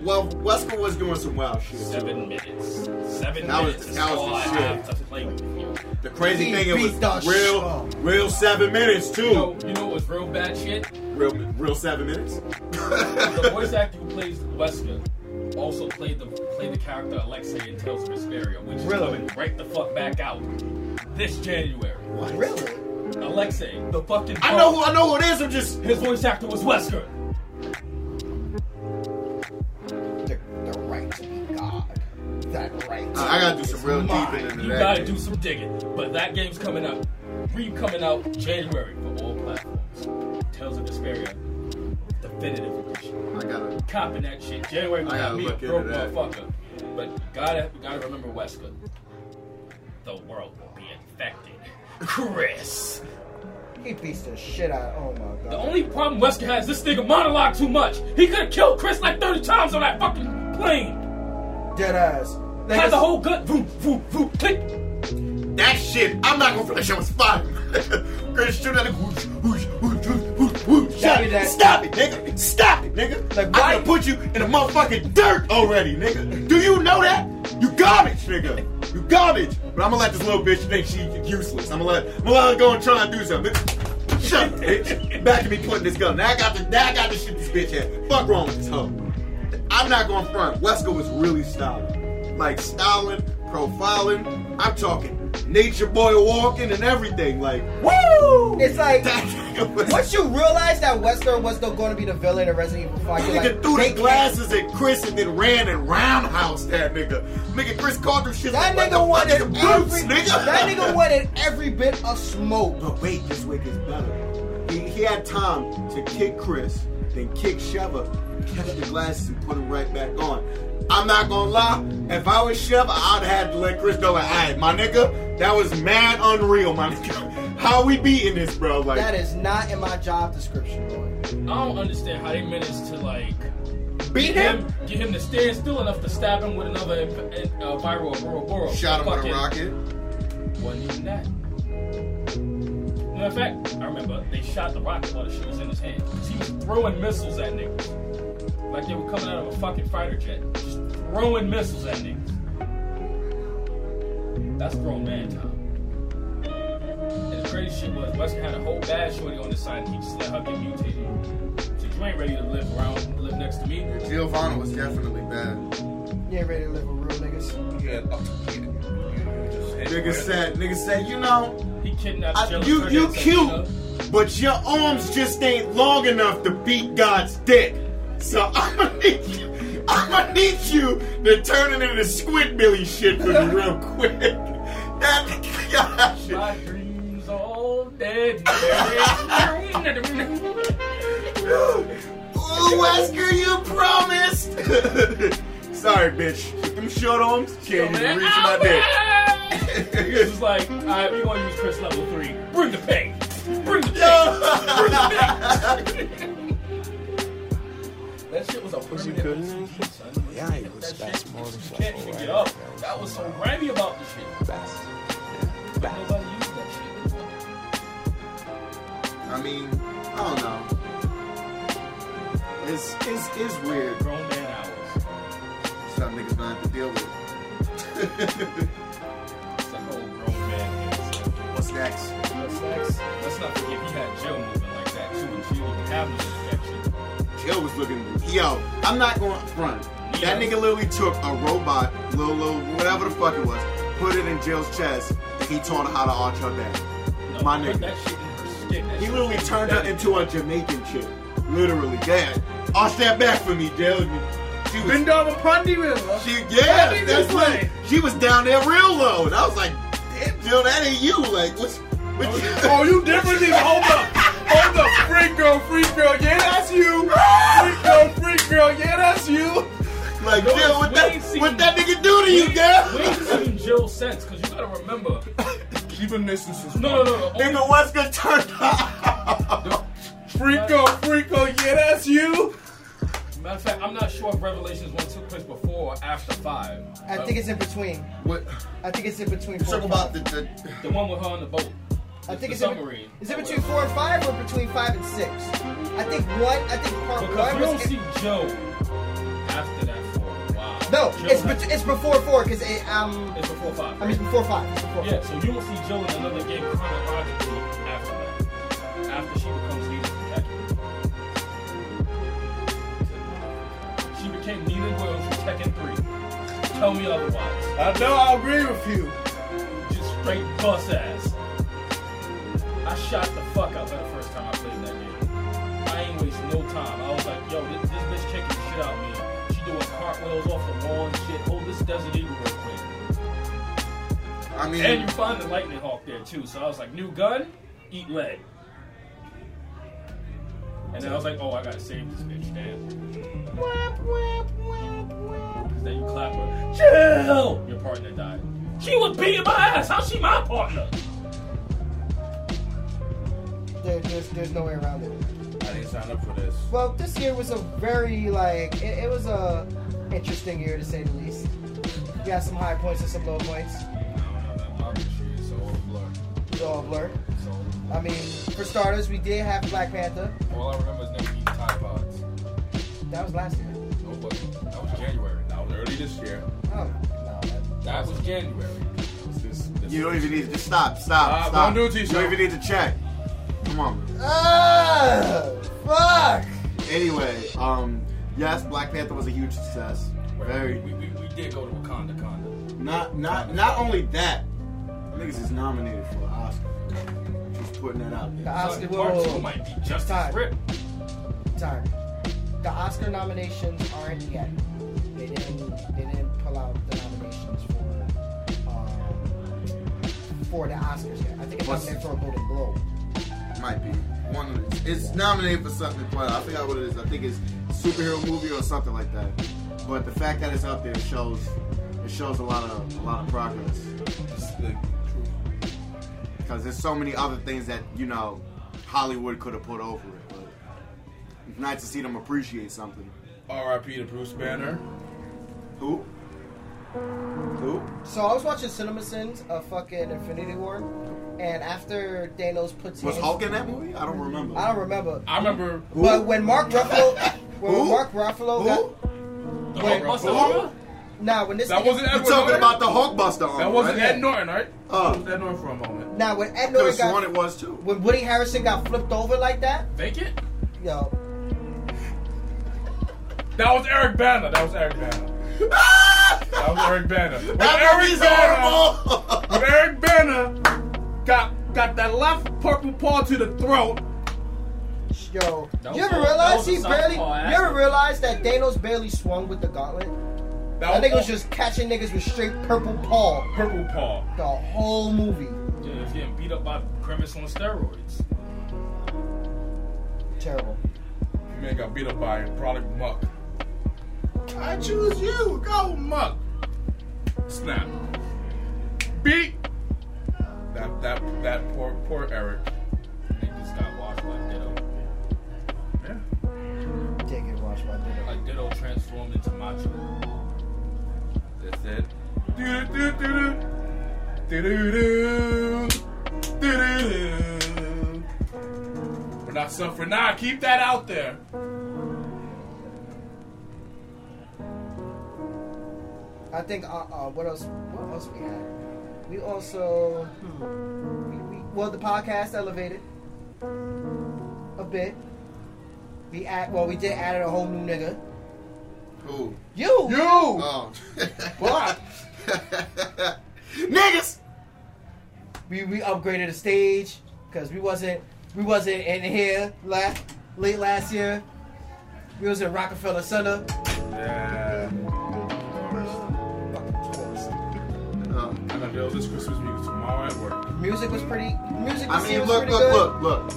Speaker 4: Well, Wesker was doing some wild shit.
Speaker 3: Seven minutes. Seven
Speaker 4: That was-
Speaker 3: minutes is
Speaker 4: that was
Speaker 3: all
Speaker 4: the
Speaker 3: I
Speaker 4: shit.
Speaker 3: have to play with you.
Speaker 4: The crazy
Speaker 1: He
Speaker 4: thing it
Speaker 1: beat the
Speaker 4: was real,
Speaker 1: sh-
Speaker 4: real seven minutes
Speaker 3: You know,
Speaker 4: too.
Speaker 3: you know what's real bad shit?
Speaker 4: Real, real seven minutes.
Speaker 3: The voice actor who plays Wesker also played the played the character Alexei in Tales of Vesperia, which
Speaker 1: Really?
Speaker 3: is coming right the fuck back out this January.
Speaker 1: Really?
Speaker 3: Alexei, the fucking.
Speaker 4: I know who I know who it is. I'm just
Speaker 3: His voice actor was Wesker.
Speaker 8: The, the right to be God. That right. To
Speaker 4: I gotta do some real deep into
Speaker 3: You
Speaker 4: that.
Speaker 3: gotta do some digging. But that game's coming out. Re coming out January for all platforms. Tales of Vesperia. Definitive edition.
Speaker 4: I gotta.
Speaker 3: Copping that shit. January
Speaker 4: I
Speaker 3: got
Speaker 4: gotta
Speaker 3: me a
Speaker 4: look
Speaker 3: broke
Speaker 4: into that.
Speaker 3: motherfucker. But gotta gotta remember Wesker. The world will be infected. Chris.
Speaker 1: He beats the shit out. Oh my god.
Speaker 3: The only problem Wesker has this nigga monologue too much. He could have killed Chris like 30 times on that fucking plane.
Speaker 1: Dead ass. Like,
Speaker 3: Had the whole gun. Vroom, vroom, vroom, click.
Speaker 4: That shit, I'm not gonna finish. I was fine. (laughs) Chris, shoot at it. Whoosh, whoosh, whoosh, whoosh, whoosh. Stop
Speaker 1: Gotta do
Speaker 4: it,
Speaker 1: that.
Speaker 4: stop it, nigga. Stop it, nigga.
Speaker 1: Like,
Speaker 4: I'm
Speaker 1: why-
Speaker 4: gonna put you in the motherfucking dirt already, nigga. Do you know that? You garbage, nigga. You garbage. But I'm gonna let this little bitch think she useless. I'm gonna let, I'm gonna let her go and try and do something. bitch. Shut up, bitch. Back to me putting this gun. Now I got the, now I got to shoot this bitch at. Fuck wrong with this hoe. I'm not going to front. Wesker was really styling. Like styling, profiling. I'm talking nature boy walking and everything. Like,
Speaker 1: Woo! It's like.
Speaker 4: that nigga was.
Speaker 1: Once you realize that Wesker was still going to be the villain of Resident Evil 5,
Speaker 4: That
Speaker 1: you're
Speaker 4: nigga
Speaker 1: like,
Speaker 4: threw
Speaker 1: they
Speaker 4: the
Speaker 1: can't-
Speaker 4: glasses at Chris and then ran and roundhouse that nigga. Nigga, Chris called him shit.
Speaker 1: That
Speaker 4: like,
Speaker 1: nigga
Speaker 4: what the
Speaker 1: wanted
Speaker 4: fuck is the
Speaker 1: every,
Speaker 4: Brutes, nigga.
Speaker 1: that nigga
Speaker 4: (laughs)
Speaker 1: wanted every bit of smoke.
Speaker 4: But wait, this wig is better. He, he had time to kick Chris, then kick Sheva, catch the glasses, and put them right back on. I'm not gonna lie, if I was Sheva, I'd had to let Chris know, like, alright, my nigga, that was mad unreal, my (laughs) nigga. How we beating this, bro? Like,
Speaker 1: That is not in my job description, boy.
Speaker 3: I don't understand how they managed to like
Speaker 1: Beat
Speaker 3: get
Speaker 1: him?
Speaker 3: him, get him to stand still enough to stab him with another inf- uh, viral Ouroboros.
Speaker 4: shot him with a
Speaker 3: Fucking-
Speaker 4: rocket.
Speaker 3: Wasn't even that. Matter of fact, I remember they shot the rocket while the shit was in his hand. 'Cause he was throwing missiles at niggas. Like they were coming out of a fucking fighter jet. Just throwing missiles at niggas. That's grown man time. And the crazy shit was, Weston had a whole bad shorty on his side and he just let her get mutated. So you ain't ready to live around, live next to me.
Speaker 4: Giovanna was definitely bad.
Speaker 1: You ain't ready to live with real niggas.
Speaker 6: Yeah.
Speaker 4: Nigga said, nigga said, you know,
Speaker 3: He kidnapped
Speaker 4: I-
Speaker 3: Jill
Speaker 4: you
Speaker 3: and
Speaker 4: you
Speaker 3: turned her into a
Speaker 4: cute, but your arms just ain't long enough to beat God's dick. So (laughs) I'm gonna need you, I'm gonna need you to turn it into squid billy shit for me real quick. That (laughs) God, shit.
Speaker 3: My dreams all dead. That's
Speaker 4: Ooh, Wesker, you promised. (laughs) Sorry, bitch. Them short arms can't even reach my dick.
Speaker 3: (laughs)
Speaker 4: (laughs)
Speaker 3: It's just like, alright, we gonna use Chris level three. Bring the pain. Bring the pain. Bring the pain. that shit was a permanent OCD, son. Yeah,
Speaker 10: it was best
Speaker 3: You
Speaker 10: motorcycle
Speaker 3: can't even
Speaker 10: ride
Speaker 3: get up.
Speaker 10: I've ever
Speaker 3: That was so grimy about the shit.
Speaker 10: Best.
Speaker 3: Nobody used that shit.
Speaker 4: I mean, I don't know. It's it's it's weird.
Speaker 3: Grown man hours.
Speaker 4: Some niggas gonna have to deal with.
Speaker 3: It's like old grown man things.
Speaker 4: What's next?
Speaker 3: Let's not forget he had Jill moving like that too, and she was having an infection.
Speaker 4: Joe was looking. Yo, I'm not going to front.
Speaker 3: Yeah.
Speaker 4: That nigga literally took a robot, little, little, whatever the fuck it was, put it in Jill's chest, and he taught her how to arch her back.
Speaker 3: No,
Speaker 4: My
Speaker 3: he Put that
Speaker 4: nigga.
Speaker 3: shit in her skin. That
Speaker 4: He
Speaker 3: shit-
Speaker 4: literally turned her
Speaker 3: that-
Speaker 4: into a Jamaican chick. Literally, dad. Arch that back for me, Jill. She was,
Speaker 1: Vindava Pundi River.
Speaker 4: she, yeah,
Speaker 1: That nigga
Speaker 4: that's
Speaker 1: played.
Speaker 4: like, she was down there real low, and I was like, damn, Jill, that ain't you. Like, what's, what
Speaker 6: Oh, you different nigga. Hold up. Hold up. Freak girl, freak girl. Yeah, that's you. Freak girl, freak girl. Yeah, that's you.
Speaker 4: like,
Speaker 3: No,
Speaker 4: Jill, what
Speaker 3: we
Speaker 4: that,
Speaker 3: ain't seen-
Speaker 4: what that nigga do to you,
Speaker 3: We
Speaker 4: girl?
Speaker 3: ain't seen Jill since, cause you gotta remember.
Speaker 6: You've been missing since.
Speaker 3: No, no, no. no.
Speaker 4: (laughs) Nigga, what's gonna turn (laughs) her
Speaker 6: Freako, freako. Yeah, that's you.
Speaker 3: Matter of fact, I'm not sure if Revelations one took place before or after five.
Speaker 1: I think it's in between.
Speaker 4: What?
Speaker 1: I think it's in between. Four
Speaker 4: Talk
Speaker 1: and
Speaker 4: about
Speaker 1: five.
Speaker 4: the, the
Speaker 3: the one with her on the boat.
Speaker 1: I think
Speaker 3: the
Speaker 1: it's in,
Speaker 3: submarine.
Speaker 1: is it between four and five or between five and six? I think one. I think part
Speaker 3: Because
Speaker 1: one
Speaker 3: we
Speaker 1: was.
Speaker 3: don't
Speaker 1: in-
Speaker 3: see Joe after that for a while.
Speaker 1: no,
Speaker 3: Jill
Speaker 1: it's
Speaker 3: has-
Speaker 1: bet- it's before four because it um.
Speaker 3: it's before five.
Speaker 1: I mean, it's before five. It's before
Speaker 3: Yeah, so you don't see Jill in another game chronologically after that. After she becomes Nina from Tekken. She became Nina Williams from Tekken 3. Tell me otherwise.
Speaker 6: I know. I agree with you.
Speaker 3: Just straight bus ass. I I shot the fuck out of her the first time I played that game. I ain't waste no time. I was like, yo, this, this bitch kicking the shit out of me. She doing cartwheels off the wall and shit. Hold this Desert Eagle real quick.
Speaker 4: I mean,
Speaker 3: And you find the Lightning Hawk there too. So I was like, new gun, eat lead. And then I was like, oh, I gotta save this bitch, damn. Whap, whap, whap, whap. Then you clap her. Chill! Your partner died. She was beating my ass. How's she my partner?
Speaker 1: There, there's, there's no way around it.
Speaker 6: I didn't sign up for this.
Speaker 1: Well, this year was a very like it, it was a interesting year to say the least. You had some high points and some low points. It's all a blur. I mean, for starters, we did have Black Panther.
Speaker 3: All I remember is niggas eating Tide Pods.
Speaker 1: That was last year.
Speaker 3: No fucking. That was January.
Speaker 6: That was early this year.
Speaker 1: Oh, no, that-
Speaker 3: That was January.
Speaker 6: This, this, this
Speaker 4: you don't even need to just stop, stop,
Speaker 6: Uh,
Speaker 4: stop.
Speaker 6: don't do it to
Speaker 4: you don't
Speaker 6: yourself.
Speaker 4: even need to check. Come on.
Speaker 1: Ah, fuck.
Speaker 4: Anyway, um, yes, Black Panther was a huge success. Very.
Speaker 3: We, we, we did go to Wakanda Conda.
Speaker 4: Not not not only that, niggas is nominated for an Oscar. Just putting that out
Speaker 1: The
Speaker 4: there.
Speaker 1: Oscar.
Speaker 3: Part
Speaker 1: whoa, whoa,
Speaker 3: two
Speaker 1: whoa.
Speaker 3: might be just
Speaker 1: Time.
Speaker 3: as rip.
Speaker 1: time. The Oscar nominations aren't yet. They didn't. They didn't pull out the nominations for um, for the Oscars yet. I think it's
Speaker 4: What's-
Speaker 1: nominated for a Golden Globe.
Speaker 4: Might be one. Of the, it's nominated for something, but I forgot what it is. I think it's superhero movie or something like that. But the fact that it's out there shows it shows a lot of a lot of progress
Speaker 6: is the truth.
Speaker 4: because there's so many other things that you know Hollywood could have put over it. But it's nice to see them appreciate something.
Speaker 6: R.I.P. to Bruce Banner.
Speaker 4: Who? Who?
Speaker 1: So I was watching CinemaSins of fucking Infinity War, and after Thanos puts
Speaker 4: Was
Speaker 1: his,
Speaker 4: Hulk in that movie? I don't remember.
Speaker 1: I don't remember.
Speaker 3: I remember
Speaker 1: But when Mark
Speaker 4: (laughs)
Speaker 1: Ruffalo, when
Speaker 4: Who?
Speaker 1: Mark Ruffalo
Speaker 4: Who?
Speaker 1: got
Speaker 3: the
Speaker 1: Wait,
Speaker 3: Hulkbuster
Speaker 4: what?
Speaker 3: era.
Speaker 1: nah, when this
Speaker 6: That
Speaker 1: nigga-
Speaker 6: wasn't Edward
Speaker 4: You're talking
Speaker 6: Norton?
Speaker 4: about the Hulkbuster. armor,
Speaker 6: That wasn't
Speaker 4: right?
Speaker 6: Ed Norton, right?
Speaker 4: Uh.
Speaker 6: It was Ed Norton for a moment.
Speaker 1: nah when Ed
Speaker 4: Could
Speaker 1: Norton
Speaker 4: have sworn it
Speaker 1: got
Speaker 4: was too.
Speaker 1: when Woody Harrison got flipped over like that,
Speaker 3: Fake it.
Speaker 1: yo,
Speaker 6: That was Eric Banner. That was Eric Banner. that was Eric Banner. When Eric
Speaker 4: movie's horrible. (laughs)
Speaker 6: When Eric Banner got got that left purple paw to the throat.
Speaker 1: Yo,
Speaker 3: That
Speaker 1: you
Speaker 3: was
Speaker 1: ever
Speaker 3: a- that
Speaker 1: realize
Speaker 3: was
Speaker 1: he
Speaker 3: a
Speaker 1: barely? You
Speaker 3: southpaw ass.
Speaker 1: ever realize that Thanos barely swung with the gauntlet? That nigga was just catching niggas with straight purple paw
Speaker 6: purple paw.
Speaker 1: the whole movie.
Speaker 3: Yeah, it's getting beat up by Grimace on steroids.
Speaker 1: Terrible.
Speaker 6: You man got beat up by product muck. I choose you. Go muck. Snap. Beat. That that that poor poor Eric.
Speaker 3: Niggas got washed by Ditto.
Speaker 6: Yeah.
Speaker 1: Did get watched by Ditto.
Speaker 3: Like Ditto transformed into Macho.
Speaker 6: That's it. Do do do do do do do do. We're not suffering. Nah, keep that out there.
Speaker 1: I think. Uh, uh, what else? What else we had? We also. hmm, we, we, well, the podcast elevated a bit. We add. Well, we did added a whole new nigga.
Speaker 4: Who?
Speaker 1: You.
Speaker 6: You.
Speaker 4: Oh.
Speaker 1: What?
Speaker 4: (laughs) Niggas!
Speaker 1: we we upgraded the stage because we wasn't we wasn't in here last late last year. We was in Rockefeller Center.
Speaker 6: Yeah.
Speaker 4: Uh,
Speaker 6: I gotta deal with this Christmas music tomorrow at work.
Speaker 1: Music was pretty. Music.
Speaker 4: I
Speaker 1: Was
Speaker 4: mean,
Speaker 1: was
Speaker 4: look,
Speaker 1: pretty
Speaker 4: look,
Speaker 1: good.
Speaker 4: look,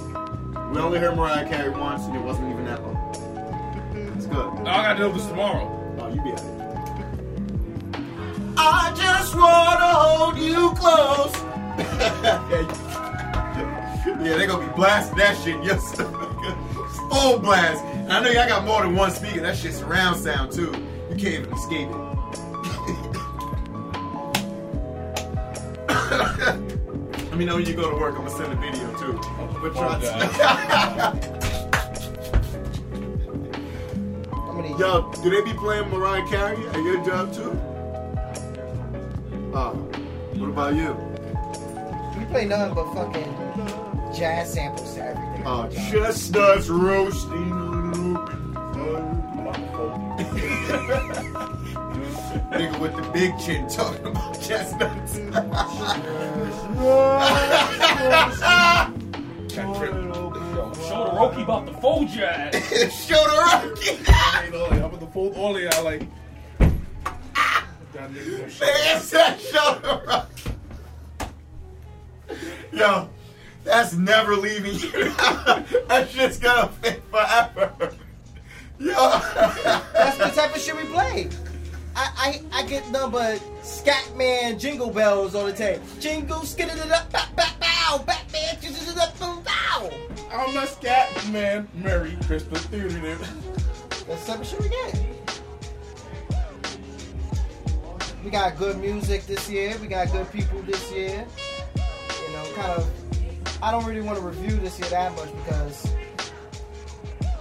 Speaker 4: look. We only heard Mariah Carey once, and it wasn't even that long. It's good.
Speaker 6: No, I gotta deal with this tomorrow.
Speaker 4: Oh, you be out I just wanna hold you close. (laughs) yeah, they gonna be blasting that shit. Yes, (laughs) full blast. And I know y'all got more than one speaker. That shit's surround sound too. You can't even escape (laughs) it. I mean, know when you go to work, I'm gonna send a video too. But try
Speaker 6: fuck
Speaker 4: to-
Speaker 1: I'm gonna eat.
Speaker 4: Yo, do they be playing Mariah Carey at your job too? Oh, what about you?
Speaker 1: We play nothing but fucking jazz samples to everything.
Speaker 4: Oh, chestnuts roasting on an open fire. Nigga with the big chin talking (laughs) about chestnuts.
Speaker 3: Rocky about to fold
Speaker 9: (laughs)
Speaker 3: your ass.
Speaker 4: Show the Rocky.
Speaker 6: Hey, Lord, I'm about to fold all of y'all like. That nigga gonna shit.
Speaker 4: (laughs) They said show the Rocky. Yo, that's never leaving you. (laughs) that shit's gonna fit forever. (laughs) Yo. (laughs)
Speaker 1: That's the type of shit we play. I, I, I get nothing but Scatman jingle bells on the tape. Jingle, skidded it up, bop, bop, bow, Batman, skidded it up, boom, bow.
Speaker 6: I'm a scat man, Merry Christmas theater.
Speaker 1: That's the type of shit we get. We got good music this year. We got good people this year. You know, kind of. I don't really want to review this year that much because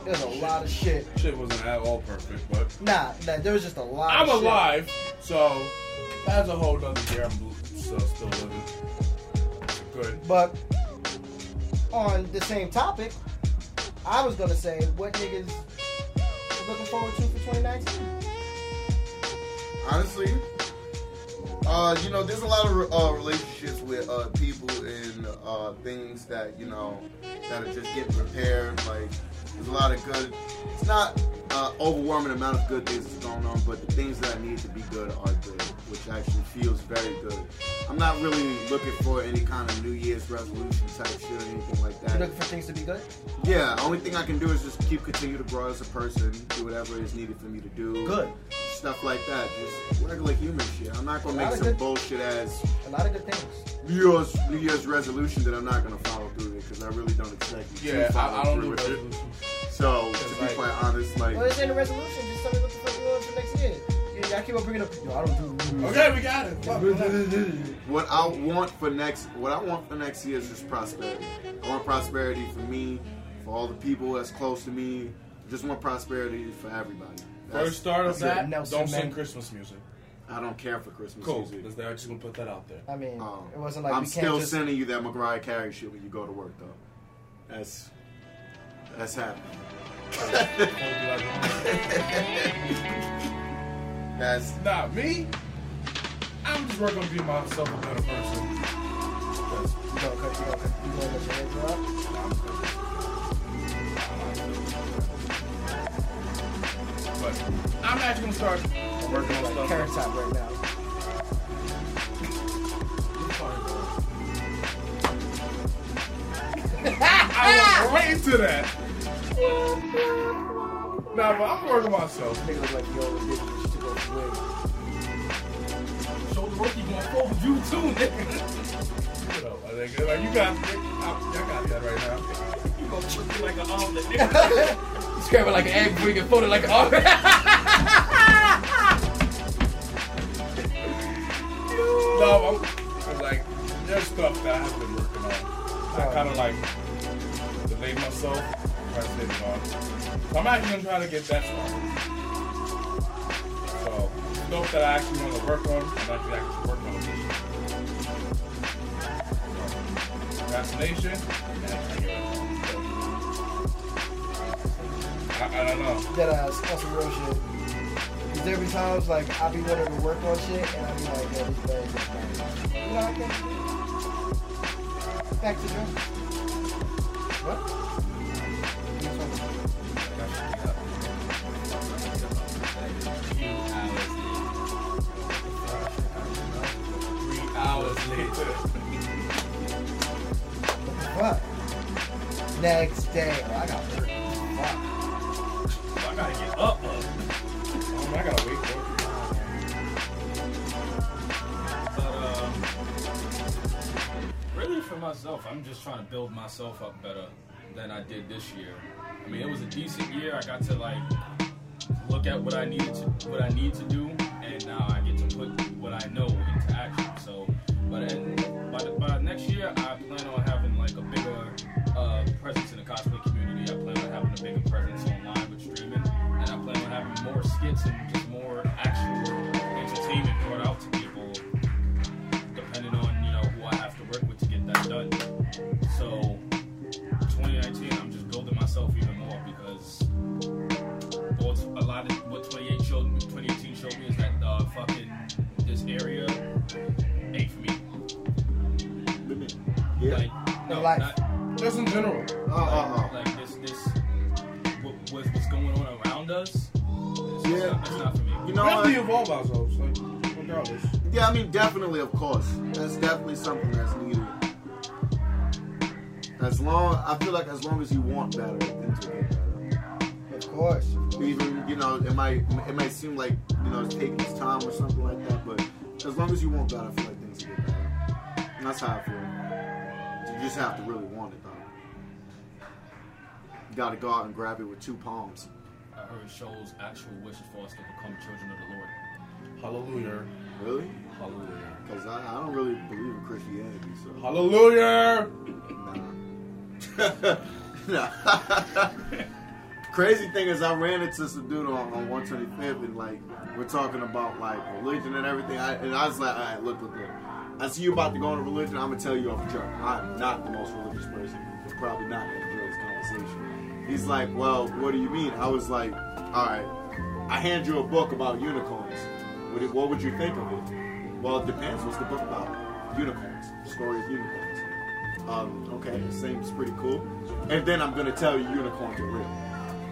Speaker 1: there's a lot of shit.
Speaker 6: Shit wasn't at all perfect, but
Speaker 1: Nah, nah there was just a
Speaker 4: Ah,
Speaker 1: lot.
Speaker 6: I'm
Speaker 1: of shit.
Speaker 6: alive, so that's a whole nother year. I'm bl- so still living. Good.
Speaker 1: But on the same topic, I was gonna say what niggas looking forward to for 2019.
Speaker 4: honestly, uh, you know, there's a lot of uh, relationships with uh, people and uh, things that you know that are just getting repaired. Like, there's a lot of good. It's not uh, overwhelming amount of good things that's going on, but the things that need to be good are good, which actually feels very good. I'm not really looking for any kind of New Year's resolution type shit or anything like that.
Speaker 1: You looking for things to be good?
Speaker 4: Yeah, only thing I can do is just keep continue to grow as a person, do whatever is needed for me to do.
Speaker 1: Good.
Speaker 4: Stuff like that. Just regular human shit. I'm not gonna
Speaker 1: A
Speaker 4: make
Speaker 1: lot of
Speaker 4: some
Speaker 1: good-
Speaker 4: bullshit ass
Speaker 1: A lot of good things.
Speaker 4: New Year's New Year's resolution that I'm not gonna follow through with because I really don't expect you
Speaker 6: Yeah,
Speaker 4: to follow
Speaker 6: I, I don't
Speaker 4: through
Speaker 6: do
Speaker 4: with it.
Speaker 6: resolutions.
Speaker 4: So to be
Speaker 6: Like-
Speaker 4: quite honest, like
Speaker 1: Well, this ain't a resolution. Just tell me what the fuck you want for next year. You- Y'all keep on bringing up. Yo, I don't do.
Speaker 6: Okay, we got it. Fuck, relax.
Speaker 4: (laughs) what I want for next what I want for next year is just prosperity. I want prosperity for me, for all the people that's close to me. I just want prosperity for everybody. That's-
Speaker 6: First start of
Speaker 1: that's your
Speaker 6: that,
Speaker 1: Nelson
Speaker 6: don't sing
Speaker 1: Mandela.
Speaker 6: Christmas music.
Speaker 4: I don't care for Christmas
Speaker 6: Cool.
Speaker 4: music.
Speaker 6: That's- I'm just gonna put that out there.
Speaker 1: I mean,
Speaker 4: Um,
Speaker 1: it wasn't like
Speaker 4: I'm
Speaker 1: we can't
Speaker 4: still
Speaker 1: just.
Speaker 4: sending you that Mariah Carey shit when you go to work though. That's that's happening. That's
Speaker 6: Nah, me. I'm just working on being myself a better person. That's-
Speaker 1: You gonna cut- you gonna cut- you gonna let your hair grow out?
Speaker 6: But I'm actually gonna start working on
Speaker 1: Like
Speaker 6: stuff.
Speaker 1: carrot top right now.
Speaker 2: Ah!
Speaker 6: I
Speaker 8: Ah!
Speaker 6: was waiting to that. Nah, but I'm working on myself.
Speaker 1: Nigga look like you always did when she took off the wig.
Speaker 3: Shoulder Rocky gonna fold you too, nigga.
Speaker 6: (laughs) You know, like, like, you got, I, I got that right now.
Speaker 3: You gonna treat me like an omelet, nigga.
Speaker 9: Scramble like an egg, we can fold it like an omelet.
Speaker 6: No, I'm, I'm like, there's stuff that I have been working on. I kind of like delayed myself. Try to get it on. So I'm actually gonna try to get that started. So stuff that I actually want to work on, I'm actually actually working on this. Fascination. I, I don't know.
Speaker 1: That uh, on some real shit. 'Cause every time it's like I be wanting to work on shit and I be like, yo, this bad is bad. You know what I think? Back to drink. What?
Speaker 3: Three hours later.
Speaker 1: What? Next day, oh, I got work. Fuck.
Speaker 3: I gotta get up, up.
Speaker 6: Um, I gotta wait for it.
Speaker 3: But, um, really for myself, I'm just trying to build myself up better than I did this year. I mean, it was a decent year. I got to like look at what I needed to what I need to do, and now I get to put what I know into action. So, but in, by, the, by next year, I plan on having like a bigger uh, presence in the cosplay community. I plan on having a bigger presence online with streaming, and I plan on having more skits and just more actual entertainment brought out to people depending on you know who I have to work with to get that done. So 2019, I'm just building myself even more because what's a lot of what 28 showed me, 2018 showed me is that uh, fucking this area ain't for me.
Speaker 4: yeah.
Speaker 3: Like no,
Speaker 1: Life.
Speaker 3: not
Speaker 6: Just in general.
Speaker 4: Uh, uh, uh.
Speaker 1: Uh-uh.
Speaker 3: like this this with what's going on around us, it's
Speaker 4: Yeah.
Speaker 3: not, it's not for me.
Speaker 4: You
Speaker 6: We
Speaker 4: know
Speaker 6: have
Speaker 4: what?
Speaker 6: to evolve ourselves, like, regardless.
Speaker 4: Yeah, I mean, definitely, of course. That's definitely something that's needed. As long, I feel like as long as you want better, things will get better.
Speaker 1: Of course.
Speaker 4: Even, you know, it might it might seem like you know it's taking its time or something like that, but as long as you want better, I feel like things will get better. And that's how I feel. You just have to really want it, though. You gotta go out and grab it with two palms.
Speaker 3: I heard Shoal's actual wish is for us to become children of the Lord.
Speaker 6: Hallelujah.
Speaker 4: Really?
Speaker 3: Hallelujah.
Speaker 4: Because I, I don't really believe in Christianity, so.
Speaker 6: Hallelujah!
Speaker 4: (laughs) Nah. (laughs) Crazy thing is, I ran into some dude on, on 125th, and like we're talking about like religion and everything. I, and I was like, all right, look, look, look. I see you about to go into religion. I'm gonna tell you off the jump. I'm not the most religious person. You're probably not gonna enjoy this conversation. He's like, well, what do you mean? I was like, all right, I hand you a book about unicorns. What, do- what would you think of it? Well, it depends. What's the book about? Unicorns. The story of unicorns. Um, okay, seems pretty cool. And then I'm gonna tell you unicorns are real.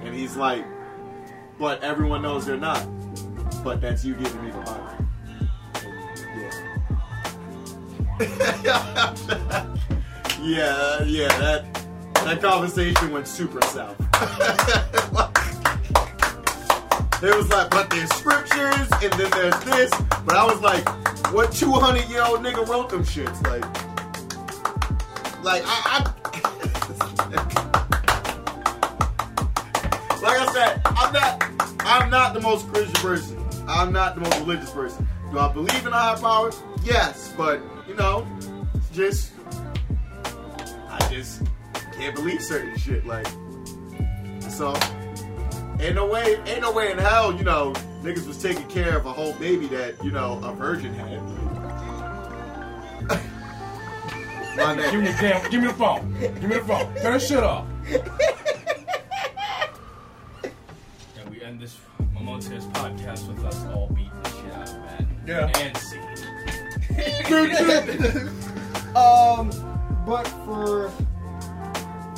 Speaker 4: And he's like, but everyone knows they're not. But that's you giving me the Bible. Yeah. (laughs) yeah, yeah, that that conversation went super south. (laughs) It was like, but there's scriptures, and then there's this. But I was like, what 200 year old nigga wrote them shits? Like, like I, I like I said, I'm not, I'm not the most Christian person. I'm not the most religious person. Do I believe in a higher power? Yes, but you know, just I just can't believe certain shit. Like, so ain't no way, ain't no way in hell, you know, niggas was taking care of a whole baby that you know a virgin had. My name.
Speaker 6: Give me the damn, give me the phone. Give me the phone. Turn that shit off.
Speaker 3: And we end this momentous podcast with us all beating the shit out of Matt.
Speaker 6: Yeah.
Speaker 3: And singing.
Speaker 1: Um, but for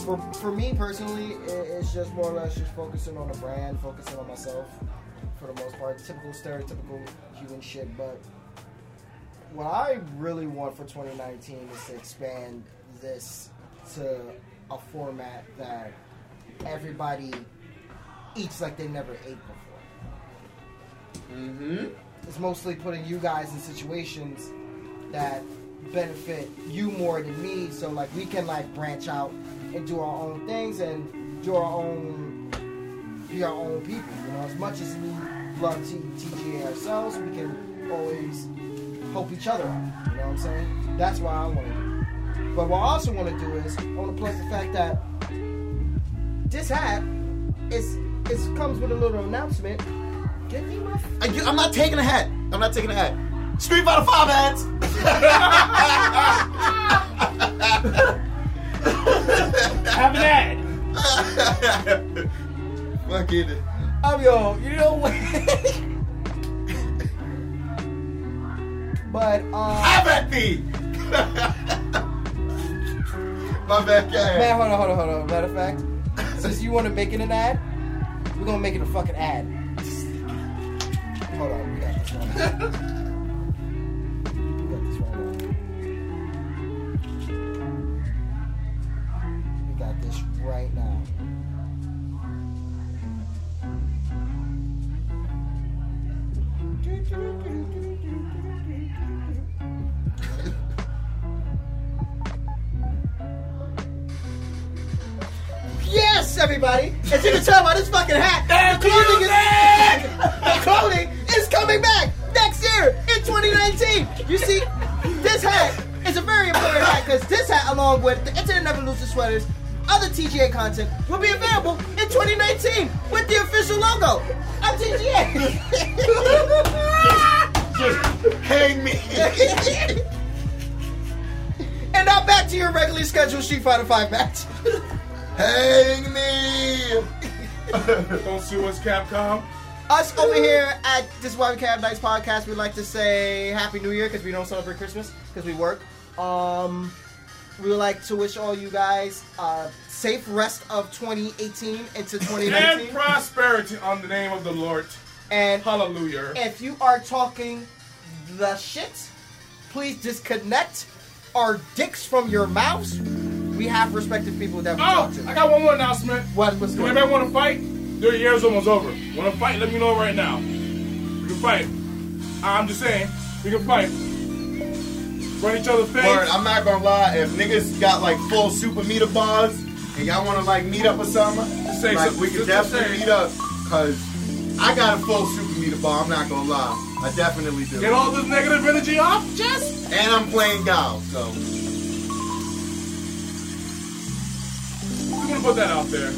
Speaker 1: for for me personally, i- it's just more or less just focusing on the brand, focusing on myself for the most part. Typical stereotypical human shit. But what I really want for 2019 is to expand this to a format that everybody eats like they never ate before. It's mostly putting you guys in situations that benefit you more than me, so like we can like branch out and do our own things and do our own be our own people. You know, as much as we love T- TGA ourselves, we can always help each other out. You know what I'm saying? That's why I want to. do. But what I also want to do is I want to plus the fact that this hat is it comes with a little announcement. Give me my
Speaker 4: I, am not taking a hat. I'm not taking a hat. Street Fighter Five hats.
Speaker 9: Have an ad.
Speaker 4: Fucking.
Speaker 1: I'm yo, you know what? but uh,
Speaker 4: Have at me. (laughs) My back
Speaker 1: man,
Speaker 4: ass.
Speaker 1: hold on, hold on, hold on. Matter of fact, since you want to make it an ad, we're gonna make it a fucking ad. Hold on, we got this one. We got this one. (laughs) We got this right now. Yes, everybody! As you can tell by this fucking hat, the clothing is the clothing is coming back next year in 2019. You see, this hat is a very important hat because this hat, along with the Internet Never Loses sweaters, other TGA content, will be available in 2019 with the official logo of TGA.
Speaker 4: Just hang me.
Speaker 1: (laughs) and now back to your regularly scheduled Street Fighter 5 match. (laughs)
Speaker 4: hang me.
Speaker 6: Don't sue us, Capcom.
Speaker 1: Us over here at This Why We Cab Nights podcast, we'd like to say Happy New Year because we don't celebrate Christmas because we work. Um, We would like to wish all you guys a safe rest of 2018 into
Speaker 6: And
Speaker 1: 2019.
Speaker 6: prosperity on the name of the Lord.
Speaker 1: And um,
Speaker 6: Hallelujah.
Speaker 1: if you are talking the shit, please disconnect our dicks from your mouths. We have respected people that we
Speaker 6: Oh,
Speaker 1: talk to.
Speaker 6: I got one more announcement.
Speaker 1: What was
Speaker 6: Do
Speaker 1: good?
Speaker 6: anybody want to fight? Your year's almost over. Want to fight? Let me know right now. We can fight. I'm just saying, we can fight. Run each other's face.
Speaker 4: Word, I'm not gonna lie, if niggas got like full super meter bars and y'all wanna like meet up or something,
Speaker 6: say
Speaker 4: like,
Speaker 6: something,
Speaker 4: we can
Speaker 6: just- just
Speaker 4: definitely
Speaker 6: say.
Speaker 4: meet up because I got a full super meter bar, I'm not gonna lie. I definitely do.
Speaker 6: Get all this negative energy off. Just
Speaker 4: and I'm playing golf, so
Speaker 6: we're gonna put that out there.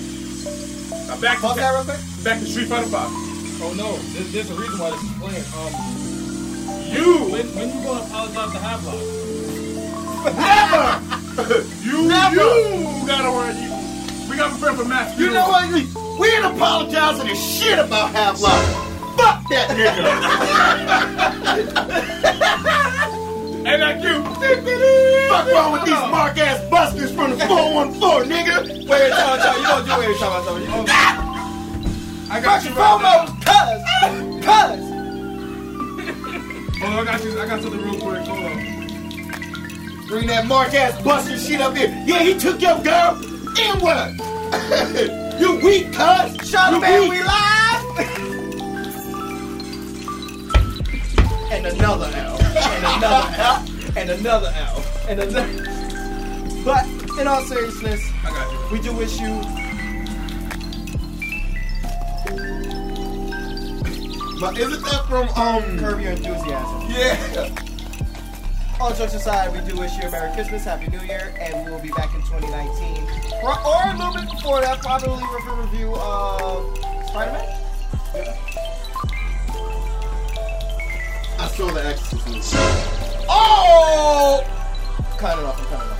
Speaker 6: Now back to
Speaker 1: Pause that real quick.
Speaker 6: back to Street Fighter Five.
Speaker 3: Oh no, there's, there's a reason why this is playing. Um,
Speaker 6: You
Speaker 3: when when you gonna apologize to Havelock?
Speaker 6: you
Speaker 4: Never.
Speaker 6: you gotta worry. You, we got prepared for mass.
Speaker 4: you know what? We ain't apologizing to shit about half life. Fuck that nigga.
Speaker 6: And that you.
Speaker 4: Fuck wrong with these mark ass busters from the 414, nigga.
Speaker 8: Wait, wait, time, time. You don't do it every time I tell you. Oh,
Speaker 6: I got you. Right now.
Speaker 1: Promo, cuz, cuz.
Speaker 6: Hold on, I got you. I got something real quick. Hold on.
Speaker 4: Bring that mark ass buster shit up here. Yeah, he took your girl. And what? you weak, cuz.
Speaker 1: Shut
Speaker 4: you
Speaker 1: up, man.
Speaker 4: weak.
Speaker 1: We live.
Speaker 8: and another L. And another
Speaker 1: (laughs)
Speaker 8: L. And another L.
Speaker 1: And then, but in all seriousness,
Speaker 6: I got you.
Speaker 1: we do wish you.
Speaker 4: But isn't that from um?
Speaker 1: Curb your enthusiasm.
Speaker 4: Yeah.
Speaker 1: All jokes aside, we do wish you a Merry Christmas, Happy New Year, and we will be back in 2019. Pro- Or a little bit before that, probably with a review of Spider Man.
Speaker 4: I saw the exorcist.
Speaker 1: Oh! Cut it off, I'm cutting it off.